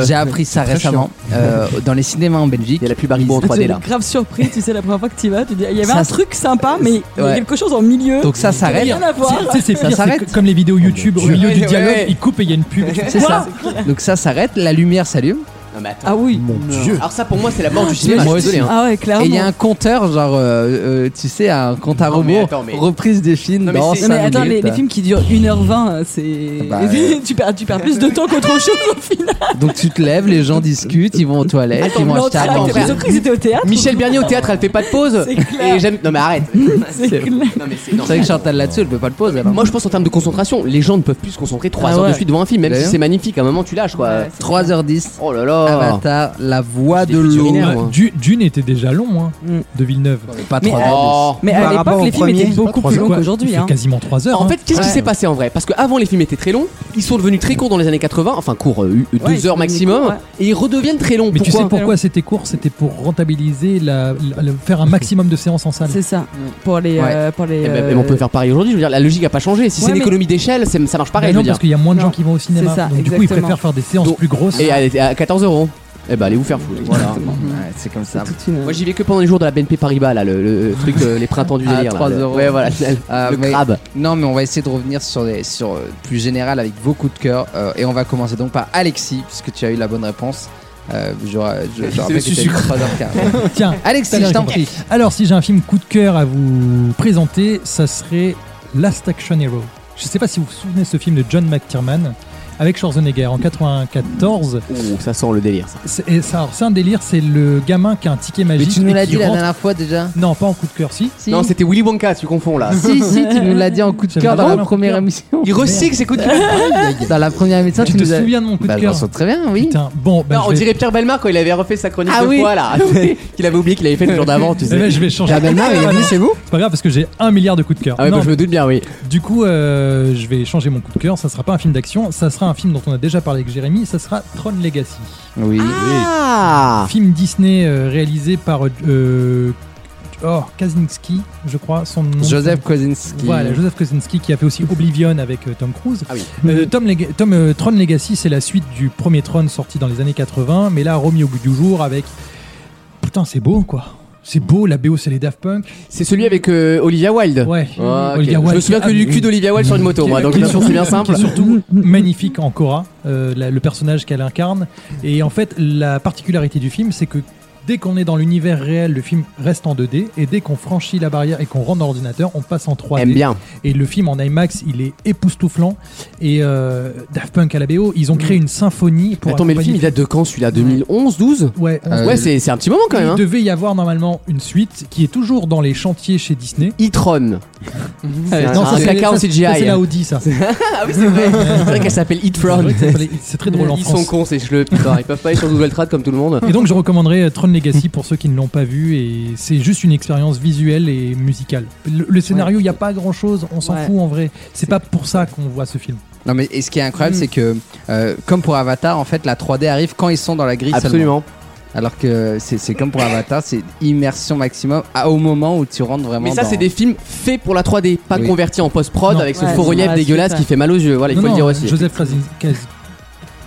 [SPEAKER 3] c'est
[SPEAKER 1] j'ai appris ça récemment euh, dans les cinémas en Belgique.
[SPEAKER 3] Il y a la pub Haribo en
[SPEAKER 4] T'es
[SPEAKER 3] 3D là.
[SPEAKER 4] grave surpris, tu sais, la première fois que tu y vas, tu dis, il y avait
[SPEAKER 1] Ça,
[SPEAKER 4] un
[SPEAKER 1] c'est-
[SPEAKER 4] truc sympa, mais il y
[SPEAKER 1] Ouais.
[SPEAKER 4] a quelque chose en milieu.
[SPEAKER 1] Donc ça s'arrête.
[SPEAKER 4] rien à voir.
[SPEAKER 2] C'est- c'est- c'est pire,
[SPEAKER 1] s'arrête.
[SPEAKER 2] c'est que- comme les vidéos YouTube, au milieu du
[SPEAKER 3] Ouais,
[SPEAKER 2] dialogue,
[SPEAKER 3] ouais.
[SPEAKER 2] ils coupent et il y a une pub.
[SPEAKER 1] C'est ça. Donc ça s'arrête, la lumière s'allume
[SPEAKER 3] Non mais attends.
[SPEAKER 4] Ah oui.
[SPEAKER 8] Mon dieu.
[SPEAKER 3] Alors ça pour moi c'est la mort du cinéma, je
[SPEAKER 1] Moi
[SPEAKER 3] suis désolé. hein.
[SPEAKER 4] Ah ouais, clairement.
[SPEAKER 1] et il y a un compteur, genre, euh, euh, tu sais, un compte à
[SPEAKER 3] Non, mais
[SPEAKER 1] rebours,
[SPEAKER 3] attends, mais-
[SPEAKER 1] reprise des films
[SPEAKER 3] Non, mais
[SPEAKER 1] dans
[SPEAKER 3] c'est-
[SPEAKER 4] Non,
[SPEAKER 1] 5
[SPEAKER 4] mais attends, les,
[SPEAKER 1] minutes.
[SPEAKER 4] les films qui durent 1h20, c'est.
[SPEAKER 1] Bah, ouais.
[SPEAKER 4] tu, perds, tu perds plus de temps qu'autre chose au final.
[SPEAKER 1] Donc tu te lèves, les gens discutent, ils vont aux toilettes,
[SPEAKER 3] Attends,
[SPEAKER 1] ils vont acheter à
[SPEAKER 3] l'entracte,
[SPEAKER 1] manger.
[SPEAKER 3] t'es
[SPEAKER 4] Ils ont cru que c'était au théâtre.
[SPEAKER 3] hein. Michel Bernier au théâtre, elle fait pas de pause.
[SPEAKER 4] C'est clair.
[SPEAKER 3] Et j'aime. Non mais arrête.
[SPEAKER 4] C'est clair.
[SPEAKER 3] Non mais c'est. non,
[SPEAKER 1] C'est vrai que Chantal là-dessus, elle peut pas le poser. alors.
[SPEAKER 3] Moi je pense en termes de concentration, les gens ne peuvent plus se concentrer 3
[SPEAKER 1] Ah
[SPEAKER 3] heures de
[SPEAKER 1] ouais.
[SPEAKER 3] suite devant un film, même si
[SPEAKER 1] D'ailleurs.
[SPEAKER 3] c'est magnifique, à un moment tu lâches quoi.
[SPEAKER 4] Ouais, c'est-
[SPEAKER 1] 3h10,
[SPEAKER 3] Oh là
[SPEAKER 1] bah,
[SPEAKER 3] là
[SPEAKER 1] Avatar, la voix
[SPEAKER 3] Des
[SPEAKER 1] de
[SPEAKER 3] films
[SPEAKER 1] l'eau.
[SPEAKER 3] urinaires.
[SPEAKER 2] Bah, Du- Dune était déjà long, hein,
[SPEAKER 4] Mm.
[SPEAKER 2] de Villeneuve.
[SPEAKER 1] Pas
[SPEAKER 4] Mais,
[SPEAKER 1] 3h10.
[SPEAKER 3] Oh.
[SPEAKER 4] Mais à
[SPEAKER 5] Par rapport
[SPEAKER 4] l'époque,
[SPEAKER 5] au
[SPEAKER 4] les films
[SPEAKER 5] premier,
[SPEAKER 4] étaient
[SPEAKER 5] c'est pas
[SPEAKER 4] beaucoup
[SPEAKER 2] Trois
[SPEAKER 4] plus
[SPEAKER 2] heures.
[SPEAKER 4] longs
[SPEAKER 2] Quoi,
[SPEAKER 4] qu'aujourd'hui.
[SPEAKER 2] il fait
[SPEAKER 4] Hein.
[SPEAKER 2] quasiment 3 heures.
[SPEAKER 3] En
[SPEAKER 2] hein.
[SPEAKER 3] fait, qu'est-ce qui
[SPEAKER 1] Ouais.
[SPEAKER 3] s'est passé en vrai Parce qu'avant, les films étaient très longs, ils sont devenus très courts dans les années 80, enfin courts, 2
[SPEAKER 4] Ouais, ils sont
[SPEAKER 3] heures maximum,
[SPEAKER 4] devenus courts,
[SPEAKER 3] et ils redeviennent très longs.
[SPEAKER 2] mais tu
[SPEAKER 3] Pourquoi
[SPEAKER 2] sais pourquoi c'était court C'était pour rentabiliser, la, la- la- faire un maximum de séances en salle.
[SPEAKER 4] C'est ça. Pour les.
[SPEAKER 1] Ouais.
[SPEAKER 4] euh, pour les
[SPEAKER 3] Eh ben,
[SPEAKER 4] euh,
[SPEAKER 3] mais on peut faire pareil aujourd'hui, je veux dire, la logique a pas changé. Si
[SPEAKER 4] Ouais,
[SPEAKER 3] c'est une
[SPEAKER 4] mais-
[SPEAKER 3] économie d'échelle, c'est- ça marche pareil,
[SPEAKER 2] Mais
[SPEAKER 3] je
[SPEAKER 2] Bah non,
[SPEAKER 3] veux dire.
[SPEAKER 2] parce qu'il y a moins de gens
[SPEAKER 4] Non,
[SPEAKER 2] qui vont au cinéma.
[SPEAKER 4] c'est ça,
[SPEAKER 2] donc du coup, ils
[SPEAKER 4] exactement.
[SPEAKER 2] préfèrent faire des séances
[SPEAKER 3] Donc-
[SPEAKER 2] plus grosses.
[SPEAKER 3] Et elle est à 14 euros. Eh ben, allez vous faire foutre. Voilà.
[SPEAKER 4] Exactement.
[SPEAKER 1] Ouais, c'est comme ça.
[SPEAKER 4] euh, Toute une-
[SPEAKER 3] Moi, j'y vais que pendant les jours de la BNP Paribas, là, le, le truc, euh, les printemps du
[SPEAKER 1] Ah,
[SPEAKER 3] délire. là.
[SPEAKER 1] 3
[SPEAKER 3] Le-
[SPEAKER 1] euros.
[SPEAKER 3] Ouais, voilà, le,
[SPEAKER 1] Euh,
[SPEAKER 3] le
[SPEAKER 1] mais-
[SPEAKER 3] crabe.
[SPEAKER 1] Non, mais on va essayer de revenir sur, des, sur euh, plus général avec vos coups de cœur. euh, et on va commencer donc par Alexis, puisque tu as eu la bonne réponse. Euh, je, je, je, rappelle que t'as eu 3h15.
[SPEAKER 2] Tiens,
[SPEAKER 1] Alexis, je t'en prie.
[SPEAKER 2] Alors, si j'ai un film coup de cœur à vous présenter, ça serait Last Action Hero. Je sais pas si vous vous souvenez de ce film de John McTiernan avec Schwarzenegger en 94.
[SPEAKER 3] Ouh, ça sent le délire, ça.
[SPEAKER 2] C'est et ça- alors, c'est un délire, c'est le gamin qui a un ticket
[SPEAKER 1] Mais
[SPEAKER 2] magique.
[SPEAKER 1] tu nous
[SPEAKER 2] et
[SPEAKER 1] l'as
[SPEAKER 2] qui
[SPEAKER 1] dit la
[SPEAKER 2] rentre-
[SPEAKER 1] dernière fois déjà
[SPEAKER 2] Non, pas en coup de cœur, si.
[SPEAKER 1] si
[SPEAKER 3] Non, c'était Willy Wonka, tu confonds là.
[SPEAKER 1] si, si, tu nous l'as dit en coup de
[SPEAKER 2] J'avais
[SPEAKER 1] cœur dans
[SPEAKER 2] vraiment
[SPEAKER 1] la
[SPEAKER 2] un coup de
[SPEAKER 1] première
[SPEAKER 2] cœur.
[SPEAKER 1] émission.
[SPEAKER 3] Il recycle ses coups de cœur.
[SPEAKER 1] Dans la première émission,
[SPEAKER 2] tu
[SPEAKER 1] tu,
[SPEAKER 2] te
[SPEAKER 1] nous as.
[SPEAKER 2] souviens de mon coup
[SPEAKER 1] bah,
[SPEAKER 2] de
[SPEAKER 1] je m'en
[SPEAKER 2] cœur
[SPEAKER 1] souviens très bien, oui.
[SPEAKER 2] Putain, bon, bah,
[SPEAKER 3] Non, on
[SPEAKER 2] je, vais,
[SPEAKER 3] dirait Pierre Belmar quand il avait refait sa chronique
[SPEAKER 1] Ah
[SPEAKER 3] deux
[SPEAKER 1] oui.
[SPEAKER 3] fois là. Qu'il avait oublié qu'il avait fait le jour d'avant, tu
[SPEAKER 2] eh ben,
[SPEAKER 3] sais.
[SPEAKER 2] je vais changer.
[SPEAKER 3] Pierre Bellemare, il est venu chez vous
[SPEAKER 2] C'est pas grave parce que j'ai un milliard de coups de cœur.
[SPEAKER 3] Ah ouais,
[SPEAKER 2] Non,
[SPEAKER 3] bah, je me doute bien, oui.
[SPEAKER 2] Du coup, euh, je vais changer mon coup de cœur. Ça sera pas un film d'action, ça sera un film dont on a déjà parlé avec Jérémy. Ça sera Tron Legacy,
[SPEAKER 1] Oui.
[SPEAKER 3] Ah
[SPEAKER 2] film Disney euh, réalisé par euh, oh, Kaczynski, je crois, son nom.
[SPEAKER 1] Joseph Kosinski.
[SPEAKER 2] Voilà, Joseph Kosinski qui a fait aussi Oblivion avec euh, Tom Cruise.
[SPEAKER 3] Ah oui.
[SPEAKER 2] Euh, Tom, Leg- Tom, euh, Tron Legacy, c'est la suite du premier Tron sorti dans les années 80, mais là remis au goût du jour avec. Putain, c'est beau quoi. C'est beau, la BO c'est les Daft Punk.
[SPEAKER 3] C'est celui avec euh, Olivia Wilde.
[SPEAKER 2] Ouais.
[SPEAKER 3] Ah, ok.
[SPEAKER 2] Olivia
[SPEAKER 3] Je me
[SPEAKER 2] Wilde.
[SPEAKER 3] souviens que du cul d'Olivia Wilde sur une moto, moi, donc
[SPEAKER 2] Qui est
[SPEAKER 3] la façon, c'est bien simple.
[SPEAKER 2] qui est surtout magnifique en Cora, euh, la- le personnage qu'elle incarne. Et en fait, la particularité du film, c'est que Dès qu'on est dans l'univers réel, le film reste en 2D. Et dès qu'on franchit la barrière et qu'on rentre dans l'ordinateur, on passe en 3D.
[SPEAKER 3] Aime bien.
[SPEAKER 2] Et le film en IMAX, il est époustouflant. Et euh, Daft Punk à la BO, ils ont créé une symphonie pour.
[SPEAKER 3] Mm.
[SPEAKER 2] Euh,
[SPEAKER 3] Attends, mais le film, il
[SPEAKER 2] accompagner-
[SPEAKER 3] date de quand celui-là 2011, 12
[SPEAKER 2] Ouais, on-
[SPEAKER 1] Euh,
[SPEAKER 3] Ouais, c'est c'est un petit moment quand même.
[SPEAKER 2] Il
[SPEAKER 3] hein.
[SPEAKER 2] devait y avoir normalement une suite qui est toujours dans les chantiers chez Disney.
[SPEAKER 3] E-tron.
[SPEAKER 2] Euh,
[SPEAKER 3] un-
[SPEAKER 2] non, ça,
[SPEAKER 3] un
[SPEAKER 2] c'est-
[SPEAKER 3] caca en
[SPEAKER 2] ça,
[SPEAKER 3] CGI.
[SPEAKER 2] ça, C'est la Audi, ça.
[SPEAKER 3] hein. Ah oui, c'est vrai. C'est vrai qu'elle s'appelle
[SPEAKER 2] C'est
[SPEAKER 3] E-tron.
[SPEAKER 2] vrai que ça s'appelait- C'est très drôle en
[SPEAKER 3] Ils sont
[SPEAKER 2] France.
[SPEAKER 3] cons, ces cheveux, putain. Ils peuvent pas aller sur Google Trad comme tout le monde.
[SPEAKER 2] Et donc je recommanderais euh, Tron Legacy pour ceux qui ne l'ont pas vu et c'est juste une expérience visuelle et musicale. Le, le scénario, il n'y a pas grand chose, on s'en
[SPEAKER 4] Ouais.
[SPEAKER 2] fout en vrai. C'est pas pour ça qu'on voit ce film.
[SPEAKER 1] Non mais et ce qui est incroyable
[SPEAKER 4] Mm.
[SPEAKER 1] c'est que euh, comme pour Avatar en fait la 3D arrive quand ils sont dans la grille seulement.
[SPEAKER 3] Absolument.
[SPEAKER 1] Alors que c'est c'est comme pour Avatar c'est immersion maximum à- au moment où tu rentres vraiment.
[SPEAKER 3] Mais ça,
[SPEAKER 1] dans-
[SPEAKER 3] c'est des films faits pour la 3D, pas
[SPEAKER 1] Oui.
[SPEAKER 3] convertis en post-prod
[SPEAKER 2] hein. Non.
[SPEAKER 3] avec ce
[SPEAKER 4] Ouais,
[SPEAKER 3] faux
[SPEAKER 4] c'est
[SPEAKER 3] relief
[SPEAKER 4] vrai,
[SPEAKER 3] dégueulasse
[SPEAKER 4] c'est
[SPEAKER 3] qui
[SPEAKER 4] ça.
[SPEAKER 3] fait mal aux yeux. Voilà, Bah,
[SPEAKER 2] Non,
[SPEAKER 3] il faut le
[SPEAKER 2] non,
[SPEAKER 3] dire aussi.
[SPEAKER 2] Joseph Krasin- Kaz-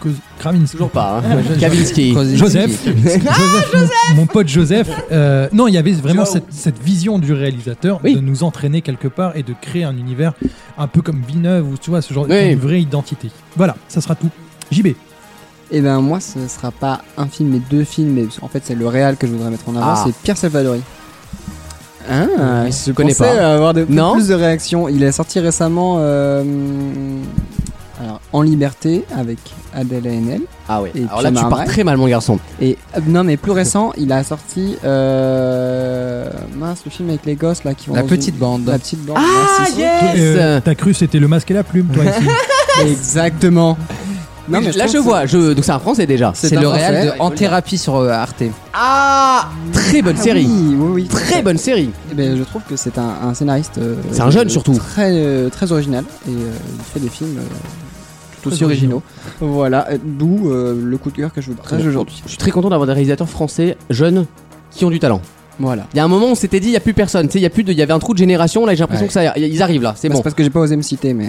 [SPEAKER 2] Kaz- Krasinski.
[SPEAKER 3] Toujours pas. Hein. Kavinsky.
[SPEAKER 1] Krasinski.
[SPEAKER 2] Joseph, Joseph, mon, mon pote Joseph. euh, non, il y avait vraiment
[SPEAKER 3] Joe.
[SPEAKER 2] cette, cette vision du réalisateur
[SPEAKER 3] Oui.
[SPEAKER 2] de nous entraîner quelque part et de créer un univers un peu comme Villeneuve ou tu vois ce genre
[SPEAKER 3] Oui.
[SPEAKER 2] une vraie identité. Voilà, ça sera tout. JB.
[SPEAKER 5] Et ben moi, ce sera pas un film, mais deux films. Mais en fait, c'est le réel que je voudrais mettre en avant.
[SPEAKER 3] Ah.
[SPEAKER 5] C'est Pierre Salvadori.
[SPEAKER 3] Ah, je connais
[SPEAKER 5] pensais
[SPEAKER 3] pas.
[SPEAKER 5] euh, avoir de,
[SPEAKER 3] Non.
[SPEAKER 5] plus de réactions. Il est sorti récemment euh, alors, En Liberté avec Adèle Haenel.
[SPEAKER 3] Ah ouais.
[SPEAKER 5] Et
[SPEAKER 3] Alors là, tu
[SPEAKER 5] Pierre
[SPEAKER 3] pars
[SPEAKER 5] Marais.
[SPEAKER 3] très mal, mon garçon.
[SPEAKER 5] Et euh, non, mais plus récent, il a sorti euh, mince le film avec les gosses là qui vont
[SPEAKER 1] la
[SPEAKER 5] dans
[SPEAKER 1] petite
[SPEAKER 5] une-
[SPEAKER 1] bande.
[SPEAKER 5] la petite bande.
[SPEAKER 4] Ah,
[SPEAKER 5] merci.
[SPEAKER 4] yes
[SPEAKER 2] Euh, T'as cru c'était le masque et la plume, toi ici.
[SPEAKER 5] Exactement. Non, mais
[SPEAKER 3] là,
[SPEAKER 5] trouve
[SPEAKER 3] je
[SPEAKER 5] que
[SPEAKER 3] vois. Je... Donc c'est un français déjà.
[SPEAKER 1] C'est
[SPEAKER 5] un
[SPEAKER 1] le
[SPEAKER 5] français.
[SPEAKER 1] réel
[SPEAKER 3] il
[SPEAKER 1] de
[SPEAKER 3] faut
[SPEAKER 1] En
[SPEAKER 3] le dire.
[SPEAKER 1] thérapie sur euh, Arte.
[SPEAKER 3] Ah, très bonne
[SPEAKER 5] Ah
[SPEAKER 3] série.
[SPEAKER 5] Oui, oui, oui.
[SPEAKER 3] Très bonne série.
[SPEAKER 5] Eh ben, je trouve que c'est un, un scénariste. euh,
[SPEAKER 3] C'est un jeune,
[SPEAKER 5] euh,
[SPEAKER 3] surtout.
[SPEAKER 5] Très, euh, très original et euh, il fait des films euh, tout aussi
[SPEAKER 2] Très
[SPEAKER 5] originaux. Voilà, euh, d'où euh, le coup de cœur que je vous partage aujourd'hui.
[SPEAKER 3] Je suis très content d'avoir des réalisateurs français jeunes qui ont du talent.
[SPEAKER 5] Voilà.
[SPEAKER 3] Il y a un moment, on s'était dit, il y a plus personne. Tu sais, il y a plus de, il y avait un trou de génération. Là, j'ai l'impression
[SPEAKER 1] Ouais.
[SPEAKER 3] que ça, ils arrivent là. C'est
[SPEAKER 5] Bah,
[SPEAKER 3] bon.
[SPEAKER 5] C'est parce que j'ai pas osé me citer, mais.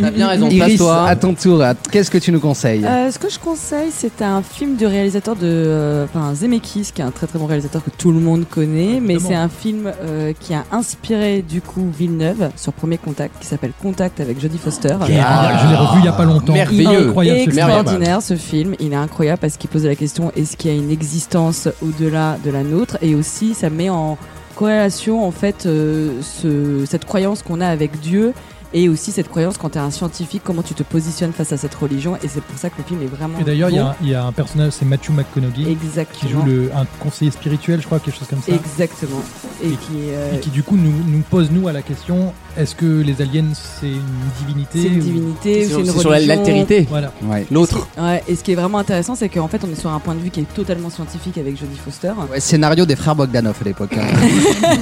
[SPEAKER 3] T'as bien raison.
[SPEAKER 1] Iris,
[SPEAKER 3] Place-toi.
[SPEAKER 1] à ton tour, à- qu'est-ce que tu nous conseilles
[SPEAKER 4] Euh, ce que je conseille, c'est un film du réalisateur de euh, enfin, Zemeckis, qui est un très très bon réalisateur que tout le monde connaît, mais
[SPEAKER 2] Évidemment.
[SPEAKER 4] c'est un film euh, qui a inspiré du coup Villeneuve sur Premier Contact, qui s'appelle Contact avec Jodie Foster.
[SPEAKER 2] Ah, je l'ai revu il y a pas longtemps.
[SPEAKER 4] Il
[SPEAKER 3] Merveilleux.
[SPEAKER 4] est
[SPEAKER 2] Incroyable ce film.
[SPEAKER 4] extraordinaire ce film, il est incroyable parce qu'il pose la question est-ce qu'il y a une existence au-delà de la nôtre et aussi ça met en corrélation en fait euh, ce- cette croyance qu'on a avec Dieu et aussi cette croyance quand tu es un scientifique comment tu te positionnes face à cette religion et c'est pour ça que le film est vraiment
[SPEAKER 2] Et d'ailleurs, il y, a
[SPEAKER 4] bon.
[SPEAKER 2] un- il y a un personnage, c'est Matthew McConaughey, qui joue
[SPEAKER 4] Exactement.
[SPEAKER 2] le, un conseiller spirituel, je crois, quelque chose comme ça.
[SPEAKER 4] Exactement. Et,
[SPEAKER 2] Et-
[SPEAKER 4] qui, euh,
[SPEAKER 2] Et qui du coup nous, nous pose nous à la question est-ce que les aliens c'est une divinité
[SPEAKER 4] c'est une
[SPEAKER 2] ou-
[SPEAKER 4] divinité, ou c'est
[SPEAKER 3] C'est
[SPEAKER 4] une
[SPEAKER 3] c'est sur la-
[SPEAKER 4] religion.
[SPEAKER 3] l'altérité.
[SPEAKER 2] Voilà.
[SPEAKER 1] Ouais.
[SPEAKER 3] L'autre.
[SPEAKER 4] Ouais, et ce qui est vraiment intéressant, c'est qu'en fait, on est sur un point de vue qui est totalement scientifique avec Jodie Foster.
[SPEAKER 1] Ouais, Scénario des frères Bogdanov à l'époque. hein.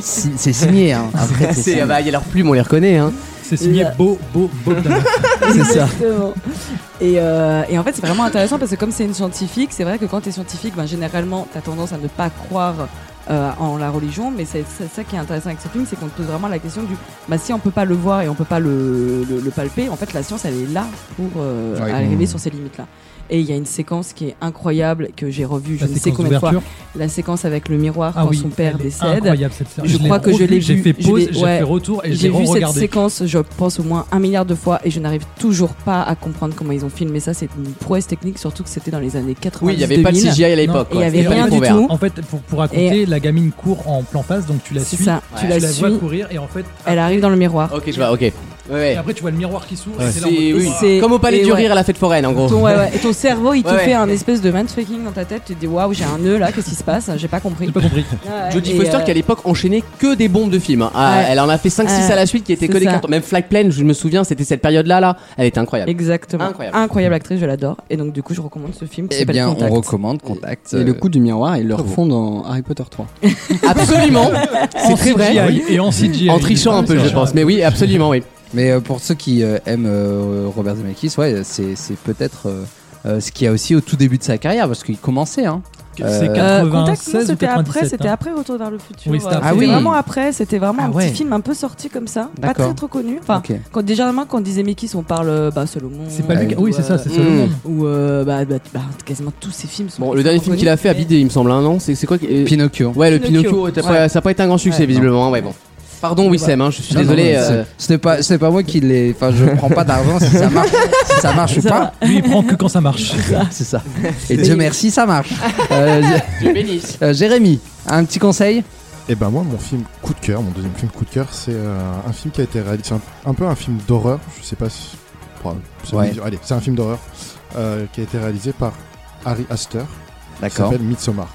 [SPEAKER 1] Si- c'est signé. hein. Après, c'est
[SPEAKER 3] C'est,
[SPEAKER 1] signé.
[SPEAKER 3] ah bah, il y a leur plume, on les reconnaît.
[SPEAKER 5] Ah,
[SPEAKER 3] Hein.
[SPEAKER 2] C'est signé
[SPEAKER 4] La-
[SPEAKER 2] Beau Beau Bogdanov.
[SPEAKER 1] C'est ça.
[SPEAKER 4] Exactement. Et, euh, et en fait, c'est vraiment intéressant parce que comme c'est une scientifique, c'est vrai que quand tu es scientifique, ben, généralement, tu as tendance à ne pas croire euh, en la religion. Mais c'est c'est ça qui est intéressant avec ce film, c'est qu'on te pose vraiment la question du bah, si on peut pas le voir et on peut pas le, le- le palper, en fait, la science, elle est là pour euh,
[SPEAKER 1] Ouais.
[SPEAKER 4] arriver
[SPEAKER 1] Mmh.
[SPEAKER 4] sur ces limites-là. Et il y a une séquence qui est incroyable que j'ai revue, je
[SPEAKER 2] La
[SPEAKER 4] ne sais
[SPEAKER 2] séquence
[SPEAKER 4] combien de fois.
[SPEAKER 2] d'ouverture.
[SPEAKER 4] La séquence avec le miroir
[SPEAKER 2] Ah
[SPEAKER 4] quand
[SPEAKER 2] oui.
[SPEAKER 4] son père
[SPEAKER 2] elle est
[SPEAKER 4] décède.
[SPEAKER 2] Incroyable cette série.
[SPEAKER 4] Je crois que je
[SPEAKER 2] revu,
[SPEAKER 4] l'ai
[SPEAKER 2] J'ai
[SPEAKER 4] vue,
[SPEAKER 2] fait
[SPEAKER 4] je
[SPEAKER 2] pause,
[SPEAKER 4] l'ai-
[SPEAKER 2] j'ai
[SPEAKER 4] ouais.
[SPEAKER 2] fait retour et j'ai
[SPEAKER 4] J'ai vu cette
[SPEAKER 2] re-regardé.
[SPEAKER 4] séquence, je pense au moins un milliard de fois, et je n'arrive toujours pas à comprendre comment ils ont filmé ça. C'est une prouesse technique, surtout que c'était dans les années 80.
[SPEAKER 3] Oui, il n'y avait pas de CGI à l'époque.
[SPEAKER 4] Non, il y
[SPEAKER 3] quoi.
[SPEAKER 4] avait
[SPEAKER 3] C'était pas
[SPEAKER 4] rien
[SPEAKER 3] les
[SPEAKER 4] du
[SPEAKER 3] convers.
[SPEAKER 4] tout.
[SPEAKER 2] En fait, pour, pour raconter, la gamine court en plan face, donc tu la
[SPEAKER 4] C'est
[SPEAKER 2] suis,
[SPEAKER 4] ça,
[SPEAKER 3] Ouais.
[SPEAKER 4] tu
[SPEAKER 2] tu
[SPEAKER 4] la
[SPEAKER 2] la
[SPEAKER 4] suis.
[SPEAKER 2] vois courir et en fait,
[SPEAKER 4] Elle arrive dans le miroir.
[SPEAKER 3] Ok, je vois, ok. Ouais,
[SPEAKER 2] et
[SPEAKER 3] ouais.
[SPEAKER 2] après tu vois le miroir qui s'ouvre.
[SPEAKER 8] Ouais.
[SPEAKER 2] et
[SPEAKER 3] C'est-
[SPEAKER 2] là en mode, oh,
[SPEAKER 3] oui.
[SPEAKER 2] waouh.
[SPEAKER 4] C'est-
[SPEAKER 3] Comme au palais
[SPEAKER 4] et
[SPEAKER 3] du
[SPEAKER 4] ouais.
[SPEAKER 3] rire à la fête foraine, en gros.
[SPEAKER 4] Ton, ouais, ouais. Et ton cerveau, il te
[SPEAKER 3] Oh. Ouais, ouais.
[SPEAKER 4] fait un espèce de mindfucking dans ta tête. Tu te dis waouh, j'ai un nœud là, qu'est-ce qui se passe J'ai pas compris.
[SPEAKER 2] J'ai pas compris.
[SPEAKER 4] Ouais,
[SPEAKER 3] Jodie
[SPEAKER 4] et,
[SPEAKER 3] Foster
[SPEAKER 4] euh,
[SPEAKER 3] qui à l'époque enchaînait que des bombes de films. hein. Ah,
[SPEAKER 4] Ouais.
[SPEAKER 3] Elle en a fait 5-6
[SPEAKER 4] Ouais.
[SPEAKER 3] à la suite qui étaient que
[SPEAKER 4] C'est
[SPEAKER 3] des
[SPEAKER 4] ça.
[SPEAKER 3] cartons. Même Flag Plane, je me souviens, c'était cette période-là. Là. Elle était incroyable.
[SPEAKER 4] Exactement.
[SPEAKER 3] Incroyable.
[SPEAKER 4] Incroyable. actrice, je l'adore. Et donc, du coup, je recommande ce film qui
[SPEAKER 1] Eh
[SPEAKER 4] s'appelle
[SPEAKER 1] bien,
[SPEAKER 4] Contact.
[SPEAKER 1] on recommande Contact.
[SPEAKER 5] Et le
[SPEAKER 1] euh,
[SPEAKER 5] coup du miroir, ils le refont dans Harry Potter 3.
[SPEAKER 3] Absolument. C'est
[SPEAKER 2] En
[SPEAKER 3] très vrai.
[SPEAKER 2] CGI Et en CGI.
[SPEAKER 3] En trichant un peu, je
[SPEAKER 2] Trichant.
[SPEAKER 3] pense. Mais oui, absolument, oui.
[SPEAKER 1] Mais euh, pour ceux qui euh, aiment euh, Robert Zemeckis, ouais, c'est c'est peut-être euh, euh, ce qu'il y a aussi au tout début de sa carrière, parce qu'il commençait. Hein.
[SPEAKER 2] C'est
[SPEAKER 1] Euh,
[SPEAKER 4] Euh, Contact,
[SPEAKER 2] 96
[SPEAKER 4] non,
[SPEAKER 2] ou
[SPEAKER 4] c'était après,
[SPEAKER 2] 97,
[SPEAKER 4] c'était
[SPEAKER 2] hein.
[SPEAKER 4] après Retour vers le futur.
[SPEAKER 2] Oui, c'était
[SPEAKER 4] Euh,
[SPEAKER 2] après.
[SPEAKER 1] Ah oui.
[SPEAKER 4] vraiment après, c'était vraiment
[SPEAKER 1] Ah
[SPEAKER 4] un
[SPEAKER 1] ouais.
[SPEAKER 4] petit film un peu sorti comme ça, pas
[SPEAKER 1] D'accord.
[SPEAKER 4] très trop connu. Enfin,
[SPEAKER 1] Ok.
[SPEAKER 4] Quand déjà même quand on disait Mekis, on parle euh, bah, Solomon.
[SPEAKER 2] C'est pas
[SPEAKER 1] Euh,
[SPEAKER 2] lui. qui- Oui,
[SPEAKER 4] ou,
[SPEAKER 2] c'est ça, c'est
[SPEAKER 4] euh,
[SPEAKER 2] ça. le
[SPEAKER 3] hmm.
[SPEAKER 2] nom.
[SPEAKER 4] Ou euh, bah, bah, bah, quasiment tous ces films sont.
[SPEAKER 3] Bon, le dernier film qu'il a fait a bidé, il me semble. hein, Non, c'est c'est quoi qui- euh,
[SPEAKER 1] Pinocchio.
[SPEAKER 3] Ouais, le
[SPEAKER 4] Pinocchio.
[SPEAKER 3] Pinocchio, t'as
[SPEAKER 4] Ouais.
[SPEAKER 3] pas- ça n'a pas été un grand succès,
[SPEAKER 4] Ouais.
[SPEAKER 3] visiblement. hein, Ouais, bon. Pardon, Wissem, hein, je suis
[SPEAKER 1] Non, non,
[SPEAKER 3] désolé.
[SPEAKER 1] non,
[SPEAKER 3] euh,
[SPEAKER 1] c'est- C'est pas, c'est pas moi qui l'ai. Enfin, je prends pas d'argent si ça marche, si ça marche ou pas.
[SPEAKER 2] Lui, il prend que quand ça marche.
[SPEAKER 1] C'est ça. Et Dieu merci, ça marche. Euh, je-
[SPEAKER 3] Dieu bénisse.
[SPEAKER 1] euh, Jérémy, un petit conseil
[SPEAKER 8] Et ben moi, mon film coup de cœur, mon deuxième film coup de cœur, c'est euh, un film qui a été réalisé, c'est un, un peu un film d'horreur, je sais pas si... bon, c'est
[SPEAKER 1] Ouais.
[SPEAKER 8] une- Allez, c'est un film d'horreur euh, qui a été réalisé par Harry Astor, qui s'appelle Midsommar.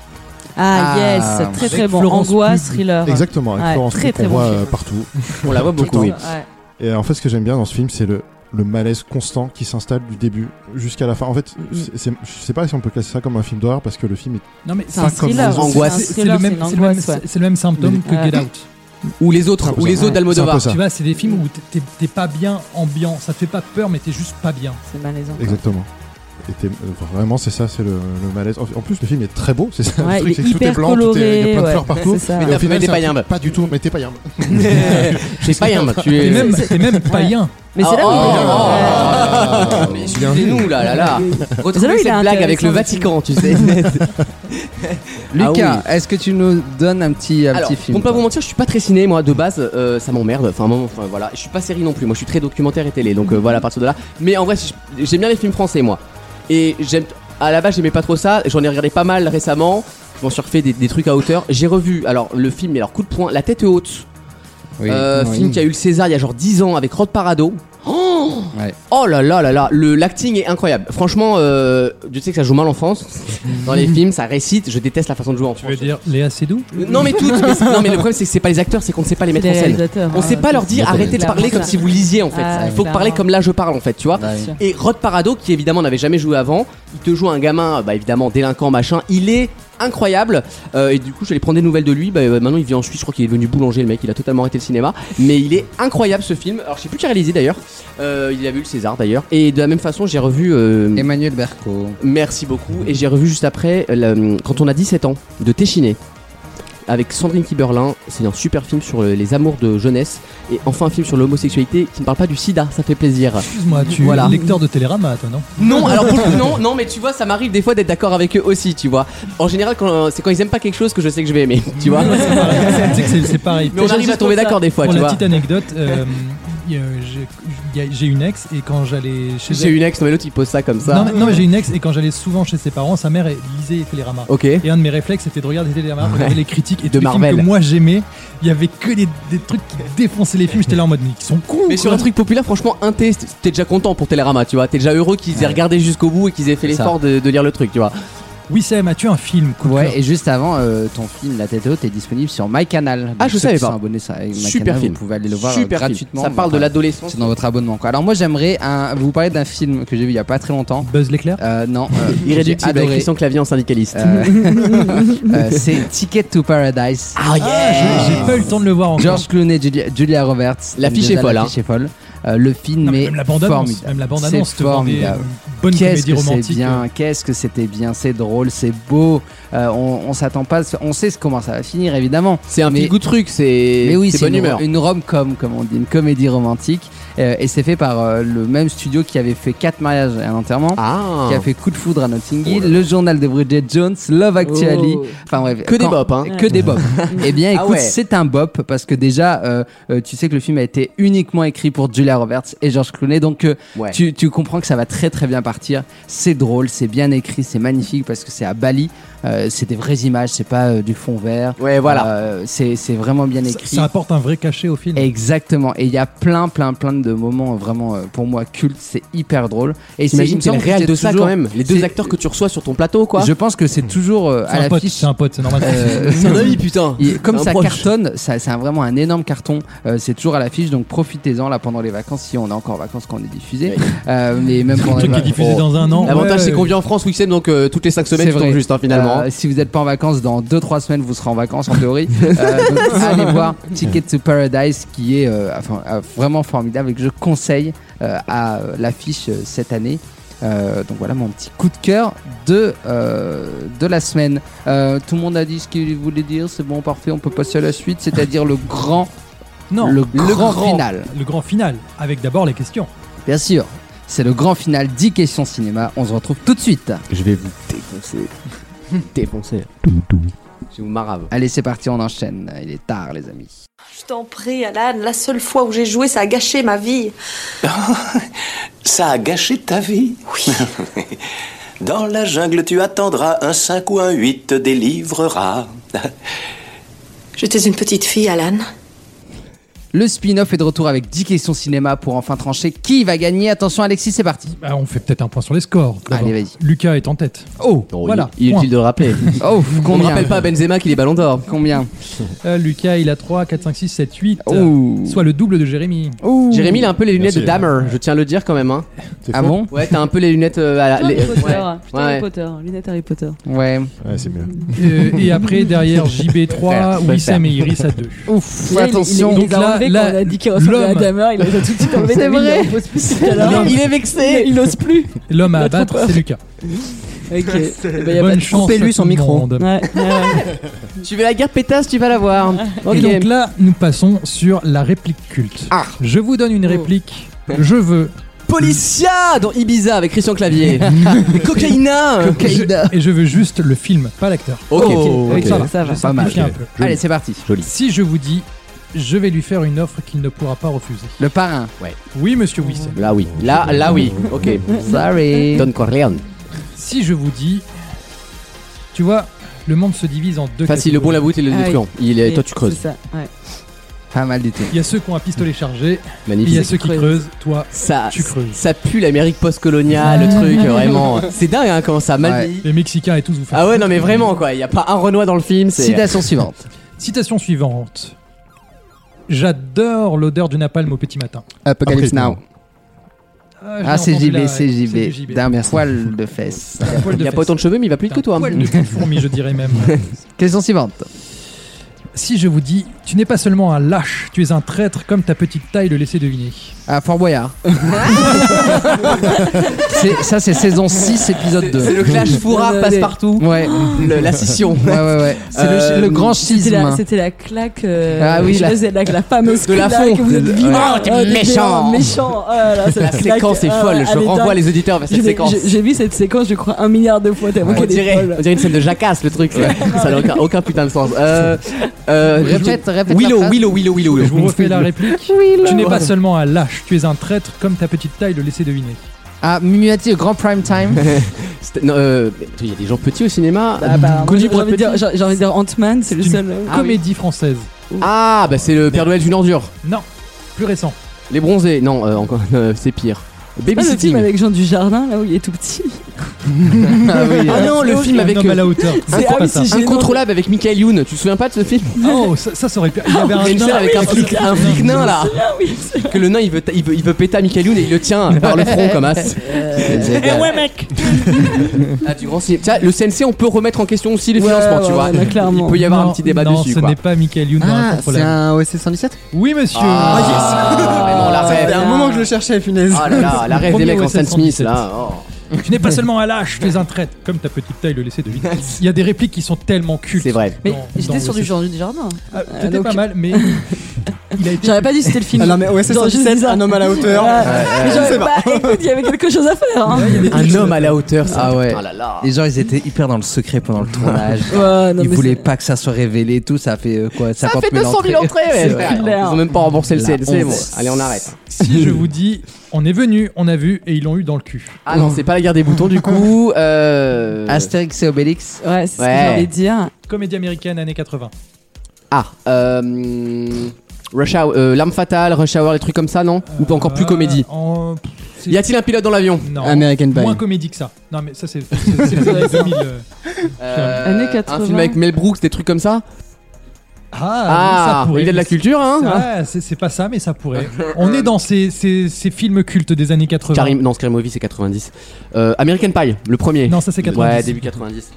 [SPEAKER 1] Ah,
[SPEAKER 11] Ah,
[SPEAKER 1] Ah,
[SPEAKER 11] yes, très très
[SPEAKER 2] avec
[SPEAKER 11] bon.
[SPEAKER 2] Florence
[SPEAKER 11] Angoisse,
[SPEAKER 2] Pugh.
[SPEAKER 4] Ah
[SPEAKER 11] thriller.
[SPEAKER 8] Exactement, avec
[SPEAKER 11] Ouais,
[SPEAKER 8] Florence
[SPEAKER 11] très,
[SPEAKER 8] Pugh
[SPEAKER 11] très
[SPEAKER 8] qu'on
[SPEAKER 11] bon
[SPEAKER 8] voit
[SPEAKER 11] film.
[SPEAKER 8] euh, partout.
[SPEAKER 3] On la voit
[SPEAKER 8] Tout le
[SPEAKER 3] beaucoup,
[SPEAKER 8] temps.
[SPEAKER 3] oui.
[SPEAKER 11] Ouais.
[SPEAKER 8] Et en fait, ce que j'aime bien dans ce film, c'est le, le malaise constant qui s'installe du début jusqu'à la fin. En
[SPEAKER 11] Mm.
[SPEAKER 8] fait, c'est- c'est- je sais pas si on peut classer ça comme un film d'horreur parce que le film est
[SPEAKER 2] Non, mais
[SPEAKER 11] C'est un
[SPEAKER 8] pas comme
[SPEAKER 11] thriller.
[SPEAKER 8] les
[SPEAKER 2] c'est-
[SPEAKER 8] autres.
[SPEAKER 3] Angoisse.
[SPEAKER 2] c'est- C'est
[SPEAKER 11] thriller,
[SPEAKER 2] le
[SPEAKER 11] c'est
[SPEAKER 2] même,
[SPEAKER 11] une
[SPEAKER 2] c'est le même,
[SPEAKER 11] angoisse, ouais.
[SPEAKER 2] c'est le même symptôme que
[SPEAKER 11] Ouais.
[SPEAKER 3] euh,
[SPEAKER 2] Get Out.
[SPEAKER 3] Ou les autres, ou les
[SPEAKER 8] C'est
[SPEAKER 3] autres
[SPEAKER 8] un peu
[SPEAKER 3] d'Almodovar.
[SPEAKER 8] ça.
[SPEAKER 2] Tu vois, c'est des films où t'es- t'es- t'es pas bien ambiant. Ça te fait pas peur, mais t'es juste pas bien.
[SPEAKER 11] C'est malaisant.
[SPEAKER 8] Exactement. Et t'es- euh, vraiment, c'est ça, c'est le, le malaise. En en plus, le film est très beau, c'est ça.
[SPEAKER 11] Ouais,
[SPEAKER 8] le truc,
[SPEAKER 11] il
[SPEAKER 8] c'est
[SPEAKER 11] est
[SPEAKER 8] que tout est
[SPEAKER 11] hyper
[SPEAKER 8] blanc, tout est- il y a
[SPEAKER 11] coloré,
[SPEAKER 8] plein de
[SPEAKER 11] ouais,
[SPEAKER 8] fleurs partout.
[SPEAKER 11] c'est ça. Mais
[SPEAKER 8] Et
[SPEAKER 3] t'as
[SPEAKER 8] au final,
[SPEAKER 3] fait des
[SPEAKER 8] c'est un
[SPEAKER 3] païens.
[SPEAKER 8] truc Pas du tout, mais t'es pas yambe.
[SPEAKER 3] J'ai pas un, tu
[SPEAKER 2] T'es
[SPEAKER 3] es.
[SPEAKER 2] même, t'es même païen.
[SPEAKER 11] Mais c'est là où.
[SPEAKER 3] Ah, oh, Mais excusez-nous, là, là, là.
[SPEAKER 11] C'est là où
[SPEAKER 3] Retrouvez
[SPEAKER 11] il est
[SPEAKER 3] cette blague avec le
[SPEAKER 11] intéressant, Ah
[SPEAKER 3] Vatican, tu sais.
[SPEAKER 1] Lucas, est-ce que tu nous donnes un petit, un
[SPEAKER 3] Ah Alors,
[SPEAKER 1] petit film
[SPEAKER 3] pour pas
[SPEAKER 1] toi
[SPEAKER 3] vous mentir, je suis pas très ciné, moi, de base, euh, ça m'emmerde. Enfin, moment, enfin, voilà. Je suis pas série non plus, moi, je suis très documentaire et télé, donc euh, voilà, à partir de là. Mais en vrai, si je- j'aime bien les films français, moi. Et j'aime. À la base, j'aimais pas trop ça, j'en ai regardé pas mal récemment. Je m'en suis refait des, des trucs à hauteur. J'ai revu, alors, le film, mais alors, coup de poing, La tête haute.
[SPEAKER 1] Oui.
[SPEAKER 3] Euh,
[SPEAKER 1] Oui.
[SPEAKER 3] Film qui a eu le César il y a genre 10 ans avec Rod Parado. Oh,
[SPEAKER 1] Ouais.
[SPEAKER 3] Oh là là là là, le l'acting est incroyable. Franchement, euh, je sais que ça joue mal en France. Dans les films, ça récite. Je déteste la façon de jouer en
[SPEAKER 2] Tu
[SPEAKER 3] France.
[SPEAKER 2] veux dire Léa Seydoux
[SPEAKER 3] Non mais tout. mais c'est- non mais le problème c'est que c'est pas les acteurs, c'est qu'on ne sait pas les ah, mettre en scène. On sait pas leur dire arrêtez de
[SPEAKER 11] Clairement,
[SPEAKER 3] parler comme
[SPEAKER 11] ça.
[SPEAKER 3] si vous lisiez en fait.
[SPEAKER 11] Ah,
[SPEAKER 3] Il faut
[SPEAKER 11] clairement.
[SPEAKER 3] parler comme là je parle en fait, tu vois.
[SPEAKER 1] Ouais.
[SPEAKER 3] Et Rod Parado, qui évidemment n'avait jamais joué avant, il te joue un gamin, bah évidemment délinquant machin. Il est incroyable. Euh, et du coup, je vais prendre des nouvelles de lui. Bah, euh, maintenant, il vit en Suisse. Je crois qu'il est devenu boulanger, le mec. Il a totalement arrêté le cinéma. Mais il est incroyable ce film. Alors, je sais plus qui a réalisé d'ailleurs. Euh, il a vu le César d'ailleurs. Et de la même façon, j'ai revu. euh,
[SPEAKER 1] Emmanuel Berco.
[SPEAKER 3] Merci beaucoup. Et j'ai revu juste après, euh, la- quand on a 17 ans, de Téchiné. Avec Sandrine Kiberlin, c'est un super film sur euh, les amours de jeunesse et enfin un film sur l'homosexualité qui ne parle pas du sida, ça fait plaisir.
[SPEAKER 2] Excuse-moi, tu
[SPEAKER 3] Voilà.
[SPEAKER 2] es lecteur de Télérama, toi, non
[SPEAKER 3] Non, alors pour le coup, non, non, mais tu vois, ça m'arrive des fois d'être d'accord avec eux aussi, tu vois. En général, quand- c'est quand ils aiment pas quelque chose que je sais que je vais aimer, tu vois.
[SPEAKER 2] C'est pareil. Tu sais que c'est- c'est pareil.
[SPEAKER 3] Mais on arrive à tomber d'accord des fois,
[SPEAKER 2] Pour
[SPEAKER 3] tu
[SPEAKER 2] la
[SPEAKER 3] vois.
[SPEAKER 2] petite anecdote, euh, il y a- j'ai- il y a- j'ai une ex et quand j'allais chez
[SPEAKER 3] J'ai
[SPEAKER 2] elle-
[SPEAKER 3] une ex, non mais l'autre il pose ça comme
[SPEAKER 2] Non,
[SPEAKER 3] ça.
[SPEAKER 2] mais, non, mais j'ai une ex et quand j'allais souvent chez ses parents, sa mère elle lisait Télérama.
[SPEAKER 3] Ok.
[SPEAKER 2] Et un de mes réflexes c'était de regarder Télérama, de
[SPEAKER 3] Ouais.
[SPEAKER 2] regarder les critiques et
[SPEAKER 3] De
[SPEAKER 2] tous les films
[SPEAKER 3] Marvel.
[SPEAKER 2] que moi j'aimais. Il y avait que des, des trucs qui défonçaient les films. J'étais là en mode mais ils sont cons.
[SPEAKER 3] Mais sur
[SPEAKER 2] quoi.
[SPEAKER 3] un truc populaire, franchement, un thé, c'est- t'es déjà content pour Télérama, tu vois. T'es déjà heureux qu'ils aient regardé jusqu'au bout et qu'ils aient fait
[SPEAKER 1] C'est ça.
[SPEAKER 3] l'effort de, de lire le truc, tu vois.
[SPEAKER 2] Oui, Sam, as-tu un film coup de cœur
[SPEAKER 1] Ouais, et juste avant, euh, ton film La tête haute est disponible sur MyCanal. Donc,
[SPEAKER 3] Ah, je
[SPEAKER 1] ceux
[SPEAKER 3] savais
[SPEAKER 1] qui
[SPEAKER 3] pas.
[SPEAKER 1] sont abonnés sur MyCanal,
[SPEAKER 3] Super film.
[SPEAKER 1] Vous pouvez aller le voir euh,
[SPEAKER 3] Super film.
[SPEAKER 1] gratuitement.
[SPEAKER 3] Ça
[SPEAKER 1] mais
[SPEAKER 3] parle de
[SPEAKER 1] enfin,
[SPEAKER 3] l'adolescence.
[SPEAKER 1] C'est dans votre abonnement. Quoi. Alors moi, j'aimerais un- vous parler d'un film que j'ai vu il y a pas très longtemps.
[SPEAKER 2] Buzz l'éclair
[SPEAKER 1] Euh, non, euh, j'ai
[SPEAKER 3] Irréductible avec
[SPEAKER 1] adoré.
[SPEAKER 3] Christian Clavier en syndicaliste.
[SPEAKER 1] Euh, euh, c'est Ticket to Paradise.
[SPEAKER 3] Ah yeah
[SPEAKER 2] Ah, J'ai j'ai pas eu le temps de le voir encore.
[SPEAKER 1] George Clooney, Julia, Julia Roberts.
[SPEAKER 3] L'affiche
[SPEAKER 1] Déjà,
[SPEAKER 3] est folle, hein.
[SPEAKER 1] L'affiche est folle. Euh, le film
[SPEAKER 2] Non, mais
[SPEAKER 1] est
[SPEAKER 2] même la bande annonce,
[SPEAKER 1] formidable.
[SPEAKER 2] même la bande
[SPEAKER 1] c'est
[SPEAKER 2] annonce te vendait
[SPEAKER 1] formidable.
[SPEAKER 2] une bonne
[SPEAKER 1] Qu'est-ce
[SPEAKER 2] comédie
[SPEAKER 1] que c'est
[SPEAKER 2] romantique. hein.
[SPEAKER 1] bien, qu'est-ce que c'était bien, c'est drôle, c'est beau, euh, on, on s'attend pas, à ce- on sait comment ça va finir évidemment.
[SPEAKER 3] C'est un
[SPEAKER 1] Mais-
[SPEAKER 3] petit goût de truc, c'est
[SPEAKER 1] Mais oui,
[SPEAKER 3] c'est
[SPEAKER 1] c'est
[SPEAKER 3] bonne
[SPEAKER 1] une,
[SPEAKER 3] humeur.
[SPEAKER 1] une rom-com comme on dit, une comédie romantique euh, et c'est fait par euh, le même studio qui avait fait 4 mariages et un enterrement.
[SPEAKER 3] Ah Oh
[SPEAKER 1] Qui a fait coup de foudre à Notting Hill, le journal de Bridget Jones, Love Actually.
[SPEAKER 11] Oh.
[SPEAKER 1] Enfin bref,
[SPEAKER 3] Que des
[SPEAKER 1] quand-
[SPEAKER 3] bops, hein.
[SPEAKER 1] Que des bops. eh bien, écoute,
[SPEAKER 3] Ah ouais.
[SPEAKER 1] c'est un bop parce que déjà, euh, euh, tu sais que le film a été uniquement écrit pour Julia Roberts et George Clooney, donc euh,
[SPEAKER 3] Ouais.
[SPEAKER 1] tu, tu comprends que ça va très très bien partir. C'est drôle, c'est bien écrit, c'est magnifique parce que c'est à Bali. Euh, c'est des vraies images, c'est pas euh, du fond vert.
[SPEAKER 3] Ouais, voilà.
[SPEAKER 1] Euh, c'est c'est vraiment bien
[SPEAKER 2] Ça,
[SPEAKER 1] écrit.
[SPEAKER 2] ça apporte un vrai cachet au film.
[SPEAKER 1] Exactement. Et il y a plein, plein, plein de moments euh, vraiment euh, pour moi cultes. C'est hyper drôle. Et c'est- il
[SPEAKER 3] T'imagines,
[SPEAKER 1] me
[SPEAKER 3] c'est
[SPEAKER 1] semble
[SPEAKER 3] le
[SPEAKER 1] que
[SPEAKER 3] réel
[SPEAKER 1] c'est
[SPEAKER 3] de ça
[SPEAKER 1] toujours-
[SPEAKER 3] quand même. Les deux
[SPEAKER 1] c'est-
[SPEAKER 3] acteurs que tu reçois sur ton plateau, quoi.
[SPEAKER 1] Je pense que c'est toujours euh,
[SPEAKER 2] C'est
[SPEAKER 1] à
[SPEAKER 2] un pote,
[SPEAKER 1] l'affiche.
[SPEAKER 2] c'est un pote, c'est normal.
[SPEAKER 1] euh,
[SPEAKER 3] C'est un ami, putain.
[SPEAKER 1] Et comme
[SPEAKER 3] C'est un
[SPEAKER 1] ça
[SPEAKER 3] proche.
[SPEAKER 1] cartonne, ça, c'est un- vraiment un énorme carton. Euh, c'est toujours à l'affiche, donc profitez-en là pendant les vacances si on est encore en vacances quand on est diffusé. Euh, mais même pendant
[SPEAKER 2] Un
[SPEAKER 1] les
[SPEAKER 2] truc qui est
[SPEAKER 1] vacances.
[SPEAKER 2] diffusé dans un an.
[SPEAKER 3] L'avantage,
[SPEAKER 2] Ouais,
[SPEAKER 3] c'est qu'on vit en France, Wixem, donc euh, toutes les 5 semaines,
[SPEAKER 1] C'est
[SPEAKER 3] tu tombes
[SPEAKER 1] vrai.
[SPEAKER 3] juste, hein, finalement.
[SPEAKER 1] Euh, si vous n'êtes pas en vacances, dans 2-3 semaines, vous serez en vacances en théorie. Euh, donc, allez voir Ticket to Paradise qui est euh, enfin, euh, vraiment formidable et que je conseille euh, à euh, l'affiche euh, cette année. Euh, donc voilà mon petit coup de cœur de, euh, de la semaine. Euh, tout le monde a dit ce qu'il voulait dire, c'est bon, parfait, on peut passer à la suite, c'est-à-dire le grand,
[SPEAKER 2] Non,
[SPEAKER 1] le grand final.
[SPEAKER 2] Le grand final, avec d'abord les questions.
[SPEAKER 1] Bien sûr, c'est le grand final 10 questions cinéma, on se retrouve tout de suite.
[SPEAKER 3] Je vais vous défoncer. défoncer. Je vous marave.
[SPEAKER 1] Allez, c'est parti, on enchaîne. Il est tard, les amis.
[SPEAKER 11] Je t'en prie, Alan, la seule fois où j'ai joué, ça a gâché ma vie.
[SPEAKER 10] Ça a gâché ta vie Oui. Dans la jungle, tu attendras un 5 ou un 8 te délivrera.
[SPEAKER 9] J'étais une petite fille, Alan.
[SPEAKER 1] Le spin-off est de retour avec 10 questions cinéma pour enfin trancher qui va gagner. Attention, Alexis, c'est parti.
[SPEAKER 2] Bah, on fait peut-être un point sur les scores. d'abord.
[SPEAKER 1] Allez, vas-y.
[SPEAKER 2] Lucas est en tête.
[SPEAKER 1] Oh,
[SPEAKER 2] voilà.
[SPEAKER 3] Il est
[SPEAKER 2] point.
[SPEAKER 3] utile de le rappeler.
[SPEAKER 1] Oh,
[SPEAKER 3] On ne
[SPEAKER 1] combien
[SPEAKER 3] rappelle pas à Benzema qu'il est ballon d'or.
[SPEAKER 1] Combien
[SPEAKER 2] Euh, Lucas, il a 3, 4, 5, 6, 7, 8.
[SPEAKER 1] Oh.
[SPEAKER 2] Soit le double de Jérémy.
[SPEAKER 1] Ouh.
[SPEAKER 3] Jérémy, il a un peu les lunettes
[SPEAKER 8] Merci.
[SPEAKER 3] de Dahmer, je tiens à le dire quand même. Hein.
[SPEAKER 8] C'est
[SPEAKER 1] Ah
[SPEAKER 8] faux
[SPEAKER 1] bon
[SPEAKER 3] Ouais, t'as un peu les lunettes euh, à la.
[SPEAKER 4] Putain,
[SPEAKER 3] les-
[SPEAKER 4] Harry Potter.
[SPEAKER 3] Ouais.
[SPEAKER 4] Putain, Harry
[SPEAKER 3] Ouais.
[SPEAKER 4] Potter. Lunettes Harry Potter.
[SPEAKER 1] Ouais.
[SPEAKER 8] Ouais, c'est mieux.
[SPEAKER 2] Euh, et après, derrière, JB3,
[SPEAKER 3] Frère,
[SPEAKER 2] Wissam et Iris à 2.
[SPEAKER 1] Ouf,
[SPEAKER 4] Là, il-
[SPEAKER 1] attention.
[SPEAKER 4] Il, il,
[SPEAKER 2] Donc
[SPEAKER 4] les a
[SPEAKER 2] là-
[SPEAKER 4] enlevés
[SPEAKER 2] là,
[SPEAKER 4] quand on a dit qu'il ressemblait à
[SPEAKER 2] l'homme-
[SPEAKER 4] Damer, il les a tout de suite enlevés.
[SPEAKER 1] C'est
[SPEAKER 4] David,
[SPEAKER 1] vrai.
[SPEAKER 4] Il en pose plus tout à l'heure.
[SPEAKER 2] Non,
[SPEAKER 4] Il est vexé. Il n'ose plus.
[SPEAKER 2] L'homme à
[SPEAKER 4] Notre
[SPEAKER 2] abattre,
[SPEAKER 4] peur.
[SPEAKER 2] c'est Lucas.
[SPEAKER 4] Ok. Eh ben, y a pas
[SPEAKER 2] Bonne
[SPEAKER 4] de-
[SPEAKER 2] chance.
[SPEAKER 5] Coupez-lui
[SPEAKER 2] à
[SPEAKER 5] son
[SPEAKER 2] tout le
[SPEAKER 5] micro.
[SPEAKER 2] monde.
[SPEAKER 4] Ouais, ouais, ouais.
[SPEAKER 3] Tu veux la guerre pétasse, tu vas la voir. Ok.
[SPEAKER 2] Et donc là, nous passons sur la réplique culte. Je vous donne une réplique. Je veux.
[SPEAKER 3] Policia dans Ibiza avec Christian Clavier. Cocaïna.
[SPEAKER 1] Kaïda.
[SPEAKER 2] Et je veux juste le film, pas l'acteur.
[SPEAKER 3] Ok,
[SPEAKER 1] Oh,
[SPEAKER 2] Ok,
[SPEAKER 3] Oh, ok.
[SPEAKER 2] ça va.
[SPEAKER 4] Ça va.
[SPEAKER 2] Je simplifie
[SPEAKER 8] mal.
[SPEAKER 2] un peu.
[SPEAKER 1] Allez, c'est parti.
[SPEAKER 2] Si je vous dis, je vais lui faire une offre qu'il ne pourra pas refuser.
[SPEAKER 1] Le parrain.
[SPEAKER 2] Oui, monsieur Wissam.
[SPEAKER 3] Là oui. Là, là oui. Ok.
[SPEAKER 1] Sorry.
[SPEAKER 3] Don Corleone.
[SPEAKER 2] Si je vous dis, tu vois, le monde se divise en deux.
[SPEAKER 3] Facile, le bon, la
[SPEAKER 2] catégories.
[SPEAKER 3] voûte et le
[SPEAKER 4] Ah oui.
[SPEAKER 3] détruant. Il est, toi tu creuses.
[SPEAKER 4] C'est ça. Ouais.
[SPEAKER 1] Pas mal du tout.
[SPEAKER 2] Il y a ceux qui ont un pistolet chargé, et il y a
[SPEAKER 3] Magnifique.
[SPEAKER 2] ceux qui
[SPEAKER 4] Creuse.
[SPEAKER 2] creusent. Toi,
[SPEAKER 3] Ça,
[SPEAKER 2] tu creuses.
[SPEAKER 3] ça pue l'Amérique post-coloniale, le truc, vraiment. C'est dingue hein, comment ça a mal
[SPEAKER 1] Ouais.
[SPEAKER 3] vieilli.
[SPEAKER 2] les Mexicains et tous vous faites.
[SPEAKER 3] Ah ouais, non mais vraiment quoi. Il y a pas un Renoir dans le film. C'est.
[SPEAKER 1] Citation suivante.
[SPEAKER 2] Citation suivante. J'adore l'odeur du napalm au petit matin.
[SPEAKER 5] Apocalypse
[SPEAKER 8] Après,
[SPEAKER 5] Now.
[SPEAKER 2] je
[SPEAKER 1] Ah,
[SPEAKER 2] l'ai
[SPEAKER 1] c'est
[SPEAKER 2] entendu là,
[SPEAKER 1] JB,
[SPEAKER 2] ouais.
[SPEAKER 1] c'est
[SPEAKER 2] C'est du
[SPEAKER 1] JB. D'un poil de fesse.
[SPEAKER 2] Un poil
[SPEAKER 3] Il
[SPEAKER 2] de
[SPEAKER 3] y a pas
[SPEAKER 2] fesse.
[SPEAKER 3] autant de cheveux, mais il va plus vite que
[SPEAKER 2] Un
[SPEAKER 3] toi.
[SPEAKER 2] poil de queue de fourmi, je dirais même.
[SPEAKER 1] Question suivante.
[SPEAKER 2] si je vous dis, tu n'es pas seulement un lâche, tu es un traître comme ta petite taille le laissait deviner.
[SPEAKER 1] À Fort Boyard. C'est- ça, c'est saison 6, épisode 2.
[SPEAKER 3] C'est le clash fourrard passe partout.
[SPEAKER 1] Ouais, ouais,
[SPEAKER 3] La scission.
[SPEAKER 1] ouais. ouais. C'est le-
[SPEAKER 3] Euh,
[SPEAKER 1] le, grand
[SPEAKER 4] C'était
[SPEAKER 1] schisme.
[SPEAKER 4] la,
[SPEAKER 1] hein.
[SPEAKER 4] c'était la claque. euh,
[SPEAKER 1] Ah oui,
[SPEAKER 4] je
[SPEAKER 1] la-
[SPEAKER 4] faisais la, la fameuse
[SPEAKER 3] De la
[SPEAKER 4] claque
[SPEAKER 3] fonte.
[SPEAKER 4] que vous
[SPEAKER 3] De-
[SPEAKER 4] êtes dit,
[SPEAKER 3] ouais.
[SPEAKER 4] Ah,
[SPEAKER 3] Oh, t'es
[SPEAKER 4] ah,
[SPEAKER 3] méchant.
[SPEAKER 4] méchant. Ah, là, c'est
[SPEAKER 3] La
[SPEAKER 4] claque.
[SPEAKER 3] séquence est
[SPEAKER 4] Ah,
[SPEAKER 3] folle.
[SPEAKER 4] elle
[SPEAKER 3] Je
[SPEAKER 4] est
[SPEAKER 3] renvoie
[SPEAKER 4] dingue.
[SPEAKER 3] les auditeurs vers cette
[SPEAKER 4] Je l'ai-
[SPEAKER 3] séquence.
[SPEAKER 4] je- J'ai vu cette séquence, je crois, un milliard de fois. Tellement
[SPEAKER 3] On
[SPEAKER 4] qu'elle est
[SPEAKER 3] dirait,
[SPEAKER 4] folle.
[SPEAKER 3] on dirait une scène de jacasse le truc. ça n'a aucun, aucun putain de sens. Euh, euh,
[SPEAKER 1] Répète, répète. la
[SPEAKER 3] Willow,
[SPEAKER 1] phrase.
[SPEAKER 3] Willow, Willow, Willow,
[SPEAKER 2] Je
[SPEAKER 3] Willow.
[SPEAKER 2] vous refais la réplique. Tu n'es pas seulement un lâche, tu es un traître comme ta petite taille le laissait deviner.
[SPEAKER 1] Ah, Mumuati, au grand prime time.
[SPEAKER 3] C'était- non, euh, il y a des gens petits au cinéma.
[SPEAKER 4] Ah, bah, moi,
[SPEAKER 3] Connu
[SPEAKER 4] J'ai
[SPEAKER 3] pour
[SPEAKER 4] j'ai
[SPEAKER 3] être
[SPEAKER 4] envie de dire- j'ai- j'ai envie de dire Ant-Man, c'est le
[SPEAKER 2] C'est une
[SPEAKER 4] seul. euh,
[SPEAKER 3] Ah oui.
[SPEAKER 2] Comédie française.
[SPEAKER 3] Ah, bah c'est le Père Noël d'une ordure.
[SPEAKER 2] Non, plus récent.
[SPEAKER 3] Les bronzés. Non, euh, encore, euh, c'est pire.
[SPEAKER 4] Pas le film
[SPEAKER 3] Babysitting.
[SPEAKER 4] avec Jean Dujardin, là où il est tout petit.
[SPEAKER 1] Ah oui.
[SPEAKER 3] Ah non, le film
[SPEAKER 2] Un
[SPEAKER 3] avec
[SPEAKER 2] homme à
[SPEAKER 3] euh,
[SPEAKER 2] la hauteur.
[SPEAKER 4] C'est- ah
[SPEAKER 2] pas
[SPEAKER 4] oui,
[SPEAKER 2] ça.
[SPEAKER 4] si, j'ai-
[SPEAKER 3] Incontrôlable avec Michael Youn. Tu te souviens pas de ce film
[SPEAKER 2] Oh, ça, ça, ça aurait pu. Il y avait
[SPEAKER 3] Il y a
[SPEAKER 2] Ah, un
[SPEAKER 3] une scène
[SPEAKER 2] nain.
[SPEAKER 3] avec un flic, un flic nain là.
[SPEAKER 4] Ah oui, c'est-
[SPEAKER 3] Que le nain il veut, ta- il veut, il veut péter à Michael Youn et il le tient par le front comme as.
[SPEAKER 4] Eh ouais, mec.
[SPEAKER 3] Ah, du grand cinéma. Tiens, le CNC, on peut remettre en question aussi les
[SPEAKER 4] Ouais,
[SPEAKER 3] financements, tu
[SPEAKER 4] ouais,
[SPEAKER 3] vois.
[SPEAKER 4] ouais, ouais, clairement.
[SPEAKER 3] Il peut y avoir un
[SPEAKER 2] Non,
[SPEAKER 3] petit débat
[SPEAKER 2] non,
[SPEAKER 3] dessus.
[SPEAKER 2] ce
[SPEAKER 3] quoi.
[SPEAKER 2] n'est pas Michael Youn dans
[SPEAKER 5] Ah, c'est
[SPEAKER 2] Incontrôlable.
[SPEAKER 5] un OSC 117
[SPEAKER 2] Oui, monsieur.
[SPEAKER 3] Ah, vraiment, la
[SPEAKER 5] Ça fait
[SPEAKER 3] rêve.
[SPEAKER 5] un moment que je le cherchais, punaise.
[SPEAKER 3] Ah là là, la rêve
[SPEAKER 2] Premier
[SPEAKER 3] des mecs en
[SPEAKER 2] OSS
[SPEAKER 3] Stan Smith
[SPEAKER 2] 117.
[SPEAKER 3] là. oh.
[SPEAKER 2] Tu n'es pas seulement un lâche, tu es un traître comme ta petite taille le laissait deviner. Il y a des répliques qui sont tellement cultes.
[SPEAKER 3] C'est vrai.
[SPEAKER 4] Mais
[SPEAKER 2] Dans-
[SPEAKER 4] j'étais
[SPEAKER 2] dans
[SPEAKER 4] sur
[SPEAKER 2] le
[SPEAKER 4] du
[SPEAKER 2] film.
[SPEAKER 4] Jean Dujardin.
[SPEAKER 2] Ah,
[SPEAKER 4] Euh,
[SPEAKER 2] T'étais
[SPEAKER 4] donc-
[SPEAKER 2] pas mal, mais il a été.
[SPEAKER 4] J'aurais pas dit c'était le film.
[SPEAKER 5] Ah non, mais OSS
[SPEAKER 4] Genre, juste
[SPEAKER 5] 117,
[SPEAKER 4] bizarre.
[SPEAKER 5] un homme à la hauteur.
[SPEAKER 4] Ouais, mais j'aurais- bah, écoute, il y avait quelque chose à faire. hein.
[SPEAKER 3] Un homme à la hauteur, ça.
[SPEAKER 1] Ah ouais.
[SPEAKER 3] Ah là là.
[SPEAKER 1] Les gens, ils étaient hyper dans le secret pendant le tournage.
[SPEAKER 4] Ouais, non,
[SPEAKER 1] Ils
[SPEAKER 4] mais
[SPEAKER 1] voulaient
[SPEAKER 4] c'est-
[SPEAKER 1] pas que ça soit révélé et tout. Ça fait euh, quoi 50
[SPEAKER 3] ouais.
[SPEAKER 1] C'est vrai.
[SPEAKER 3] Ils ont même pas remboursé le
[SPEAKER 1] La
[SPEAKER 3] CNC.
[SPEAKER 1] honte.
[SPEAKER 3] Bon, allez, on arrête.
[SPEAKER 2] Si je vous dis, on est venu, on a vu et ils l'ont eu dans le cul.
[SPEAKER 3] Ah non, c'est pas la guerre des boutons du coup. Euh...
[SPEAKER 1] Astérix et Obélix.
[SPEAKER 4] Ouais, c'est ce
[SPEAKER 3] Ouais.
[SPEAKER 4] que hein. j'allais dire.
[SPEAKER 2] Comédie américaine années 80.
[SPEAKER 3] Ah, euh. Rush Hour, euh, L'arme fatale, Rush Hour, les trucs comme ça, non Ou pas encore plus
[SPEAKER 2] Euh,
[SPEAKER 3] comédie
[SPEAKER 2] en-
[SPEAKER 3] Y a-t-il un pilote dans l'avion
[SPEAKER 2] Non.
[SPEAKER 5] American Pie.
[SPEAKER 2] Moins comédie que ça. Non, mais ça, c'est c'est- c'est les années 2000. euh.
[SPEAKER 3] Euh,
[SPEAKER 4] Années
[SPEAKER 3] Un
[SPEAKER 4] 80.
[SPEAKER 3] film avec Mel Brooks, des trucs comme ça
[SPEAKER 2] Ah,
[SPEAKER 3] Ah,
[SPEAKER 2] ça pourrait.
[SPEAKER 3] il a de la culture, hein
[SPEAKER 2] Ah, c'est c'est pas ça, mais ça pourrait. On est dans ces, ces, ces films cultes des années 80.
[SPEAKER 3] Karim, non, Scary Movie c'est 90. Euh, American Pie, le premier.
[SPEAKER 2] Non, ça c'est 90.
[SPEAKER 3] Ouais, début 90.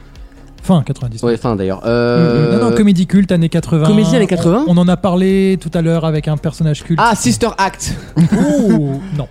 [SPEAKER 2] Fin 90.
[SPEAKER 3] Ouais, fin
[SPEAKER 2] Mm,
[SPEAKER 3] d'ailleurs.
[SPEAKER 2] mm.
[SPEAKER 3] Euh...
[SPEAKER 2] Non, non, comédie culte années 80.
[SPEAKER 3] Comédie années 80.
[SPEAKER 2] On, on en a parlé tout à l'heure avec un personnage culte.
[SPEAKER 3] Ah, Sister Act.
[SPEAKER 2] Oh, non.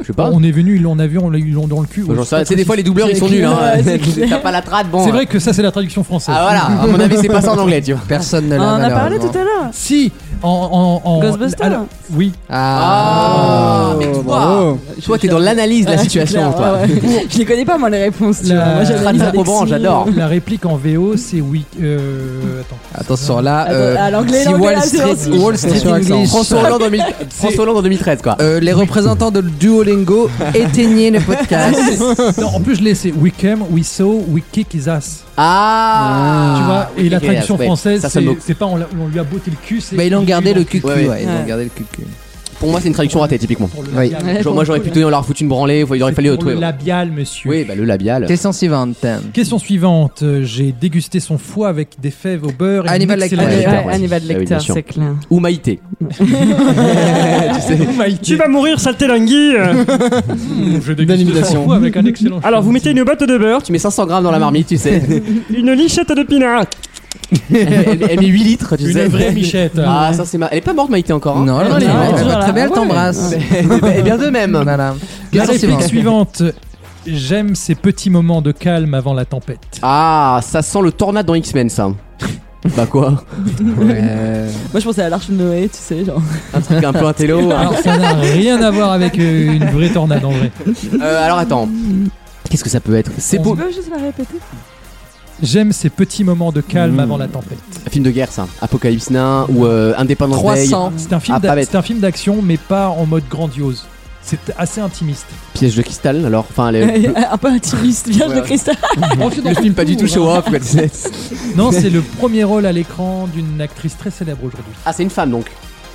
[SPEAKER 3] Je sais pas.
[SPEAKER 2] on est venu, ils l'ont- on a vu, on l'a eu dans dans le cul.
[SPEAKER 3] Bon, j'en sais rien. C'est des fois les doubleurs ils sont nuls. Hein. T'as pas la trad, bon. hein.
[SPEAKER 2] C'est vrai que ça c'est la traduction française.
[SPEAKER 3] Ah voilà, à mon avis c'est pas ça en anglais, tu vois.
[SPEAKER 1] Personne ne
[SPEAKER 4] Ah, On
[SPEAKER 1] l'a
[SPEAKER 4] en a parlé
[SPEAKER 1] malheureusement.
[SPEAKER 4] tout à l'heure.
[SPEAKER 2] Si en, en, en-
[SPEAKER 4] Ghostbusters.
[SPEAKER 2] alors, Oui.
[SPEAKER 4] Ah,
[SPEAKER 1] Oh,
[SPEAKER 4] mais toi,
[SPEAKER 3] bravo. Toi, t'es dans l'analyse de la
[SPEAKER 4] Ouais, c'est
[SPEAKER 3] situation,
[SPEAKER 4] clair,
[SPEAKER 3] toi.
[SPEAKER 4] ouais, ouais. je les connais pas, moi, les réponses. Tu vois. Moi, j'analyse
[SPEAKER 2] la-
[SPEAKER 4] avec si-
[SPEAKER 2] La réplique en VO, c'est oui. euh, attends.
[SPEAKER 1] Attention là,
[SPEAKER 4] Attends,
[SPEAKER 1] euh,
[SPEAKER 4] Ah, à l'anglais,
[SPEAKER 1] si
[SPEAKER 4] l'anglais,
[SPEAKER 1] Wall
[SPEAKER 4] là, c'est
[SPEAKER 1] Street,
[SPEAKER 4] l'ancien.
[SPEAKER 1] Wall Street
[SPEAKER 4] Sur l'accent.
[SPEAKER 1] English.
[SPEAKER 4] François Hollande en mille-
[SPEAKER 3] François Hollande en 2013, quoi.
[SPEAKER 1] Euh, les représentants de Duolingo, éteignez le podcast.
[SPEAKER 2] non, en plus, je l'ai, c'est We came, we saw, we kick his ass.
[SPEAKER 3] Ah
[SPEAKER 2] Tu vois, et
[SPEAKER 3] Oui,
[SPEAKER 2] la
[SPEAKER 3] kick his
[SPEAKER 2] traduction
[SPEAKER 3] ass, ouais.
[SPEAKER 2] française,
[SPEAKER 3] Ça Bah, sonne
[SPEAKER 2] c'est
[SPEAKER 3] beaucoup.
[SPEAKER 2] c'est pas on, l'a- on lui a botté le cul, c'est.
[SPEAKER 1] Mais Bah, ils ont gardé le cul
[SPEAKER 3] Ouais, ouais.
[SPEAKER 1] ils ont
[SPEAKER 3] Ouais.
[SPEAKER 1] gardé le cul-cul.
[SPEAKER 3] Pour moi, c'est une traduction ratée, typiquement.
[SPEAKER 1] Oui.
[SPEAKER 3] Genre, moi, j'aurais pu donner, on leur a foutu une branlée, il aurait fallu
[SPEAKER 2] Pour
[SPEAKER 3] autre
[SPEAKER 2] le labial, monsieur.
[SPEAKER 3] Oui, bah le labial.
[SPEAKER 1] Question suivante.
[SPEAKER 3] Hein
[SPEAKER 2] Question suivante, euh, j'ai dégusté son foie avec des fèves au beurre et
[SPEAKER 1] Hannibal
[SPEAKER 2] une
[SPEAKER 1] Lecter.
[SPEAKER 2] excellente-
[SPEAKER 4] Ouais,
[SPEAKER 3] Lecter, ouais.
[SPEAKER 4] Hannibal
[SPEAKER 3] Ah oui, bien
[SPEAKER 4] Lecter,
[SPEAKER 3] sûr.
[SPEAKER 4] c'est clair.
[SPEAKER 3] Ou Maïté. tu sais.
[SPEAKER 12] Tu vas mourir, saleté languille
[SPEAKER 2] Je dégusté son foie avec un excellent.
[SPEAKER 12] Alors, vous mettez une botte de beurre,
[SPEAKER 3] Tu mets 500 grammes dans la marmite, tu sais.
[SPEAKER 12] une lichette de pinard.
[SPEAKER 3] elle, elle met 8 litres, tu
[SPEAKER 2] Une
[SPEAKER 3] sais.
[SPEAKER 2] vraie michette.
[SPEAKER 3] Ah, ça c'est ma... Elle est pas morte, Maïté, encore. hein.
[SPEAKER 1] Non,
[SPEAKER 3] Elle est
[SPEAKER 1] non,
[SPEAKER 3] morte.
[SPEAKER 1] non,
[SPEAKER 4] toujours
[SPEAKER 1] très
[SPEAKER 4] là.
[SPEAKER 1] bien, elle
[SPEAKER 4] Ouais.
[SPEAKER 1] t'embrasse.
[SPEAKER 3] Et bien de même.
[SPEAKER 1] Voilà.
[SPEAKER 2] La
[SPEAKER 1] Question
[SPEAKER 2] réplique
[SPEAKER 1] suivante.
[SPEAKER 2] suivante, j'aime ces petits moments de calme avant la tempête.
[SPEAKER 3] Ah, ça sent le tornade dans X-Men, ça. bah quoi
[SPEAKER 4] Moi, je pensais à l'Arche de Noé, tu sais, genre.
[SPEAKER 3] Un truc un peu intello. hein.
[SPEAKER 2] Alors ça n'a rien à voir avec euh, une vraie tornade en vrai.
[SPEAKER 3] Euh, alors attends. Qu'est-ce que ça peut être C'est beau.
[SPEAKER 4] Tu peux juste la répéter
[SPEAKER 2] J'aime ces petits moments de
[SPEAKER 3] Mmh.
[SPEAKER 2] calme avant la tempête.
[SPEAKER 3] Un film de guerre, ça. Apocalypse Nain ou euh, Indépendance Day.
[SPEAKER 1] 300.
[SPEAKER 2] C'est un film
[SPEAKER 3] Ah, pas
[SPEAKER 2] d'a-
[SPEAKER 3] bête.
[SPEAKER 2] c'est un film d'action mais pas en mode grandiose. C'est assez intimiste.
[SPEAKER 3] Piège de cristal, alors. Enfin, le,
[SPEAKER 4] Un peu intimiste, vierge
[SPEAKER 3] Euh. Ouais.
[SPEAKER 4] de cristal.
[SPEAKER 3] le film pas du tout show off, quoi. tu sais.
[SPEAKER 2] Non, c'est le premier rôle à l'écran d'une actrice très célèbre aujourd'hui.
[SPEAKER 3] Ah, c'est une femme donc.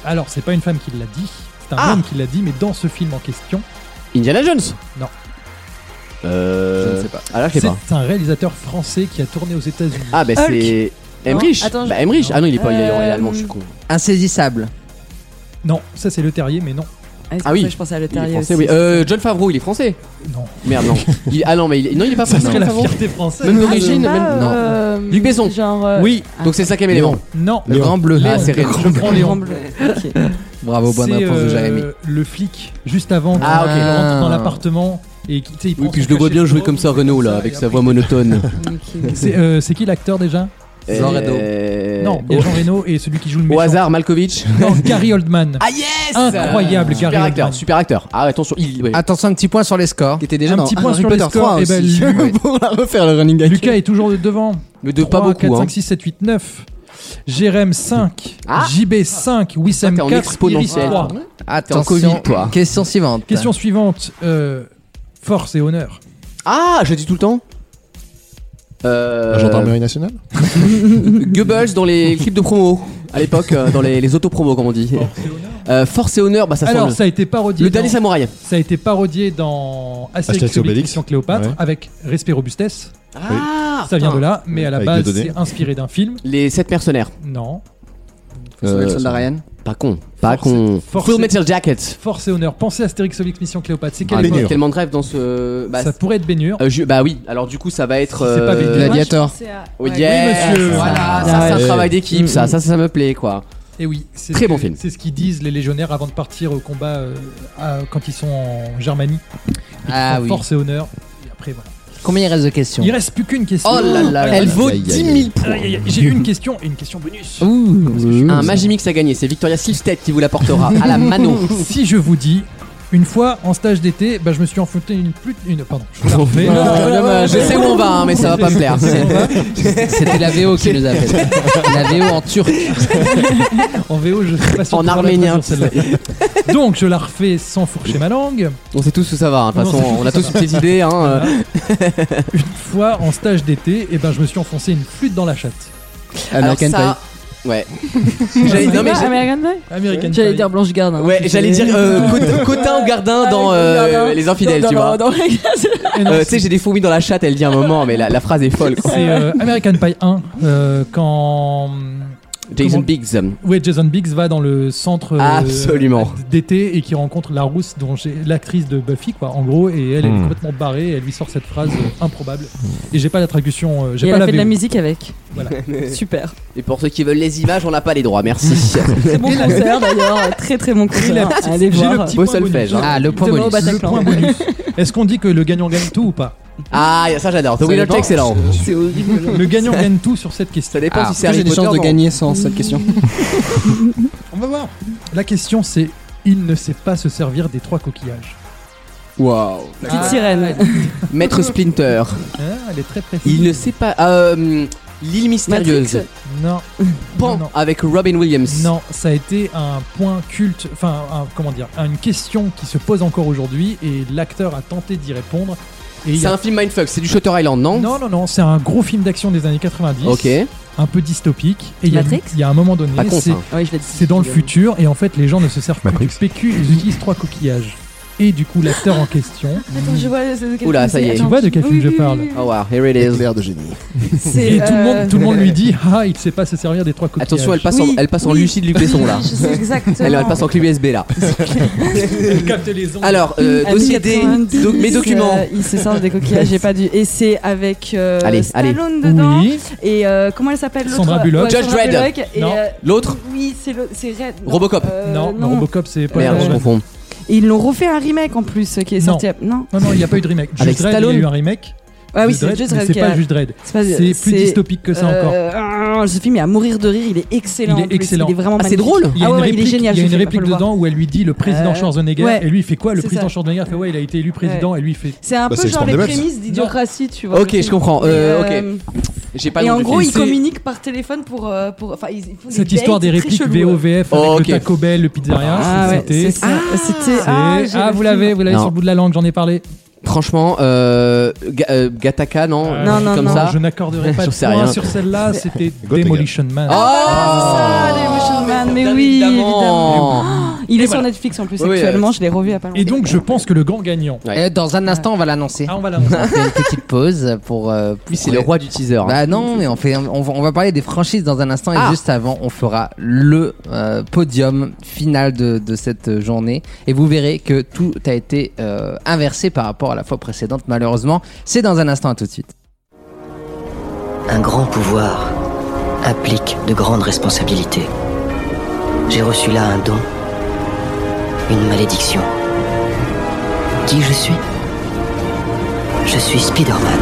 [SPEAKER 2] Alors, c'est pas une femme qui l'a dit, c'est un
[SPEAKER 3] Ah.
[SPEAKER 2] homme qui l'a dit, mais dans ce film en question,
[SPEAKER 3] Indiana Jones
[SPEAKER 2] Non.
[SPEAKER 3] Euh.
[SPEAKER 1] Je ne sais pas.
[SPEAKER 3] Ah là, je sais
[SPEAKER 2] c'est un
[SPEAKER 3] pas.
[SPEAKER 2] réalisateur français qui a tourné aux États-Unis.
[SPEAKER 3] Ah, bah
[SPEAKER 4] Hulk.
[SPEAKER 3] c'est. Emmerich
[SPEAKER 4] Non, attends, je-
[SPEAKER 3] Bah Emmerich Ah non, il est pas. Il est, il est
[SPEAKER 4] Euh,
[SPEAKER 3] allemand, je suis con.
[SPEAKER 1] Insaisissable.
[SPEAKER 2] Non, ça c'est le terrier, mais non.
[SPEAKER 4] c'est
[SPEAKER 3] Ah
[SPEAKER 4] pour
[SPEAKER 3] oui.
[SPEAKER 4] ça que Je pensais à le
[SPEAKER 3] Il est
[SPEAKER 4] terrier
[SPEAKER 3] français,
[SPEAKER 4] aussi.
[SPEAKER 3] oui. Euh, John Favreau, il est français
[SPEAKER 2] Non.
[SPEAKER 3] Merde, non. Il- ah non, mais il est, non, il est pas
[SPEAKER 2] Ça
[SPEAKER 3] français.
[SPEAKER 2] serait
[SPEAKER 3] John
[SPEAKER 2] la
[SPEAKER 3] Favreau.
[SPEAKER 2] fierté française.
[SPEAKER 3] Même
[SPEAKER 4] Ah, je sais
[SPEAKER 3] d'origine,
[SPEAKER 4] pas,
[SPEAKER 3] même. Non.
[SPEAKER 4] euh,
[SPEAKER 3] Luc Besson.
[SPEAKER 4] Genre. euh,
[SPEAKER 2] Oui.
[SPEAKER 3] Donc c'est le cinquième élément.
[SPEAKER 2] Non.
[SPEAKER 1] Le grand bleu.
[SPEAKER 2] Léon.
[SPEAKER 3] Ah, c'est Rémi.
[SPEAKER 2] Je prends Léon.
[SPEAKER 4] Ok.
[SPEAKER 1] Bravo, bonne
[SPEAKER 2] C'est,
[SPEAKER 1] réponse de
[SPEAKER 2] euh,
[SPEAKER 1] Jérémy.
[SPEAKER 2] Le flic, juste avant qu'il
[SPEAKER 3] Ah, ok.
[SPEAKER 2] rentre dans l'appartement. Et qui, tu sais, il
[SPEAKER 3] Oui,
[SPEAKER 2] prend
[SPEAKER 3] puis
[SPEAKER 2] son
[SPEAKER 3] je le vois
[SPEAKER 2] cachet
[SPEAKER 3] bien
[SPEAKER 2] de
[SPEAKER 3] jouer
[SPEAKER 2] drogue,
[SPEAKER 3] comme ça, Renault, là, avec
[SPEAKER 2] et
[SPEAKER 3] sa
[SPEAKER 2] après-
[SPEAKER 3] voix monotone.
[SPEAKER 2] C'est euh, c'est qui l'acteur déjà
[SPEAKER 1] Jean Reno.
[SPEAKER 3] Euh,
[SPEAKER 2] Non, il y a Jean Reno et celui qui joue le
[SPEAKER 3] Au
[SPEAKER 2] méchant.
[SPEAKER 3] hasard, Malkovich.
[SPEAKER 2] Non, Gary Oldman.
[SPEAKER 3] Ah yes
[SPEAKER 2] Incroyable,
[SPEAKER 3] Super
[SPEAKER 2] Gary
[SPEAKER 3] acteur,
[SPEAKER 2] Oldman.
[SPEAKER 3] super acteur. Ah, attention, il. ouais.
[SPEAKER 1] Attention, un petit point sur les scores.
[SPEAKER 5] Qui était déjà
[SPEAKER 2] Un
[SPEAKER 5] dans
[SPEAKER 2] petit point
[SPEAKER 5] Harry
[SPEAKER 2] sur les
[SPEAKER 5] Potter
[SPEAKER 2] scores,
[SPEAKER 5] 3
[SPEAKER 2] et ben,
[SPEAKER 5] aussi.
[SPEAKER 2] lui-
[SPEAKER 5] pour la refaire le running gag.
[SPEAKER 2] Lucas est toujours devant.
[SPEAKER 3] Mais de pas
[SPEAKER 2] 3,
[SPEAKER 3] beaucoup,
[SPEAKER 2] 4,
[SPEAKER 3] hein.
[SPEAKER 2] 5, 6, 7, 8, 9. Jérém 5,
[SPEAKER 3] Ah.
[SPEAKER 2] JB 5, Wissem
[SPEAKER 3] T'es en
[SPEAKER 2] 4, Iris
[SPEAKER 3] exponentiel.
[SPEAKER 2] 3.
[SPEAKER 1] Attention,
[SPEAKER 3] Covid, toi.
[SPEAKER 1] question suivante.
[SPEAKER 2] Question suivante, euh, force et honneur.
[SPEAKER 3] Ah, je dis tout le temps. Euh,
[SPEAKER 2] Ah,
[SPEAKER 8] Gendarmerie nationale
[SPEAKER 3] Goebbels dans les clips de promo à l'époque, euh, dans les, les autopromos comme on dit. Euh, Force et honneur, bah ça sent
[SPEAKER 2] Alors,
[SPEAKER 3] le,
[SPEAKER 2] ça a été parodié.
[SPEAKER 3] le
[SPEAKER 2] dans-
[SPEAKER 3] dernier samouraï.
[SPEAKER 2] Ça a été parodié dans Astérix Obélix,
[SPEAKER 8] Astérix Obélix.
[SPEAKER 2] Mission Cléopâtre
[SPEAKER 8] Ouais.
[SPEAKER 2] avec Respect Robustesse.
[SPEAKER 3] Ah,
[SPEAKER 2] ça vient de là, mais à la
[SPEAKER 8] Avec
[SPEAKER 2] base,
[SPEAKER 8] Dieudonné.
[SPEAKER 2] c'est inspiré d'un film.
[SPEAKER 3] Les 7 mercenaires.
[SPEAKER 2] Non.
[SPEAKER 5] Sauver le
[SPEAKER 3] Euh,
[SPEAKER 5] soldat Ryan.
[SPEAKER 3] Pas con, pas
[SPEAKER 2] Force-
[SPEAKER 3] con.
[SPEAKER 2] force-
[SPEAKER 3] Full Metal Jacket.
[SPEAKER 2] Force et honneur. Pensez à Astérix Obélix Mission Cléopâtre. C'est quelle
[SPEAKER 3] Ah,
[SPEAKER 2] époque
[SPEAKER 8] Bénure.
[SPEAKER 3] tellement de rêves dans ce. Bah,
[SPEAKER 2] Ça pourrait être Bénure.
[SPEAKER 3] euh, je- bah oui, alors du coup ça va être.
[SPEAKER 2] Si c'est pas
[SPEAKER 3] euh,
[SPEAKER 2] Bénure.
[SPEAKER 5] Gladiator.
[SPEAKER 3] Oh,
[SPEAKER 4] Ouais.
[SPEAKER 3] yes.
[SPEAKER 2] Oui, monsieur.
[SPEAKER 3] Voilà,
[SPEAKER 2] Ah,
[SPEAKER 3] ça c'est un
[SPEAKER 8] ouais.
[SPEAKER 3] travail d'équipe, ça, ça, ça me plaît quoi.
[SPEAKER 2] Et Eh oui, c'est
[SPEAKER 3] Très
[SPEAKER 2] ce
[SPEAKER 3] bon
[SPEAKER 2] que-
[SPEAKER 3] film.
[SPEAKER 2] C'est ce qu'ils disent les légionnaires avant de partir au combat euh, à- quand ils sont en Germanie. Ils
[SPEAKER 1] Ah
[SPEAKER 2] font
[SPEAKER 1] oui.
[SPEAKER 2] Force et honneur. Et après, voilà.
[SPEAKER 1] Combien il reste de questions
[SPEAKER 2] Il reste plus qu'une question.
[SPEAKER 3] Oh là là, elle vaut 10 000 points.
[SPEAKER 2] Aïe, aïe, aïe, J'ai une question et une question bonus.
[SPEAKER 3] Un Magimix a gagné, c'est Victoria Silvstedt qui vous l'apportera à la mano.
[SPEAKER 2] Si je vous dis, une fois en stage d'été, bah, je me suis enfanté une pute. Une, pardon, je vous la refais.
[SPEAKER 3] Euh, Je sais où on va, hein, mais ça va pas me plaire.
[SPEAKER 1] C'était la VO qui nous a fait. La VO en turc.
[SPEAKER 2] En VO, je suis pas sûr
[SPEAKER 3] En
[SPEAKER 2] de pouvoir la
[SPEAKER 3] arménien,
[SPEAKER 2] traduire, celle-là. Donc, je la refais sans fourcher ma langue.
[SPEAKER 3] On sait tous où ça va, hein, de toute
[SPEAKER 2] On
[SPEAKER 3] façon,
[SPEAKER 2] sait tous
[SPEAKER 3] on a
[SPEAKER 2] où ça
[SPEAKER 3] tous une petite idée. Hein, euh.
[SPEAKER 2] Une fois en stage d'été, et ben, je me suis enfoncé une flûte dans la chatte.
[SPEAKER 3] Alors
[SPEAKER 5] American
[SPEAKER 3] ça- Ouais. J'allais- non, mais
[SPEAKER 4] Ah,
[SPEAKER 3] j'ai-
[SPEAKER 4] American Pie
[SPEAKER 2] American
[SPEAKER 4] J'allais
[SPEAKER 2] Pie.
[SPEAKER 4] dire Blanche Gardin. hein,
[SPEAKER 3] Ouais, j'allais dire euh, Cot- Cotin ou
[SPEAKER 4] Ah,
[SPEAKER 3] Gardin dans euh, Les Infidèles, tu vois.
[SPEAKER 2] Et non,
[SPEAKER 3] Euh, tu sais, j'ai des fourmis dans la chatte, elle dit un moment, mais la, la phrase est folle. quoi.
[SPEAKER 2] C'est euh, American Pie 1 euh, quand
[SPEAKER 3] Jason
[SPEAKER 2] comment-
[SPEAKER 3] Biggs.
[SPEAKER 2] ouais, Jason Biggs va dans le centre euh,
[SPEAKER 3] Absolument.
[SPEAKER 2] d'été et qui rencontre la rousse dont j'ai l'actrice de Buffy quoi en gros et elle, elle est
[SPEAKER 8] Hmm.
[SPEAKER 2] complètement barrée et elle lui sort cette phrase euh, improbable et j'ai pas la traduction euh, j'ai
[SPEAKER 4] Et
[SPEAKER 2] pas
[SPEAKER 4] elle
[SPEAKER 2] la,
[SPEAKER 4] a fait de la
[SPEAKER 2] VO.
[SPEAKER 4] musique avec. Super.
[SPEAKER 3] Et pour ceux qui veulent les images, on n'a pas les droits, merci.
[SPEAKER 4] Très bon concert d'ailleurs. Très très bon concert. Allez
[SPEAKER 2] j'ai le
[SPEAKER 4] voir.
[SPEAKER 2] petit
[SPEAKER 3] Beau
[SPEAKER 2] point
[SPEAKER 3] solfège,
[SPEAKER 2] bonus.
[SPEAKER 3] hein.
[SPEAKER 1] Ah, le point
[SPEAKER 4] Thomas au
[SPEAKER 1] bonus.
[SPEAKER 2] Le
[SPEAKER 4] Bataclan.
[SPEAKER 2] point bonus. Est-ce qu'on dit que le gagnant gagne tout ou pas
[SPEAKER 3] Ah, ça j'adore. The
[SPEAKER 5] Ça
[SPEAKER 3] Winner
[SPEAKER 5] dépend.
[SPEAKER 3] Takes It All.
[SPEAKER 4] C'est horrible.
[SPEAKER 2] Le gagnant gagne tout sur cette question.
[SPEAKER 3] Ça dépend
[SPEAKER 1] Ah,
[SPEAKER 3] si c'est
[SPEAKER 5] Est-ce que
[SPEAKER 3] Harry
[SPEAKER 5] J'ai des
[SPEAKER 3] Potter.
[SPEAKER 5] chances de
[SPEAKER 3] non.
[SPEAKER 5] gagner sans cette question.
[SPEAKER 2] On va voir. La question c'est il ne sait pas se servir des trois coquillages.
[SPEAKER 3] Waouh.
[SPEAKER 4] Petite
[SPEAKER 2] Ah,
[SPEAKER 4] sirène.
[SPEAKER 3] Maître Splinter.
[SPEAKER 2] elle est très précise.
[SPEAKER 3] Il ne sait pas. euh, L'île mystérieuse.
[SPEAKER 2] Non.
[SPEAKER 3] Pan avec Robin Williams.
[SPEAKER 2] Non, ça a été un point culte, enfin, un- comment dire, une question qui se pose encore aujourd'hui et l'acteur a tenté d'y répondre. Et il y
[SPEAKER 3] C'est
[SPEAKER 2] a-
[SPEAKER 3] un film Mindfuck, c'est du Shutter Island, non
[SPEAKER 2] Non, non, non, c'est un gros film d'action des années 90.
[SPEAKER 3] Ok.
[SPEAKER 2] Un peu dystopique. Et il y a-
[SPEAKER 3] Matrix
[SPEAKER 2] Il y a un moment donné,
[SPEAKER 3] Pas con,
[SPEAKER 2] c'est
[SPEAKER 3] ça. Ouais, je l'ai dit,
[SPEAKER 2] c'est dans le
[SPEAKER 3] évidemment.
[SPEAKER 2] futur et en fait, les gens ne se servent plus du PQ, ils utilisent trois coquillages. Et du coup, l'acteur en question.
[SPEAKER 4] Attends, je vois. c'est de quel
[SPEAKER 3] Oula,
[SPEAKER 4] film
[SPEAKER 3] ça
[SPEAKER 4] c'est
[SPEAKER 3] y est.
[SPEAKER 2] Tu vois de quel film je parle
[SPEAKER 3] Oh wow, here it is.
[SPEAKER 8] de génie.
[SPEAKER 4] C'est,
[SPEAKER 2] Et tout le
[SPEAKER 4] euh,
[SPEAKER 2] monde, tout le monde lui dit Ah, il sait pas se servir des trois coquillages.
[SPEAKER 3] Attention, elle passe en, elle passe en Lucide Lucaisson là.
[SPEAKER 4] Je sais exactement.
[SPEAKER 3] Elle, elle passe en clé USB là.
[SPEAKER 2] Elle capte les ondes.
[SPEAKER 3] Alors, euh,
[SPEAKER 4] Années
[SPEAKER 3] dossier D,
[SPEAKER 4] 90,
[SPEAKER 3] doc- mes documents.
[SPEAKER 4] euh, il se sort des coquillages, j'ai pas dû. Et c'est avec euh,
[SPEAKER 3] Allez, allez.
[SPEAKER 4] Stallone dedans.
[SPEAKER 3] Oui.
[SPEAKER 4] Et euh, comment elle s'appelle l'autre
[SPEAKER 2] Sandra Bullock.
[SPEAKER 4] Ouais,
[SPEAKER 3] Judge
[SPEAKER 4] Sandra
[SPEAKER 3] Dredd.
[SPEAKER 4] Bullock. Et,
[SPEAKER 3] Non.
[SPEAKER 4] euh,
[SPEAKER 3] L'autre
[SPEAKER 4] Oui, c'est le- c'est Dredd. Non,
[SPEAKER 3] Robocop.
[SPEAKER 4] euh,
[SPEAKER 2] Non, non, Robocop, c'est pas
[SPEAKER 3] Merde, je
[SPEAKER 2] Ouais.
[SPEAKER 3] confonds.
[SPEAKER 4] Et ils l'ont refait un remake en plus euh, qui est
[SPEAKER 2] Non.
[SPEAKER 4] sorti. à- Non.
[SPEAKER 2] Non, non, il n'y a pas eu de remake.
[SPEAKER 3] Avec
[SPEAKER 2] Juste Dredd, il y a
[SPEAKER 3] Stallone
[SPEAKER 2] eu un remake.
[SPEAKER 4] Ah oui,
[SPEAKER 2] Juste
[SPEAKER 4] c'est
[SPEAKER 2] Dredd,
[SPEAKER 4] Judge
[SPEAKER 2] mais
[SPEAKER 4] Dredd.
[SPEAKER 2] C'est
[SPEAKER 4] qui
[SPEAKER 2] pas
[SPEAKER 4] a-
[SPEAKER 2] juste Dredd.
[SPEAKER 4] pas-
[SPEAKER 2] C'est plus
[SPEAKER 4] c'est-
[SPEAKER 2] dystopique que ça
[SPEAKER 4] euh,
[SPEAKER 2] encore.
[SPEAKER 4] ah, Ce film est à mourir de rire, il est excellent.
[SPEAKER 2] Il
[SPEAKER 4] en
[SPEAKER 2] est
[SPEAKER 4] plus,
[SPEAKER 2] excellent.
[SPEAKER 4] Il est vraiment
[SPEAKER 3] Ah, c'est
[SPEAKER 4] magnifique.
[SPEAKER 3] drôle.
[SPEAKER 2] Il y a
[SPEAKER 4] Ah
[SPEAKER 2] une
[SPEAKER 4] ouais, ouais, il est
[SPEAKER 2] réplique,
[SPEAKER 4] génial.
[SPEAKER 2] il y a
[SPEAKER 4] ce
[SPEAKER 2] une
[SPEAKER 4] film,
[SPEAKER 2] réplique
[SPEAKER 4] faut le voir.
[SPEAKER 2] dedans où elle lui dit le président
[SPEAKER 4] Euh,
[SPEAKER 2] Schwarzenegger
[SPEAKER 4] ouais.
[SPEAKER 2] et lui il fait quoi le
[SPEAKER 4] C'est
[SPEAKER 2] président
[SPEAKER 4] ça.
[SPEAKER 2] Schwarzenegger fait ouais il a été élu président et lui il fait
[SPEAKER 4] C'est un
[SPEAKER 8] Bah,
[SPEAKER 4] peu
[SPEAKER 8] c'est
[SPEAKER 4] genre les
[SPEAKER 8] Expendables.
[SPEAKER 4] prémices d'idiocratie, tu vois.
[SPEAKER 3] Ok, je comprends. Euh,
[SPEAKER 4] Et,
[SPEAKER 3] ok. J'ai pas le
[SPEAKER 4] Et
[SPEAKER 3] nom
[SPEAKER 4] en
[SPEAKER 3] du
[SPEAKER 4] gros,
[SPEAKER 3] film.
[SPEAKER 4] ils communiquent par téléphone pour. euh, pour- Enfin, ils ils font des
[SPEAKER 2] cette histoire
[SPEAKER 4] dates
[SPEAKER 2] des
[SPEAKER 4] très
[SPEAKER 2] répliques
[SPEAKER 4] cheloues.
[SPEAKER 2] VOVF avec
[SPEAKER 3] Oh, ok.
[SPEAKER 2] le Taco Bell le pizzeria
[SPEAKER 4] Ah ouais,
[SPEAKER 2] c'était
[SPEAKER 4] c'est ça. C'était.
[SPEAKER 2] C'est-
[SPEAKER 4] Ah, j'ai
[SPEAKER 2] ah
[SPEAKER 4] le
[SPEAKER 2] vous
[SPEAKER 4] film.
[SPEAKER 2] l'avez vous l'avez
[SPEAKER 3] Non.
[SPEAKER 2] sur le bout de la langue j'en ai parlé
[SPEAKER 3] Franchement, euh, Ga- euh, Gattaca, non
[SPEAKER 2] Euh,
[SPEAKER 3] Un truc Comme ça.
[SPEAKER 2] je n'accorderai pas de
[SPEAKER 3] J'en sais
[SPEAKER 2] point
[SPEAKER 3] rien.
[SPEAKER 2] sur celle-là c'était
[SPEAKER 8] Gottega.
[SPEAKER 2] Demolition Man
[SPEAKER 4] Ah, les Motion Man, mais oui, évidemment. Il est sur Netflix en plus
[SPEAKER 3] Oui, oui,
[SPEAKER 4] actuellement, je l'ai revu à pas longtemps.
[SPEAKER 2] et donc je pense que le grand gagnant
[SPEAKER 1] Et dans un instant, on va l'annoncer.
[SPEAKER 2] ah on va l'annoncer
[SPEAKER 1] On fait une petite pause pour. euh,
[SPEAKER 3] Lui, c'est
[SPEAKER 1] pour-
[SPEAKER 3] le roi du teaser. hein.
[SPEAKER 1] Bah non, mais on fait, on va, on va parler des franchises dans un instant et
[SPEAKER 3] Ah.
[SPEAKER 1] juste avant, on fera le euh, podium final de, de cette journée et vous verrez que tout a été euh, inversé par rapport à la fois précédente malheureusement. C'est dans un instant, à tout de suite.
[SPEAKER 13] Un grand pouvoir implique de grandes responsabilités. J'ai reçu là un don, une malédiction. Qui je suis Je suis Spider-Man.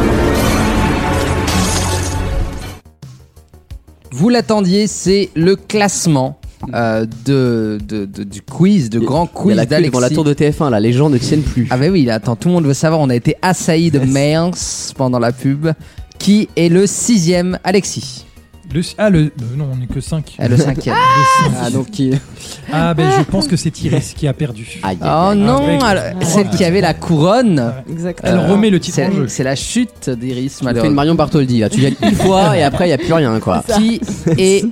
[SPEAKER 1] Vous l'attendiez, c'est le classement euh, de, de- de- du quiz, de grand
[SPEAKER 3] Il y
[SPEAKER 1] quiz
[SPEAKER 3] a la queue devant la
[SPEAKER 1] d'Alexis.
[SPEAKER 3] tour de TF1 là, les gens ne tiennent plus.
[SPEAKER 1] Ah bah oui, attends, tout le monde veut savoir, on a été assaillis de mails pendant la pub. Qui est le sixième Alexis
[SPEAKER 2] le ah le euh, non on n'est que 5
[SPEAKER 1] Ah, Le cinquième.
[SPEAKER 5] Ah, donc il-
[SPEAKER 2] ah ben je pense que c'est Iris qui a perdu
[SPEAKER 3] Aïe, Ah, aïe,
[SPEAKER 1] Oh
[SPEAKER 3] aïe.
[SPEAKER 1] non,
[SPEAKER 2] Avec-
[SPEAKER 1] alors, celle qui avait la couronne. Euh,
[SPEAKER 4] Exactement.
[SPEAKER 2] Ah. elle remet le titre
[SPEAKER 1] C'est
[SPEAKER 2] en jeu
[SPEAKER 1] c'est la chute d'Iris,
[SPEAKER 3] Tu fais une
[SPEAKER 1] malheureusement.
[SPEAKER 3] Marion Bartholdi là, tu gagnes une fois et après il y a plus rien quoi.
[SPEAKER 1] Qui est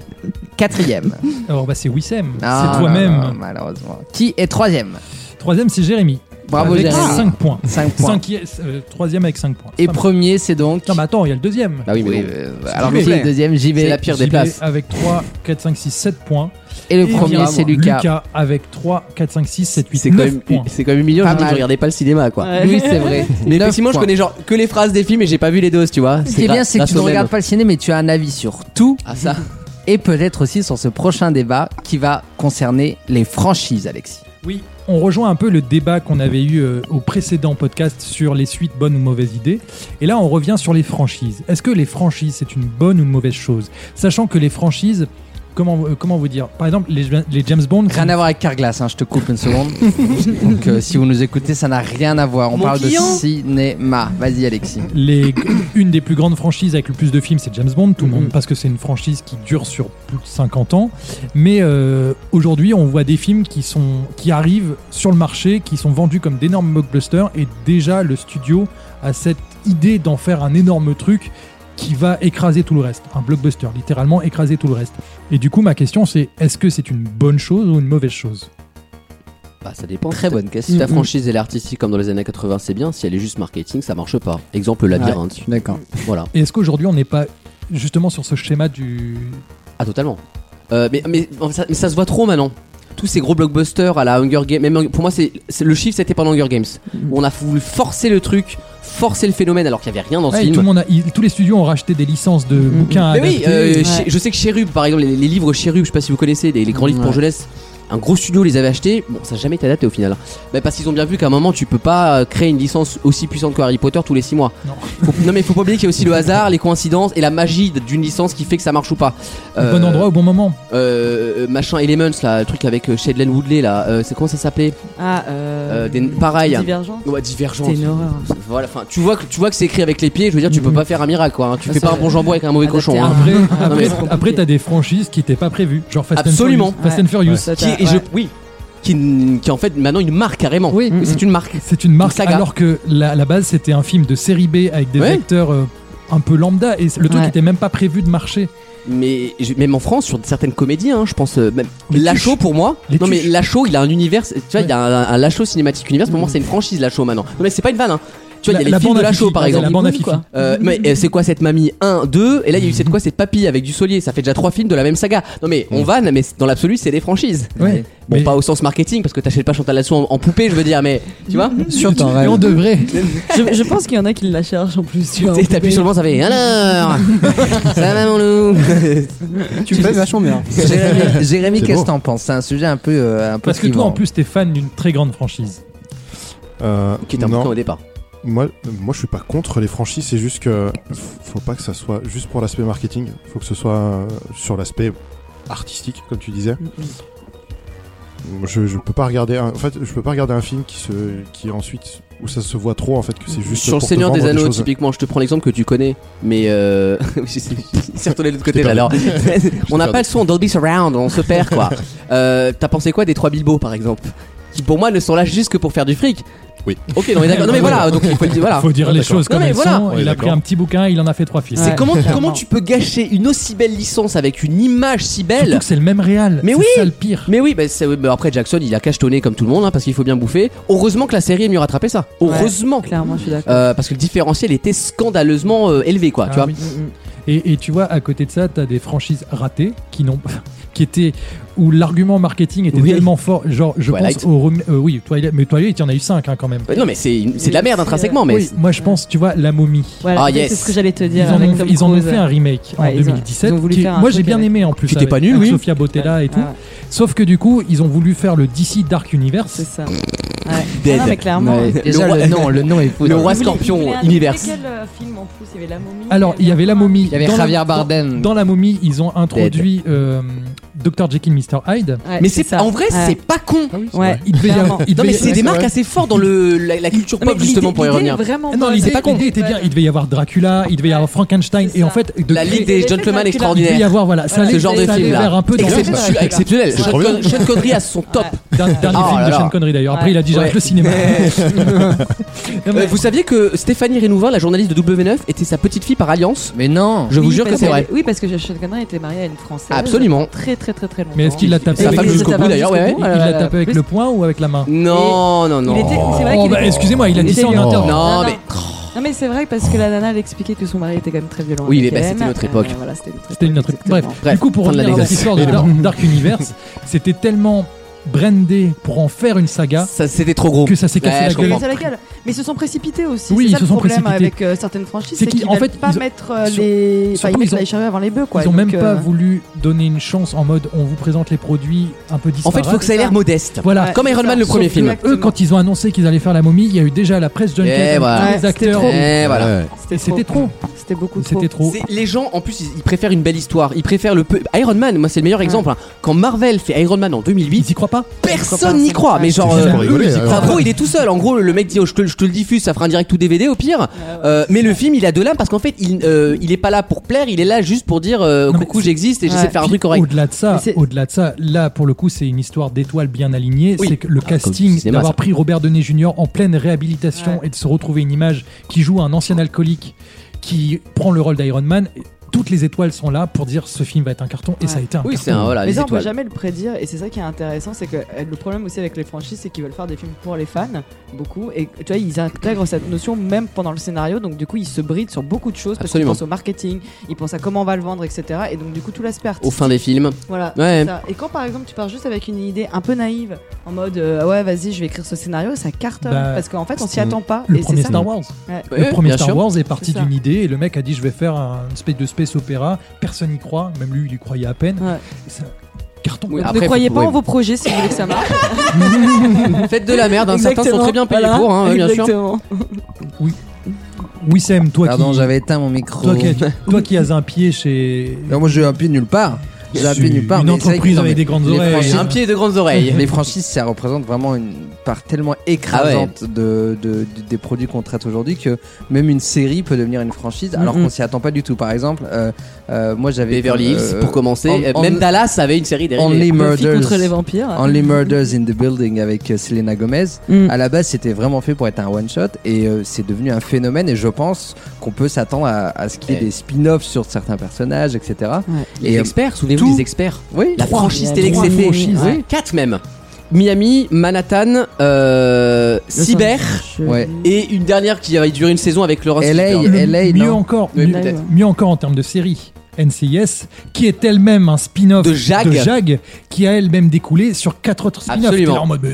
[SPEAKER 1] quatrième
[SPEAKER 2] alors bah c'est Wissem
[SPEAKER 1] Ah,
[SPEAKER 2] c'est toi-même
[SPEAKER 1] non, non, Malheureusement. Qui est troisième
[SPEAKER 2] Troisième, c'est Jérémy.
[SPEAKER 1] Bravo,
[SPEAKER 2] avec
[SPEAKER 1] Jérémy.
[SPEAKER 2] 5 points.
[SPEAKER 1] Cinq points.
[SPEAKER 2] Cinquième- euh, troisième avec 5 points.
[SPEAKER 1] Et
[SPEAKER 2] Pas mal.
[SPEAKER 1] premier, c'est donc.
[SPEAKER 2] Non, mais attends, il y a le deuxième.
[SPEAKER 3] Bah oui, mais
[SPEAKER 1] Oui,
[SPEAKER 3] bon.
[SPEAKER 1] euh, alors
[SPEAKER 2] JV.
[SPEAKER 1] qui est le deuxième JV
[SPEAKER 3] C'est la pire des
[SPEAKER 2] JB
[SPEAKER 3] places.
[SPEAKER 2] Avec 3, 4, 5, 6, 7 points.
[SPEAKER 1] Et le premier,
[SPEAKER 2] Évidemment,
[SPEAKER 1] c'est Lucas.
[SPEAKER 2] Lucas avec 3, 4, 5, 6, 7, 8,
[SPEAKER 3] C'est quand,
[SPEAKER 2] 9
[SPEAKER 3] même-
[SPEAKER 2] points.
[SPEAKER 3] c'est quand même humiliant,
[SPEAKER 1] Pas
[SPEAKER 3] je dis que
[SPEAKER 1] mal.
[SPEAKER 3] je regardais pas le cinéma quoi.
[SPEAKER 1] Oui, c'est vrai.
[SPEAKER 3] Mais
[SPEAKER 1] Neuf
[SPEAKER 3] effectivement, je
[SPEAKER 1] points.
[SPEAKER 3] connais genre que les phrases des films et j'ai pas vu les doses, tu vois.
[SPEAKER 1] Ce qui est bien, c'est que tu ne regardes pas le ciné, mais tu as un avis sur tout.
[SPEAKER 3] Ah, ça.
[SPEAKER 1] Et peut-être aussi sur ce prochain débat qui va concerner les franchises, Alexis.
[SPEAKER 2] Oui, on rejoint un peu le débat qu'on avait eu euh, au précédent podcast sur les suites bonnes ou mauvaises idées. Et là, on revient sur les franchises. Est-ce que les franchises, c'est une bonne ou une mauvaise chose Sachant que les franchises, comment, euh, comment vous dire Par exemple, les, les James Bond,
[SPEAKER 1] Rien à voir avec Carglass, hein, je te coupe une seconde. Donc euh, si vous nous écoutez, ça n'a rien à voir. On
[SPEAKER 3] Mon
[SPEAKER 1] parle
[SPEAKER 3] client.
[SPEAKER 1] de cinéma. Vas-y, Alexis.
[SPEAKER 2] les, une des plus grandes franchises avec le plus de films, c'est James Bond, tout le monde, parce que c'est une franchise qui dure sur plus de 50 ans. Mais euh, aujourd'hui, on voit des films qui, sont, qui arrivent sur le marché, qui sont vendus comme d'énormes blockbusters, et déjà le studio a cette idée d'en faire un énorme truc qui va écraser tout le reste. Un blockbuster, littéralement écraser tout le reste. Et du coup, ma question, c'est est-ce que c'est une bonne chose ou une mauvaise chose
[SPEAKER 3] Bah, ça dépend.
[SPEAKER 1] Très bonne question.
[SPEAKER 3] Si ta
[SPEAKER 2] Mhm.
[SPEAKER 3] franchise elle est artistique comme dans les années 80, c'est bien. Si elle est juste marketing, ça marche pas. Exemple, le labyrinthe.
[SPEAKER 5] D'accord.
[SPEAKER 3] Voilà.
[SPEAKER 2] Et est-ce qu'aujourd'hui, on n'est pas justement sur ce schéma du.
[SPEAKER 3] Ah, totalement. Euh, mais, mais, ça, mais ça se voit trop maintenant. Tous ces gros blockbusters à la Hunger Games. Même, pour moi, c'est c'est- le chiffre, c'était pendant Hunger Games.
[SPEAKER 2] Mm.
[SPEAKER 3] Où on a voulu forcer le truc, forcer le phénomène alors qu'il n'y avait rien dans ce
[SPEAKER 2] Ouais, tout
[SPEAKER 3] film.
[SPEAKER 2] le monde a- il- tous les studios ont racheté des licences de bouquins euh,
[SPEAKER 3] Mais oui,
[SPEAKER 2] adaptés. Mm,
[SPEAKER 3] euh, Ch- je sais que Cherub, par exemple, les, les livres Cherub, je sais pas si vous connaissez, les, les grands livres pour jeunesse, un gros studio les avait achetés. Bon, ça n'a jamais été adapté au final. Mais parce qu'ils ont bien vu qu'à un moment, tu peux pas euh, créer une licence aussi puissante que Harry Potter tous les 6 mois.
[SPEAKER 2] Non.
[SPEAKER 3] non, mais faut pas oublier qu'il y a aussi le hasard, les coïncidences et la magie d'une licence qui fait que ça marche ou pas.
[SPEAKER 2] Au bon endroit, au bon moment.
[SPEAKER 3] euh, machin Elements, là, le truc avec euh, Shailene Woodley, là. euh, c'est comment ça s'appelait
[SPEAKER 4] Ah, euh,
[SPEAKER 3] Euh, des- pareil.
[SPEAKER 4] Divergent.
[SPEAKER 3] Ouais, divergent.
[SPEAKER 4] C'est une horreur.
[SPEAKER 3] Voilà, enfin, tu vois que tu vois que c'est écrit avec les pieds. Je veux dire, tu peux pas faire un miracle, quoi. hein. Tu fais pas un bon jambon avec un mauvais cochon. hein.
[SPEAKER 2] Après,
[SPEAKER 3] Non, mais-
[SPEAKER 2] après, après, t'as des franchises qui t'étaient pas prévues, genre Fast and
[SPEAKER 3] Absolument.
[SPEAKER 2] Furious. Fast and Furious.
[SPEAKER 3] Qui, est- et je- oui. Qui, n- qui est en fait maintenant une marque carrément. Oui, Mhm. c'est une marque.
[SPEAKER 2] C'est une marque
[SPEAKER 3] saga.
[SPEAKER 2] alors que la, la base c'était un film de série B avec des
[SPEAKER 3] Ouais.
[SPEAKER 2] acteurs euh, un peu lambda et le truc
[SPEAKER 3] Ouais.
[SPEAKER 2] était même pas prévu de marcher.
[SPEAKER 3] Mais je- même en France, sur certaines comédies, hein, je pense euh, même
[SPEAKER 2] Les
[SPEAKER 3] Lachaud
[SPEAKER 2] tuches.
[SPEAKER 3] pour moi.
[SPEAKER 2] Les
[SPEAKER 3] non mais
[SPEAKER 2] tuches.
[SPEAKER 3] Lachaud, il a un univers. Tu vois, il y a un, un Lachaud cinématique univers. Pour moi, c'est une franchise Lachaud maintenant. Non mais c'est pas une vanne. Hein. Tu vois,
[SPEAKER 2] Mm. La-
[SPEAKER 3] il y a
[SPEAKER 2] la
[SPEAKER 3] les films
[SPEAKER 2] bande
[SPEAKER 3] de
[SPEAKER 2] à
[SPEAKER 3] Lachaud
[SPEAKER 2] Fifi,
[SPEAKER 3] par
[SPEAKER 2] la
[SPEAKER 3] exemple.
[SPEAKER 2] bande à
[SPEAKER 3] Boum,
[SPEAKER 2] Fifi. Mm,
[SPEAKER 3] quoi. Euh, mais euh, c'est quoi cette mamie 1, 2 Et là, il y a eu cette quoi cette papille avec du solier. Ça fait déjà trois films de la même saga. Non mais
[SPEAKER 2] Mm.
[SPEAKER 3] on vanne, mais dans l'absolu, c'est des franchises.
[SPEAKER 2] Ouais.
[SPEAKER 3] Bon, pas au sens marketing parce que t'achètes pas Chantal Latsou en, en poupée, je veux dire, mais tu vois.
[SPEAKER 2] Mm.
[SPEAKER 1] Surtout.
[SPEAKER 2] Et on devrait.
[SPEAKER 4] Je, je pense qu'il y en a qui la cherchent en plus.
[SPEAKER 2] Bah,
[SPEAKER 4] Tu vois,
[SPEAKER 3] T'sais, T'appuies sur le bras, ça fait alors Ça va mon loup
[SPEAKER 5] Tu fais vachement bien.
[SPEAKER 1] Jérémy, Jérémy,
[SPEAKER 8] C'est
[SPEAKER 1] qu'est-ce
[SPEAKER 8] beau.
[SPEAKER 1] que t'en penses C'est un sujet un peu. euh, un peu
[SPEAKER 2] Parce que toi
[SPEAKER 1] clivant.
[SPEAKER 2] en plus t'es fan d'une très grande franchise.
[SPEAKER 8] Euh,
[SPEAKER 3] Qui est
[SPEAKER 8] non.
[SPEAKER 3] important au départ.
[SPEAKER 8] Moi, moi, je suis pas contre les franchises. C'est juste que f- faut pas que ça soit juste pour l'aspect marketing. Faut que ce soit euh, sur l'aspect artistique, comme tu disais. Je, je peux pas regarder. Un, en fait, je peux pas regarder un film qui se, qui ensuite où ça se voit trop en fait que c'est juste
[SPEAKER 3] Sur le
[SPEAKER 8] pour te
[SPEAKER 3] Seigneur des
[SPEAKER 8] vendre
[SPEAKER 3] Anneaux,
[SPEAKER 8] choses.
[SPEAKER 3] typiquement, je te prends l'exemple que tu connais, mais euh... c'est retourné de l'autre côté là, alors.
[SPEAKER 8] perdu.
[SPEAKER 3] on n'a pas le son en Dolby Surround, on se perd quoi. Euh, T'as pensé quoi des trois Bilbo par exemple Qui pour moi ne sont là juste que pour faire du fric.
[SPEAKER 14] Oui.
[SPEAKER 3] Ok, non mais d'accord, non mais voilà, donc il faut, le dire, voilà.
[SPEAKER 2] Faut dire les choses
[SPEAKER 3] Non,
[SPEAKER 2] comme
[SPEAKER 3] mais
[SPEAKER 2] elles
[SPEAKER 3] voilà.
[SPEAKER 2] sont.
[SPEAKER 14] On est
[SPEAKER 2] Il a pris
[SPEAKER 14] d'accord.
[SPEAKER 2] un petit bouquin, il en a fait trois films.
[SPEAKER 3] C'est comment, comment tu peux gâcher une aussi belle licence avec une image si belle
[SPEAKER 2] Surtout que c'est le même réal.
[SPEAKER 3] Mais
[SPEAKER 2] C'est
[SPEAKER 3] oui.
[SPEAKER 2] ça le pire.
[SPEAKER 3] Mais oui, bah, c'est- bah, après Jackson, il a cachetonné comme tout le monde hein, parce qu'il faut bien bouffer. Heureusement que la série est mieux rattrapé ça. Heureusement.
[SPEAKER 4] Clairement, je suis d'accord.
[SPEAKER 3] Euh, parce que le différentiel était scandaleusement euh, élevé, quoi.
[SPEAKER 2] Ah
[SPEAKER 3] tu vois.
[SPEAKER 2] oui. Et, et tu vois, à côté de ça, t'as des franchises ratées qui n'ont qui étaient où l'argument marketing était
[SPEAKER 3] Oui.
[SPEAKER 2] tellement fort. Genre, je
[SPEAKER 3] Twilight.
[SPEAKER 2] pense au rem- euh, oui, Twilight, mais Twilight, il y en a eu 5 quand même.
[SPEAKER 3] Bah, non, mais c'est c'est euh, de la merde intrinsèquement, mais
[SPEAKER 2] Oui, moi je pense, tu vois, la momie.
[SPEAKER 4] Voilà,
[SPEAKER 3] Ah,
[SPEAKER 4] c'est-
[SPEAKER 3] yes.
[SPEAKER 4] c'est ce que j'allais te
[SPEAKER 2] Ils
[SPEAKER 4] dire.
[SPEAKER 2] en,
[SPEAKER 4] avec
[SPEAKER 2] ont,
[SPEAKER 4] Tom
[SPEAKER 2] ils en ont
[SPEAKER 4] Cruise.
[SPEAKER 2] fait un remake
[SPEAKER 4] Ouais,
[SPEAKER 2] en
[SPEAKER 4] ils ont-
[SPEAKER 2] 2017.
[SPEAKER 4] ils ont voulu
[SPEAKER 2] qui-
[SPEAKER 4] faire un
[SPEAKER 2] moi
[SPEAKER 4] truc
[SPEAKER 2] j'ai bien
[SPEAKER 4] avec-
[SPEAKER 2] aimé en plus.
[SPEAKER 3] Qui était
[SPEAKER 2] avec-
[SPEAKER 3] pas nul,
[SPEAKER 2] avec
[SPEAKER 3] oui.
[SPEAKER 2] Sofia Bottella et tout.
[SPEAKER 4] Ah.
[SPEAKER 2] Sauf que du coup, ils ont voulu faire le DC Dark Universe.
[SPEAKER 4] C'est ça. Ouais.
[SPEAKER 3] Dead.
[SPEAKER 4] Ah non, mais clairement.
[SPEAKER 3] Ouais.
[SPEAKER 1] Déjà,
[SPEAKER 3] Le
[SPEAKER 1] le,
[SPEAKER 3] roi-
[SPEAKER 1] nom, le nom est fou.
[SPEAKER 3] le
[SPEAKER 1] dans
[SPEAKER 3] roi
[SPEAKER 1] le-
[SPEAKER 3] scorpion
[SPEAKER 4] univers.
[SPEAKER 3] univers.
[SPEAKER 4] Quel euh, film en plus Il y avait la momie.
[SPEAKER 2] Alors, il y avait la momie.
[SPEAKER 1] Il y avait
[SPEAKER 2] Dans la-
[SPEAKER 1] Javier
[SPEAKER 2] dans-
[SPEAKER 1] Bardem.
[SPEAKER 2] Dans la momie, ils ont introduit euh, Dr. Jekyll, Mr. Hyde.
[SPEAKER 4] Ouais,
[SPEAKER 3] Mais c'est
[SPEAKER 4] ça.
[SPEAKER 3] en vrai,
[SPEAKER 4] Ouais.
[SPEAKER 3] c'est pas con.
[SPEAKER 4] Ouais.
[SPEAKER 2] Il devait y avoir-
[SPEAKER 4] Clairement.
[SPEAKER 2] il
[SPEAKER 3] Non, mais
[SPEAKER 2] devait-
[SPEAKER 3] c'est des marques assez fortes dans le, la, la culture
[SPEAKER 4] Non, mais
[SPEAKER 3] pop, justement,
[SPEAKER 4] l'idée-
[SPEAKER 3] pour y
[SPEAKER 4] l'idée est
[SPEAKER 3] revenir.
[SPEAKER 4] Vraiment
[SPEAKER 2] Non,
[SPEAKER 4] bonne.
[SPEAKER 2] l'idée
[SPEAKER 3] c'est pas con.
[SPEAKER 2] l'idée était bien. Il devait y avoir Dracula, il devait y avoir Frankenstein,
[SPEAKER 4] C'est
[SPEAKER 2] et en
[SPEAKER 4] ça.
[SPEAKER 2] fait, de
[SPEAKER 3] La
[SPEAKER 2] créer-
[SPEAKER 3] Ligue des gentlemen
[SPEAKER 2] Il devait y
[SPEAKER 3] extraordinaires.
[SPEAKER 2] avoir voilà, ça
[SPEAKER 3] Ce
[SPEAKER 2] allait-
[SPEAKER 3] genre de
[SPEAKER 2] ça allait
[SPEAKER 3] film
[SPEAKER 2] vers
[SPEAKER 3] là.
[SPEAKER 2] un peu dans
[SPEAKER 3] Excep-
[SPEAKER 2] le-
[SPEAKER 3] Exceptionnel.
[SPEAKER 8] C'est trop bien.
[SPEAKER 3] Sean Connery à son top.
[SPEAKER 2] D'un- dernier
[SPEAKER 3] Oh
[SPEAKER 2] film
[SPEAKER 3] là
[SPEAKER 2] de
[SPEAKER 3] là.
[SPEAKER 2] Sean Connery d'ailleurs. Après,
[SPEAKER 4] Ouais.
[SPEAKER 2] il a dit j'arrête
[SPEAKER 3] Ouais.
[SPEAKER 2] le cinéma. Non, mais-
[SPEAKER 3] Euh, Vous saviez que Stéphanie Renouvin, la journaliste de W9, était sa petite fille par alliance
[SPEAKER 1] Mais non
[SPEAKER 3] Je vous
[SPEAKER 4] Oui,
[SPEAKER 3] jure que
[SPEAKER 4] parce
[SPEAKER 3] c'est vrai.
[SPEAKER 4] Oui, parce que Sean Connery était marié à une Française.
[SPEAKER 3] Absolument.
[SPEAKER 4] Très, très, très, très longtemps.
[SPEAKER 2] Mais est-ce qu'il l'a tapé
[SPEAKER 3] Sa
[SPEAKER 2] avec
[SPEAKER 3] femme
[SPEAKER 2] le-
[SPEAKER 4] jusqu'au
[SPEAKER 3] jusqu'au
[SPEAKER 4] bout,
[SPEAKER 3] bout d'ailleurs, ouais.
[SPEAKER 4] jusqu'au
[SPEAKER 2] Il
[SPEAKER 4] bout,
[SPEAKER 2] l'a
[SPEAKER 4] alors,
[SPEAKER 2] tapé avec
[SPEAKER 4] plus-
[SPEAKER 2] le poing ou avec la main
[SPEAKER 3] Non, non, non.
[SPEAKER 4] Il était- c'est vrai
[SPEAKER 2] Oh,
[SPEAKER 4] qu'il
[SPEAKER 2] bah,
[SPEAKER 4] était-
[SPEAKER 2] Excusez-moi, il a dit ça en
[SPEAKER 4] était-
[SPEAKER 2] interne.
[SPEAKER 3] Non,
[SPEAKER 4] Non,
[SPEAKER 3] mais.
[SPEAKER 4] Non, mais c'est vrai parce que la nana, elle expliquait que son mari était quand même très violent.
[SPEAKER 3] Oui,
[SPEAKER 4] avec
[SPEAKER 3] mais bah,
[SPEAKER 4] elle.
[SPEAKER 3] c'était notre époque.
[SPEAKER 4] Euh, voilà, c'était notre
[SPEAKER 2] C'était une autre.
[SPEAKER 4] époque,
[SPEAKER 2] Bref.
[SPEAKER 4] exactement.
[SPEAKER 2] du coup, pour
[SPEAKER 3] fin de
[SPEAKER 2] revenir à
[SPEAKER 3] l'anecdote.
[SPEAKER 2] cette histoire de
[SPEAKER 3] Et le
[SPEAKER 2] Dark, Dark Universe, c'était tellement brandé pour en faire une saga
[SPEAKER 3] Ça, c'était trop gros.
[SPEAKER 2] que ça s'est cassé
[SPEAKER 3] Oh. Ouais,
[SPEAKER 2] la
[SPEAKER 3] je
[SPEAKER 2] gueule.
[SPEAKER 3] comprends.
[SPEAKER 4] Mais c'est laquelle Mais ils se sont précipités aussi.
[SPEAKER 2] Oui,
[SPEAKER 4] c'est
[SPEAKER 2] ils
[SPEAKER 4] ça
[SPEAKER 2] se
[SPEAKER 4] le
[SPEAKER 2] sont
[SPEAKER 4] problème
[SPEAKER 2] précipités.
[SPEAKER 4] avec euh, certaines franchises.
[SPEAKER 2] C'est
[SPEAKER 4] C'est
[SPEAKER 2] qu'ils-
[SPEAKER 4] qu'ils
[SPEAKER 2] en
[SPEAKER 4] veulent
[SPEAKER 2] fait,
[SPEAKER 4] pas
[SPEAKER 2] ils ont-
[SPEAKER 4] mettre euh,
[SPEAKER 2] surtout,
[SPEAKER 4] les. Enfin,
[SPEAKER 2] ils
[SPEAKER 4] ils mettent
[SPEAKER 2] ont-
[SPEAKER 4] la charrue avant les bœufs, quoi.
[SPEAKER 2] Ils ont
[SPEAKER 4] donc,
[SPEAKER 2] même pas
[SPEAKER 4] euh,
[SPEAKER 2] voulu donner une chance en mode on vous présente les produits un peu
[SPEAKER 3] En
[SPEAKER 2] disparates.
[SPEAKER 3] fait, faut que ça ait l'air modeste.
[SPEAKER 2] Voilà.
[SPEAKER 4] Ouais.
[SPEAKER 3] Comme Iron
[SPEAKER 4] c'est
[SPEAKER 3] Man,
[SPEAKER 4] ça.
[SPEAKER 3] le premier
[SPEAKER 4] Sauf
[SPEAKER 3] film.
[SPEAKER 4] que-
[SPEAKER 2] Eux, quand ils ont annoncé qu'ils allaient faire la momie, il y a eu déjà la presse John
[SPEAKER 3] Eh,
[SPEAKER 2] Cage,
[SPEAKER 3] voilà.
[SPEAKER 2] tous les
[SPEAKER 4] Ouais, c'était
[SPEAKER 2] acteurs.
[SPEAKER 4] trop.
[SPEAKER 3] Eh, voilà.
[SPEAKER 14] Ouais.
[SPEAKER 4] C'était
[SPEAKER 2] C'était trop.
[SPEAKER 4] C'était beaucoup trop.
[SPEAKER 2] C'était trop.
[SPEAKER 3] C'est- Les gens, en plus, ils, ils préfèrent une belle histoire. Ils préfèrent le peu. Iron Man, moi, c'est le meilleur exemple. hein. Quand Marvel fait Iron Man en 2008,
[SPEAKER 2] Ils y croient pas.
[SPEAKER 3] personne n'y croit. Mais genre,
[SPEAKER 8] C'est juste
[SPEAKER 3] euh,
[SPEAKER 8] pour rigoler. alors.
[SPEAKER 3] Favreau, il est tout seul. En gros, le mec dit oh, je, te, je te le diffuse, ça fera un direct ou DVD au pire. Euh, mais le film, il a de l'âme parce qu'en fait, il, euh, il est pas là pour plaire, il est là juste pour dire euh,
[SPEAKER 2] Non, mais
[SPEAKER 3] coucou,
[SPEAKER 2] c'est-
[SPEAKER 3] j'existe et j'essaie
[SPEAKER 4] Ouais.
[SPEAKER 3] de faire un
[SPEAKER 2] Puis,
[SPEAKER 3] truc correct.
[SPEAKER 2] Au-delà de ça,
[SPEAKER 4] Mais c'est-
[SPEAKER 2] au-delà de ça, là pour le coup, c'est une histoire d'étoiles bien alignées.
[SPEAKER 3] Oui.
[SPEAKER 2] C'est que le
[SPEAKER 3] Ah, comme
[SPEAKER 2] casting
[SPEAKER 3] le cinéma,
[SPEAKER 2] d'avoir
[SPEAKER 3] ça.
[SPEAKER 2] pris Robert Downey Jr. en pleine réhabilitation
[SPEAKER 4] Ouais.
[SPEAKER 2] et de se retrouver une image qui joue un ancien alcoolique qui prend le rôle d'Iron Man. Toutes les étoiles sont là pour dire ce film va être un carton et
[SPEAKER 4] Ouais.
[SPEAKER 2] ça a été un
[SPEAKER 3] Oui, c'est
[SPEAKER 2] carton.
[SPEAKER 3] un voilà,
[SPEAKER 4] Mais
[SPEAKER 3] les
[SPEAKER 4] ça, on peut
[SPEAKER 3] étoiles.
[SPEAKER 4] jamais le prédire, et c'est ça qui est intéressant, c'est que euh, le problème aussi avec les franchises, c'est qu'ils veulent faire des films pour les fans, beaucoup, et tu vois, ils intègrent cette notion même pendant le scénario, donc du coup, ils se brident sur beaucoup de choses, parce qu'ils
[SPEAKER 3] Absolument.
[SPEAKER 4] pensent au marketing, ils pensent à comment on va le vendre, etc. Et donc, du coup, tout l'aspect
[SPEAKER 3] Au
[SPEAKER 4] artistique.
[SPEAKER 3] fin des films.
[SPEAKER 4] Voilà.
[SPEAKER 3] Ouais.
[SPEAKER 4] c'est ça. Et quand par exemple tu pars juste avec une idée un peu naïve, en mode euh, ouais vas-y je vais écrire ce scénario, ça cartonne
[SPEAKER 2] Bah,
[SPEAKER 4] parce qu'en fait on s'y
[SPEAKER 8] c'est
[SPEAKER 4] attend pas.
[SPEAKER 2] Le
[SPEAKER 4] et
[SPEAKER 2] premier
[SPEAKER 4] c'est ça.
[SPEAKER 2] Star Wars.
[SPEAKER 4] Ouais.
[SPEAKER 2] Le
[SPEAKER 3] Ouais,
[SPEAKER 2] premier
[SPEAKER 3] Euh, bien
[SPEAKER 2] Star
[SPEAKER 3] sûr.
[SPEAKER 2] Wars est parti
[SPEAKER 4] C'est ça.
[SPEAKER 2] d'une idée et le mec a dit je vais faire un espèce de space opéra. Personne n'y croit, même lui il y croyait à peine.
[SPEAKER 4] Ouais.
[SPEAKER 2] Ça- carton.
[SPEAKER 4] Donc ne croyez pas en vos projets si vous voulez que ça marche.
[SPEAKER 3] Faites de la merde, hein. certains sont
[SPEAKER 4] Exactement.
[SPEAKER 3] très bien payés
[SPEAKER 4] Voilà.
[SPEAKER 3] pour, hein, bien sûr.
[SPEAKER 4] Exactement.
[SPEAKER 2] Wissem, toi
[SPEAKER 1] Pardon,
[SPEAKER 2] qui.
[SPEAKER 1] j'avais éteint mon micro.
[SPEAKER 2] Toi qui, as, toi qui as un pied chez.
[SPEAKER 1] moi j'ai un pied nulle part. J'ai un pied nulle part.
[SPEAKER 2] Une
[SPEAKER 1] mais c'est vrai que,
[SPEAKER 2] entreprise
[SPEAKER 1] non, mais
[SPEAKER 2] avec des grandes
[SPEAKER 1] les
[SPEAKER 2] oreilles.
[SPEAKER 1] franchises-
[SPEAKER 3] Un pied et de grandes oreilles.
[SPEAKER 1] Les franchises, ça représente vraiment une part tellement
[SPEAKER 3] Ah
[SPEAKER 1] écrasante de, de- de- des produits qu'on traite aujourd'hui que même une série peut devenir une franchise alors
[SPEAKER 3] Mhm.
[SPEAKER 1] qu'on s'y attend pas du tout. Par exemple, euh, euh, moi j'avais.
[SPEAKER 3] Beverly Hills,
[SPEAKER 1] euh,
[SPEAKER 3] pour commencer.
[SPEAKER 1] On-
[SPEAKER 3] Euh,
[SPEAKER 1] on-
[SPEAKER 3] Même Dallas avait une série derrière.
[SPEAKER 1] Only Murders.
[SPEAKER 4] contre les vampires. Mm.
[SPEAKER 1] Only Murders in the Building avec euh, Selena Gomez.
[SPEAKER 3] Mm.
[SPEAKER 1] À la base, c'était vraiment fait pour être un one shot et euh, c'est devenu un phénomène. Et je pense qu'on peut s'attendre à, à ce qu'il y ait
[SPEAKER 3] Eh.
[SPEAKER 1] des spin-offs sur certains personnages, etc.
[SPEAKER 3] Les
[SPEAKER 1] Et, euh,
[SPEAKER 3] experts, souvenez-vous
[SPEAKER 1] tout-
[SPEAKER 3] des experts.
[SPEAKER 1] Oui.
[SPEAKER 3] La franchise
[SPEAKER 1] Il y a
[SPEAKER 3] télé que
[SPEAKER 1] trois
[SPEAKER 3] c'était.
[SPEAKER 1] franchises,
[SPEAKER 3] Ouais.
[SPEAKER 1] oui.
[SPEAKER 3] Quatre même. Miami, Manhattan, euh, Cyber
[SPEAKER 1] Ouais.
[SPEAKER 3] et une dernière qui avait duré une saison avec Laurence.
[SPEAKER 1] LA,
[SPEAKER 3] Fishburne.
[SPEAKER 2] Le
[SPEAKER 1] LA,
[SPEAKER 2] mieux
[SPEAKER 1] non
[SPEAKER 2] encore,
[SPEAKER 3] Oui,
[SPEAKER 2] mieux,
[SPEAKER 3] peut-être.
[SPEAKER 2] mieux encore en termes de série, NCIS, qui est elle-même un spin-off
[SPEAKER 3] De Jag.
[SPEAKER 2] Jag, qui a elle-même découlé sur quatre autres spin-offs.
[SPEAKER 3] Absolument.
[SPEAKER 2] T'es là en mode, mais-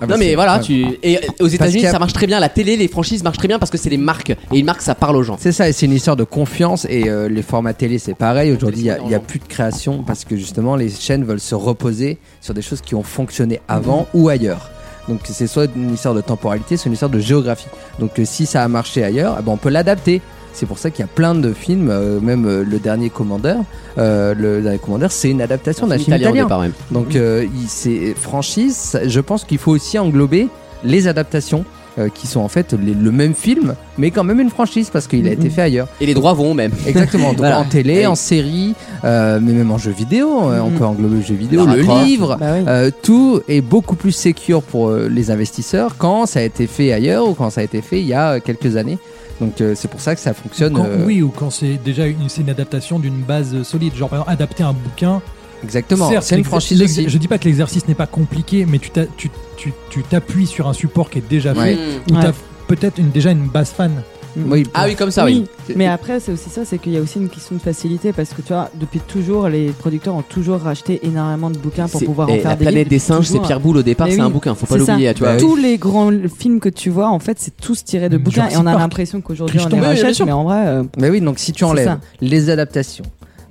[SPEAKER 1] Ah bah,
[SPEAKER 3] Non mais
[SPEAKER 1] c'est-
[SPEAKER 3] voilà,
[SPEAKER 1] ah.
[SPEAKER 3] tu... et euh, aux États-Unis
[SPEAKER 1] qu'il y a-
[SPEAKER 3] ça marche très bien. La télé, les franchises marchent très bien parce que c'est les marques et une marque ça parle aux gens.
[SPEAKER 1] C'est ça, et c'est une histoire de confiance. Et euh, les formats télé, c'est pareil. Aujourd'hui, il n'y a, il y a plus de création parce que justement, les chaînes veulent se reposer sur des choses qui ont fonctionné avant ou ailleurs. Donc, c'est soit une histoire de temporalité, soit une histoire de géographie. Donc, euh, si ça a marché ailleurs, eh ben, on peut l'adapter. C'est pour ça qu'il y a plein de films, euh, même euh, le dernier Commandeur. euh, le dernier Commandeur, c'est une adaptation d'un film
[SPEAKER 3] italien, au
[SPEAKER 1] italien.
[SPEAKER 3] départ, même.
[SPEAKER 1] Donc euh, il- c'est franchise, je pense qu'il faut aussi englober les adaptations euh, qui sont en fait les- le même film, mais quand même une franchise parce qu'il a
[SPEAKER 2] Mhm.
[SPEAKER 1] été fait ailleurs.
[SPEAKER 3] Et les droits vont même.
[SPEAKER 1] Exactement, donc
[SPEAKER 3] Voilà.
[SPEAKER 1] en télé,
[SPEAKER 3] Et-
[SPEAKER 1] en série, euh, mais même en jeu vidéo, euh, on
[SPEAKER 2] Mhm.
[SPEAKER 1] peut englober le jeu vidéo,
[SPEAKER 3] Bah,
[SPEAKER 1] le
[SPEAKER 3] raccroche.
[SPEAKER 1] livre,
[SPEAKER 4] Bah oui.
[SPEAKER 1] euh, tout est beaucoup plus sécure pour euh, les investisseurs quand ça a été fait ailleurs ou quand ça a été fait il y a euh, quelques années. Donc euh, c'est pour ça que ça fonctionne.
[SPEAKER 2] Quand-
[SPEAKER 1] euh,
[SPEAKER 2] Oui, ou quand c'est déjà une, c'est une adaptation d'une base euh, solide. Genre, par exemple, adapter un bouquin.
[SPEAKER 1] Exactement,
[SPEAKER 2] Certes,
[SPEAKER 1] c'est une
[SPEAKER 2] l'exer-
[SPEAKER 1] franchise
[SPEAKER 2] l'exer-
[SPEAKER 1] aussi.
[SPEAKER 2] Je dis pas que l'exercice n'est pas compliqué, mais tu t'a- tu- tu- tu t'appuies sur un support qui est déjà
[SPEAKER 1] Ouais.
[SPEAKER 2] fait, ou
[SPEAKER 4] Ouais.
[SPEAKER 2] t'as peut-être une- déjà une base fan.
[SPEAKER 4] Mm.
[SPEAKER 1] Oui,
[SPEAKER 3] Mm. Ah oui comme ça oui.
[SPEAKER 4] Mais après, c'est aussi ça, c'est qu'il y a aussi une question de facilité parce que tu vois, depuis toujours, les producteurs ont toujours racheté énormément de bouquins Ah, pour
[SPEAKER 3] C'est-
[SPEAKER 4] pouvoir en
[SPEAKER 3] eh,
[SPEAKER 4] faire
[SPEAKER 3] la
[SPEAKER 4] des
[SPEAKER 3] planète
[SPEAKER 4] livres,
[SPEAKER 3] des singes, c'est
[SPEAKER 4] toujours,
[SPEAKER 3] Pierre Boulle au départ,
[SPEAKER 4] Mais
[SPEAKER 3] c'est
[SPEAKER 4] oui,
[SPEAKER 3] un bouquin, faut pas
[SPEAKER 4] c'est ça. Bah
[SPEAKER 3] l'oublier, tu vois. Mm.
[SPEAKER 4] Tous les grands films que tu vois, en fait, c'est tous tirés de bouquins et
[SPEAKER 2] Jurassic
[SPEAKER 4] on a
[SPEAKER 2] Park.
[SPEAKER 4] l'impression qu'aujourd'hui on
[SPEAKER 2] Christophe,
[SPEAKER 4] les
[SPEAKER 2] oui, bien
[SPEAKER 4] rachète,
[SPEAKER 2] sûr.
[SPEAKER 4] mais en vrai, euh,
[SPEAKER 1] Mais oui, donc si tu
[SPEAKER 4] C'est
[SPEAKER 1] enlèves
[SPEAKER 4] ça.
[SPEAKER 1] les adaptations,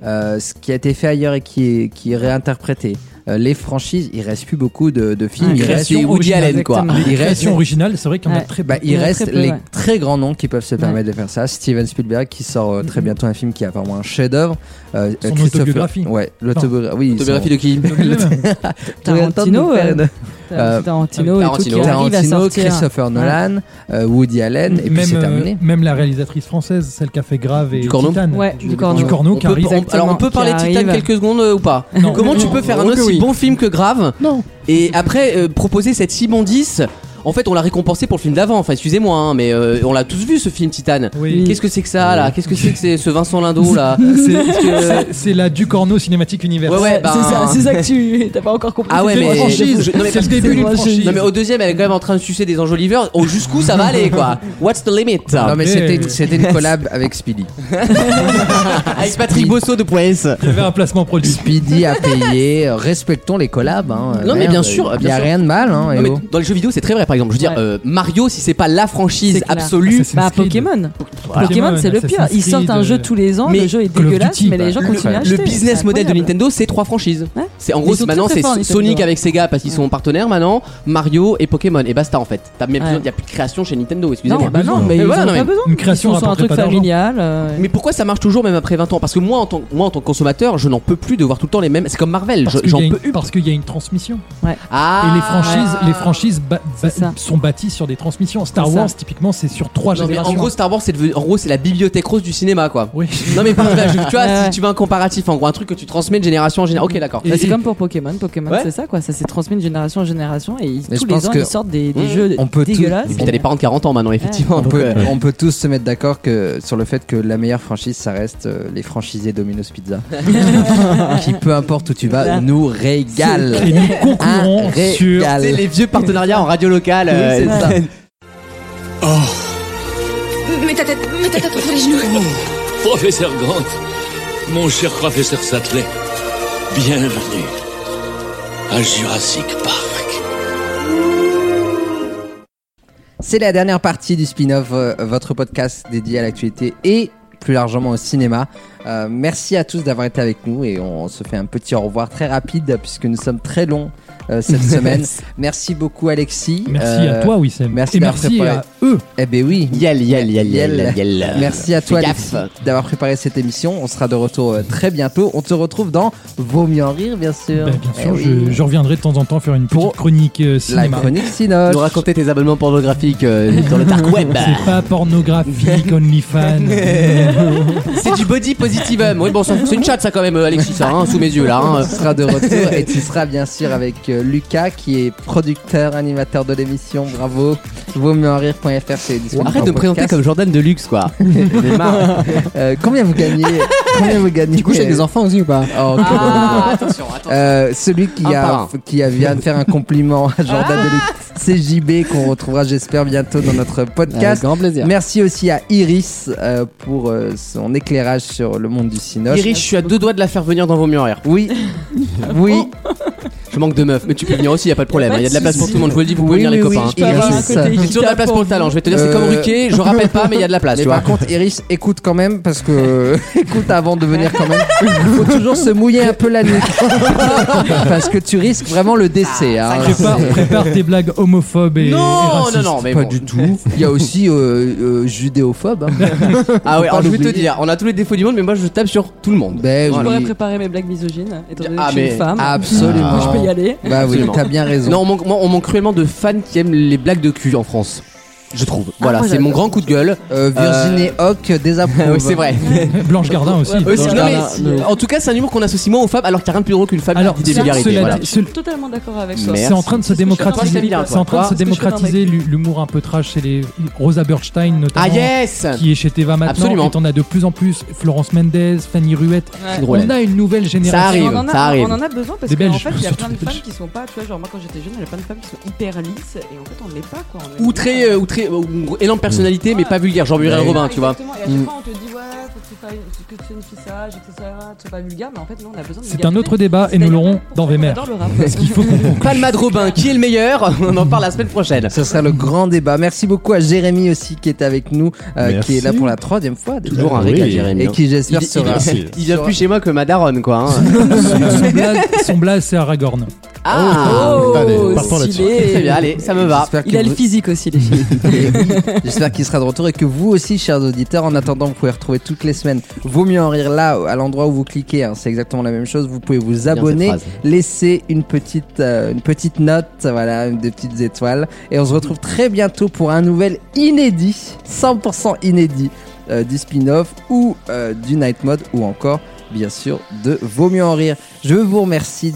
[SPEAKER 1] euh, ce qui a été fait ailleurs et qui est, qui est réinterprété, euh, les franchises, il reste plus beaucoup de, de films.
[SPEAKER 2] Ouais,
[SPEAKER 1] il reste,
[SPEAKER 2] création
[SPEAKER 3] C'est Woody
[SPEAKER 2] originale,
[SPEAKER 3] Allen quoi.
[SPEAKER 1] exactement.
[SPEAKER 2] Les
[SPEAKER 1] Il reste-
[SPEAKER 2] créations originales, c'est vrai qu'il y en a
[SPEAKER 4] Ouais.
[SPEAKER 2] très peu.
[SPEAKER 1] bah, il
[SPEAKER 4] Ouais,
[SPEAKER 1] reste
[SPEAKER 4] très peu,
[SPEAKER 1] les
[SPEAKER 4] ouais.
[SPEAKER 1] très grands noms qui peuvent se permettre de faire ça. Steven Spielberg qui sort euh, très
[SPEAKER 4] Mhm.
[SPEAKER 1] bientôt un film qui a vraiment un chef-d'œuvre. Euh,
[SPEAKER 2] Son
[SPEAKER 1] Christopher-
[SPEAKER 2] autobiographie.
[SPEAKER 1] Ouais, l'autobiographie. Oui,
[SPEAKER 3] Autobiographie
[SPEAKER 1] son-
[SPEAKER 3] de qui
[SPEAKER 1] Tu viens de
[SPEAKER 4] Tarantino,
[SPEAKER 1] faire une-
[SPEAKER 4] t'as-
[SPEAKER 1] Euh,
[SPEAKER 4] Tarantino, et tout qui
[SPEAKER 3] Tarantino.
[SPEAKER 4] arrive à
[SPEAKER 1] Tarantino,
[SPEAKER 4] sortir.
[SPEAKER 1] Christopher Nolan, euh, Woody Allen, et puis
[SPEAKER 2] même,
[SPEAKER 1] c'est
[SPEAKER 2] euh,
[SPEAKER 1] terminé.
[SPEAKER 2] même la réalisatrice française, celle qui a fait Grave et
[SPEAKER 3] Du Corneau
[SPEAKER 2] Titane.
[SPEAKER 4] Ouais, du Corneau.
[SPEAKER 2] Du Corneau
[SPEAKER 3] On
[SPEAKER 2] qui
[SPEAKER 3] peut-
[SPEAKER 2] arrive.
[SPEAKER 3] on- alors on peut
[SPEAKER 4] Qui
[SPEAKER 3] parler de Titan
[SPEAKER 4] arrive.
[SPEAKER 3] quelques secondes euh, ou pas Comment tu peux faire un
[SPEAKER 5] Oh que
[SPEAKER 3] aussi
[SPEAKER 5] oui.
[SPEAKER 3] bon film que Grave
[SPEAKER 2] Non.
[SPEAKER 3] et après euh, proposer cette si bon 10 En fait, on l'a récompensé pour le film d'avant. Enfin, excusez-moi, hein, mais euh, on l'a tous vu ce film Titan.
[SPEAKER 2] Oui.
[SPEAKER 3] Qu'est-ce que c'est que ça là Qu'est-ce que c'est que c'est ce Vincent Lindo là Parce que-
[SPEAKER 2] C'est- C'est la du Corneau cinématique univers.
[SPEAKER 3] Ouais, ouais, bah,
[SPEAKER 4] C'est ça, c'est ça que tu t'as pas encore compris.
[SPEAKER 3] Ah ouais,
[SPEAKER 4] C'est
[SPEAKER 3] mais-
[SPEAKER 4] une franchise.
[SPEAKER 3] je- non, mais
[SPEAKER 2] c'est
[SPEAKER 3] parce
[SPEAKER 2] le
[SPEAKER 3] que
[SPEAKER 2] début
[SPEAKER 4] c'est
[SPEAKER 2] d'une
[SPEAKER 4] moi,
[SPEAKER 2] franchise.
[SPEAKER 3] Non mais au deuxième elle est quand même en train de sucer des enjoliveurs. Oh, jusqu'où ça va aller quoi What's the limit
[SPEAKER 1] Non mais
[SPEAKER 2] Mais-
[SPEAKER 1] c'était c'était une collab avec Speedy.
[SPEAKER 3] Avec Patrick Bosso de Poès.
[SPEAKER 2] Il y avait un placement produit.
[SPEAKER 1] Speedy a payé, euh, respectons les collabs. Hein,
[SPEAKER 3] Non, mais bien sûr,
[SPEAKER 1] il n'y
[SPEAKER 3] bien
[SPEAKER 1] a
[SPEAKER 3] sûr.
[SPEAKER 1] rien de mal. Hein,
[SPEAKER 3] Non,
[SPEAKER 1] et
[SPEAKER 3] mais
[SPEAKER 1] oh.
[SPEAKER 3] dans les jeux vidéo c'est très vrai par exemple. Je veux dire
[SPEAKER 4] Ouais.
[SPEAKER 3] euh, Mario si c'est pas la franchise
[SPEAKER 4] C'est clair.
[SPEAKER 1] Ah,
[SPEAKER 3] absolue.
[SPEAKER 2] Assassin's
[SPEAKER 4] Bah
[SPEAKER 2] Creed.
[SPEAKER 4] Pokémon.
[SPEAKER 2] Voilà.
[SPEAKER 4] Pokémon, c'est le pire.
[SPEAKER 2] Assassin's
[SPEAKER 4] Ils sortent un
[SPEAKER 2] Creed,
[SPEAKER 4] jeu
[SPEAKER 2] euh,
[SPEAKER 4] tous les ans,
[SPEAKER 3] mais
[SPEAKER 4] le jeu est
[SPEAKER 2] Call of
[SPEAKER 4] dégueulasse,
[SPEAKER 2] Duty,
[SPEAKER 4] mais les gens
[SPEAKER 1] bah,
[SPEAKER 4] continuent à acheter.
[SPEAKER 3] Le business
[SPEAKER 4] C'est
[SPEAKER 3] model de
[SPEAKER 4] incroyable.
[SPEAKER 3] Nintendo, c'est trois franchises.
[SPEAKER 4] Ouais.
[SPEAKER 3] C'est en
[SPEAKER 4] Ils
[SPEAKER 3] gros,
[SPEAKER 4] sont très,
[SPEAKER 3] maintenant
[SPEAKER 4] très
[SPEAKER 3] c'est
[SPEAKER 4] forts, Nintendo.
[SPEAKER 3] Sonic avec Sega parce qu'ils sont partenaires maintenant, Mario et Pokémon et basta en fait. T'as même
[SPEAKER 4] Ouais.
[SPEAKER 3] il y a plus de création chez Nintendo,
[SPEAKER 4] Non,
[SPEAKER 3] excusez-moi.
[SPEAKER 4] bah non,
[SPEAKER 2] besoin.
[SPEAKER 4] mais ils
[SPEAKER 3] voilà,
[SPEAKER 4] en ont
[SPEAKER 3] non, mais
[SPEAKER 4] pas besoin.
[SPEAKER 2] une création
[SPEAKER 4] Ils sont sur un
[SPEAKER 2] rapporterait
[SPEAKER 4] truc
[SPEAKER 2] pas d'argent.
[SPEAKER 4] familial. euh,
[SPEAKER 3] Mais pourquoi ça marche toujours même après 20 ans Parce que moi en tant moi en tant que consommateur, je n'en peux plus de voir tout le temps les mêmes. C'est comme Marvel,
[SPEAKER 2] Parce
[SPEAKER 3] je-
[SPEAKER 2] qu'il y
[SPEAKER 3] j'en
[SPEAKER 2] a une-
[SPEAKER 3] peux plus.
[SPEAKER 2] Parce qu'il y a une transmission.
[SPEAKER 3] Ah
[SPEAKER 2] Et les franchises, les franchises ba- ba-
[SPEAKER 4] C'est ça.
[SPEAKER 2] sont bâties sur des transmissions. Star
[SPEAKER 4] C'est ça.
[SPEAKER 2] Wars, typiquement, c'est sur trois
[SPEAKER 3] Non, mais en
[SPEAKER 2] générations.
[SPEAKER 3] gros Star Wars c'est devenu- en gros c'est la bibliothèque rose du cinéma quoi.
[SPEAKER 2] oui.
[SPEAKER 3] Non mais par là, je- tu vois
[SPEAKER 4] Ouais,
[SPEAKER 3] si
[SPEAKER 4] ouais.
[SPEAKER 3] tu veux un comparatif en gros un truc que tu transmets de génération en génération. OK d'accord.
[SPEAKER 2] Et-
[SPEAKER 4] bah, c'est comme pour Pokémon. Pokémon,
[SPEAKER 3] Ouais.
[SPEAKER 4] c'est ça quoi. Ça s'est transmis de génération en génération et ils-
[SPEAKER 1] Mais
[SPEAKER 4] tous
[SPEAKER 1] je pense
[SPEAKER 4] les ans
[SPEAKER 1] que
[SPEAKER 4] ils sortent des, des
[SPEAKER 3] on-
[SPEAKER 4] jeux
[SPEAKER 1] on peut tout-
[SPEAKER 4] dégueulasses.
[SPEAKER 3] Et puis t'as les parents de 40 ans maintenant effectivement.
[SPEAKER 1] On
[SPEAKER 3] donc,
[SPEAKER 1] peut,
[SPEAKER 3] euh,
[SPEAKER 1] on peut tous se mettre d'accord que sur le fait que la meilleure franchise, ça reste euh, les franchisés Domino's Pizza, qui peu importe où tu vas, nous
[SPEAKER 2] Et
[SPEAKER 1] régale.
[SPEAKER 2] nous
[SPEAKER 4] Ah,
[SPEAKER 2] conclurons
[SPEAKER 1] Un
[SPEAKER 2] sur
[SPEAKER 1] régal.
[SPEAKER 3] c'est les vieux partenariats en radio locale. euh,
[SPEAKER 1] c'est ça.
[SPEAKER 9] Mets ta tête, mets ta tête entre les genoux.
[SPEAKER 14] Professeur Grant, mon cher professeur Sattler, bienvenue à Jurassic Park.
[SPEAKER 1] C'est la dernière partie du spin-off, euh, votre podcast dédié à l'actualité et plus largement au cinéma. Euh, merci à tous d'avoir été avec nous et on se fait un petit au revoir très rapide puisque nous sommes très longs euh, cette semaine. Merci beaucoup Alexis.
[SPEAKER 2] Merci
[SPEAKER 1] Euh,
[SPEAKER 2] à toi, Wissem.
[SPEAKER 1] Merci
[SPEAKER 2] Et
[SPEAKER 1] d'avoir
[SPEAKER 2] merci
[SPEAKER 1] préparé.
[SPEAKER 2] à eux.
[SPEAKER 1] Eh ben oui.
[SPEAKER 3] Yel, yel, yel,
[SPEAKER 1] Yel.
[SPEAKER 3] yel, yel.
[SPEAKER 5] Euh,
[SPEAKER 1] Merci à toi
[SPEAKER 3] Fais
[SPEAKER 1] Alexis,
[SPEAKER 3] gaffe.
[SPEAKER 1] d'avoir préparé cette émission. On sera de retour euh, très bientôt. On te retrouve dans Vaut mieux en rire, bien sûr.
[SPEAKER 2] Bah, bien
[SPEAKER 1] Eh
[SPEAKER 2] sûr,
[SPEAKER 1] oui.
[SPEAKER 2] je, je reviendrai de temps en temps faire une petite chronique euh, cinéma.
[SPEAKER 1] Sinoche.
[SPEAKER 3] Nous raconter tes abonnements pornographiques euh, dans le dark web.
[SPEAKER 2] C'est pas pornographique, OnlyFans.
[SPEAKER 3] C'est du body positivum. Oui, bon, ça- c'est une chatte, ça, quand même, euh, Alexis, ça, hein, sous mes yeux, là. hein.
[SPEAKER 1] Tu seras de retour et tu seras bien sûr avec euh, Lucas qui est producteur, animateur de l'émission. Bravo. Vaut mieux en rire.fr, c'est disponible
[SPEAKER 3] Arrête
[SPEAKER 1] en
[SPEAKER 3] de me présenter
[SPEAKER 1] podcast.
[SPEAKER 3] comme Jordan de luxe, quoi. J'ai marre.
[SPEAKER 1] Euh, combien vous gagnez Combien vous gagnez
[SPEAKER 5] Tu couches avec des enfants aussi ou pas
[SPEAKER 1] Oh, que
[SPEAKER 5] Ah,
[SPEAKER 1] dalle.
[SPEAKER 5] attention,
[SPEAKER 1] Euh, celui qui
[SPEAKER 5] Un
[SPEAKER 1] a,
[SPEAKER 5] par
[SPEAKER 1] qui a vient de faire un compliment à Jordan de Luxe, c'est JB qu'on retrouvera j'espère bientôt dans notre podcast.
[SPEAKER 5] Avec grand plaisir.
[SPEAKER 1] Merci aussi à Iris euh, pour euh, son éclairage sur le monde du cinoche.
[SPEAKER 3] Iris, je suis à deux doigts de la faire venir dans vos murs rire.
[SPEAKER 1] Oui. Oui.
[SPEAKER 3] Je manque de meufs, mais tu peux venir aussi, y a pas de problème.
[SPEAKER 1] Y a
[SPEAKER 3] hein,
[SPEAKER 1] pas
[SPEAKER 3] Y a de la
[SPEAKER 1] de
[SPEAKER 3] place pour
[SPEAKER 1] souci.
[SPEAKER 3] tout le monde. Je vous le dis, vous pouvez
[SPEAKER 1] Oui,
[SPEAKER 3] venir les
[SPEAKER 1] oui, oui,
[SPEAKER 3] copains. hein.
[SPEAKER 1] je peux avoir un
[SPEAKER 3] Iris,
[SPEAKER 1] côté
[SPEAKER 3] j'ai toujours de la place pour le talent. Je vais te dire, c'est comme
[SPEAKER 1] Euh,
[SPEAKER 3] Ruquier, je rappelle pas, mais il y a de la place,
[SPEAKER 1] Mais
[SPEAKER 3] tu vois.
[SPEAKER 1] par contre, Iris, écoute quand même, parce que écoute avant de venir quand même. Il faut toujours se mouiller un peu la nuque. parce que tu risques vraiment le décès.
[SPEAKER 3] Ah,
[SPEAKER 4] Ah,
[SPEAKER 1] hein.
[SPEAKER 2] Prépare,
[SPEAKER 1] C'est-
[SPEAKER 2] prépare tes blagues homophobes et,
[SPEAKER 1] Non,
[SPEAKER 2] et
[SPEAKER 1] non,
[SPEAKER 2] racistes.
[SPEAKER 1] non, mais Pas bon. du tout. Il y a aussi euh, euh, judéophobe. hein.
[SPEAKER 3] Ah ouais,
[SPEAKER 1] Faut pas
[SPEAKER 3] alors je vais te
[SPEAKER 1] l'oublier.
[SPEAKER 3] dire, on a tous les défauts du monde, mais moi je tape sur tout le monde.
[SPEAKER 1] Ben,
[SPEAKER 4] Je
[SPEAKER 3] Voilà.
[SPEAKER 4] pourrais préparer mes blagues misogynes, étant donné
[SPEAKER 3] Ah,
[SPEAKER 4] que je suis
[SPEAKER 3] mais
[SPEAKER 4] une femme.
[SPEAKER 1] absolument.
[SPEAKER 3] Ah.
[SPEAKER 4] Donc, Je peux y aller.
[SPEAKER 1] Bah oui, t'as bien raison.
[SPEAKER 3] Non, on manque, on manque cruellement de fans qui aiment les blagues de cul en France. Je trouve. Voilà,
[SPEAKER 1] moi,
[SPEAKER 3] c'est mon grand coup de gueule.
[SPEAKER 1] Euh, Virginie Hoc désapprouve.
[SPEAKER 3] oui, c'est vrai.
[SPEAKER 2] Blanche Gardin aussi.
[SPEAKER 3] Aussi, non, mais si- en tout cas, c'est un humour qu'on associe moins aux femmes, alors qu'il n'y a rien de plus drôle qu'une femme
[SPEAKER 2] Alors,
[SPEAKER 3] qui dit des
[SPEAKER 2] cela-
[SPEAKER 3] vulgarités.
[SPEAKER 2] cela
[SPEAKER 3] voilà.
[SPEAKER 2] dit-
[SPEAKER 4] Je suis totalement d'accord avec toi.
[SPEAKER 2] C'est en train de se
[SPEAKER 4] C'est ce que je suis en train de
[SPEAKER 2] démocratiser.
[SPEAKER 4] dire,
[SPEAKER 2] C'est en train de
[SPEAKER 4] toi.
[SPEAKER 2] se
[SPEAKER 4] C'est ce que je suis en train de
[SPEAKER 2] démocratiser l'hu- l'humour un peu trash chez les Rosa Bernstein notamment.
[SPEAKER 3] Ah, yes
[SPEAKER 2] Qui est chez Teva maintenant.
[SPEAKER 3] Absolument.
[SPEAKER 2] Et on a de plus en plus Florence Mendez, Fanny Ruette.
[SPEAKER 4] Ouais.
[SPEAKER 2] On a une nouvelle génération.
[SPEAKER 3] hein. Ça arrive,
[SPEAKER 4] on en a,
[SPEAKER 3] ça arrive.
[SPEAKER 4] On en a besoin parce
[SPEAKER 2] Des
[SPEAKER 4] qu'en
[SPEAKER 2] Belges,
[SPEAKER 4] fait, il y a
[SPEAKER 2] surtout
[SPEAKER 4] plein de
[SPEAKER 2] des
[SPEAKER 4] femmes
[SPEAKER 2] Belges.
[SPEAKER 4] qui sont pas, tu vois, genre moi quand j'étais jeune, il y avait plein de femmes qui sont hyper lisses et en fait on l'est pas quoi. on est-
[SPEAKER 3] Ou très, euh, ou très euh, ou énorme personnalité, mais pas vulgaire, genre Muriel
[SPEAKER 4] Ouais.
[SPEAKER 3] Robin, tu vois. Mm.
[SPEAKER 4] Exactement, Et à chaque fois on te dit ouais, faut que tu fasses, que tu fasses une fissage, etc. C'est pas vulgaire, mais en fait non, on a besoin de.
[SPEAKER 2] C'est un autre débat et nous l'aurons dans Vémer.
[SPEAKER 4] Dans le rap.
[SPEAKER 2] Parce qu'il faut qu'on conclue.
[SPEAKER 3] Palma de Robin, qui est le meilleur On en parle la semaine prochaine.
[SPEAKER 1] Ce sera le grand débat. Merci beaucoup à Jérémy aussi qui est avec nous, euh, qui
[SPEAKER 3] Merci.
[SPEAKER 1] est là pour la troisième fois. déjà.
[SPEAKER 3] Toujours un régal, Jérémy. hein.
[SPEAKER 1] Et qui j'espère
[SPEAKER 3] Il- il-
[SPEAKER 1] sera.
[SPEAKER 3] Il, il vient plus chez moi que ma daronne, quoi. hein.
[SPEAKER 2] Son blaze, son blaze, c'est Aragorn.
[SPEAKER 3] Ah
[SPEAKER 2] Allez,
[SPEAKER 1] partons là-dessus.
[SPEAKER 3] stylé. Très bien, allez, ça me va.
[SPEAKER 1] J'espère que vous-
[SPEAKER 4] physique aussi, les filles.
[SPEAKER 1] Et oui, J'espère qu'il sera de retour et que vous aussi, chers auditeurs, en attendant, vous pouvez retrouver toutes les semaines Vaut mieux en rire là, à l'endroit où vous cliquez. hein. c'est exactement la même chose. Vous pouvez vous abonner,
[SPEAKER 3] cette phrase.
[SPEAKER 1] laisser une petite, euh, une petite note, voilà, des petites étoiles. Et on se retrouve très bientôt pour un nouvel inédit, 100% inédit, euh, du spin-off ou euh, du night mode ou encore. Bien sûr, de Vaut mieux en rire. Je vous remercie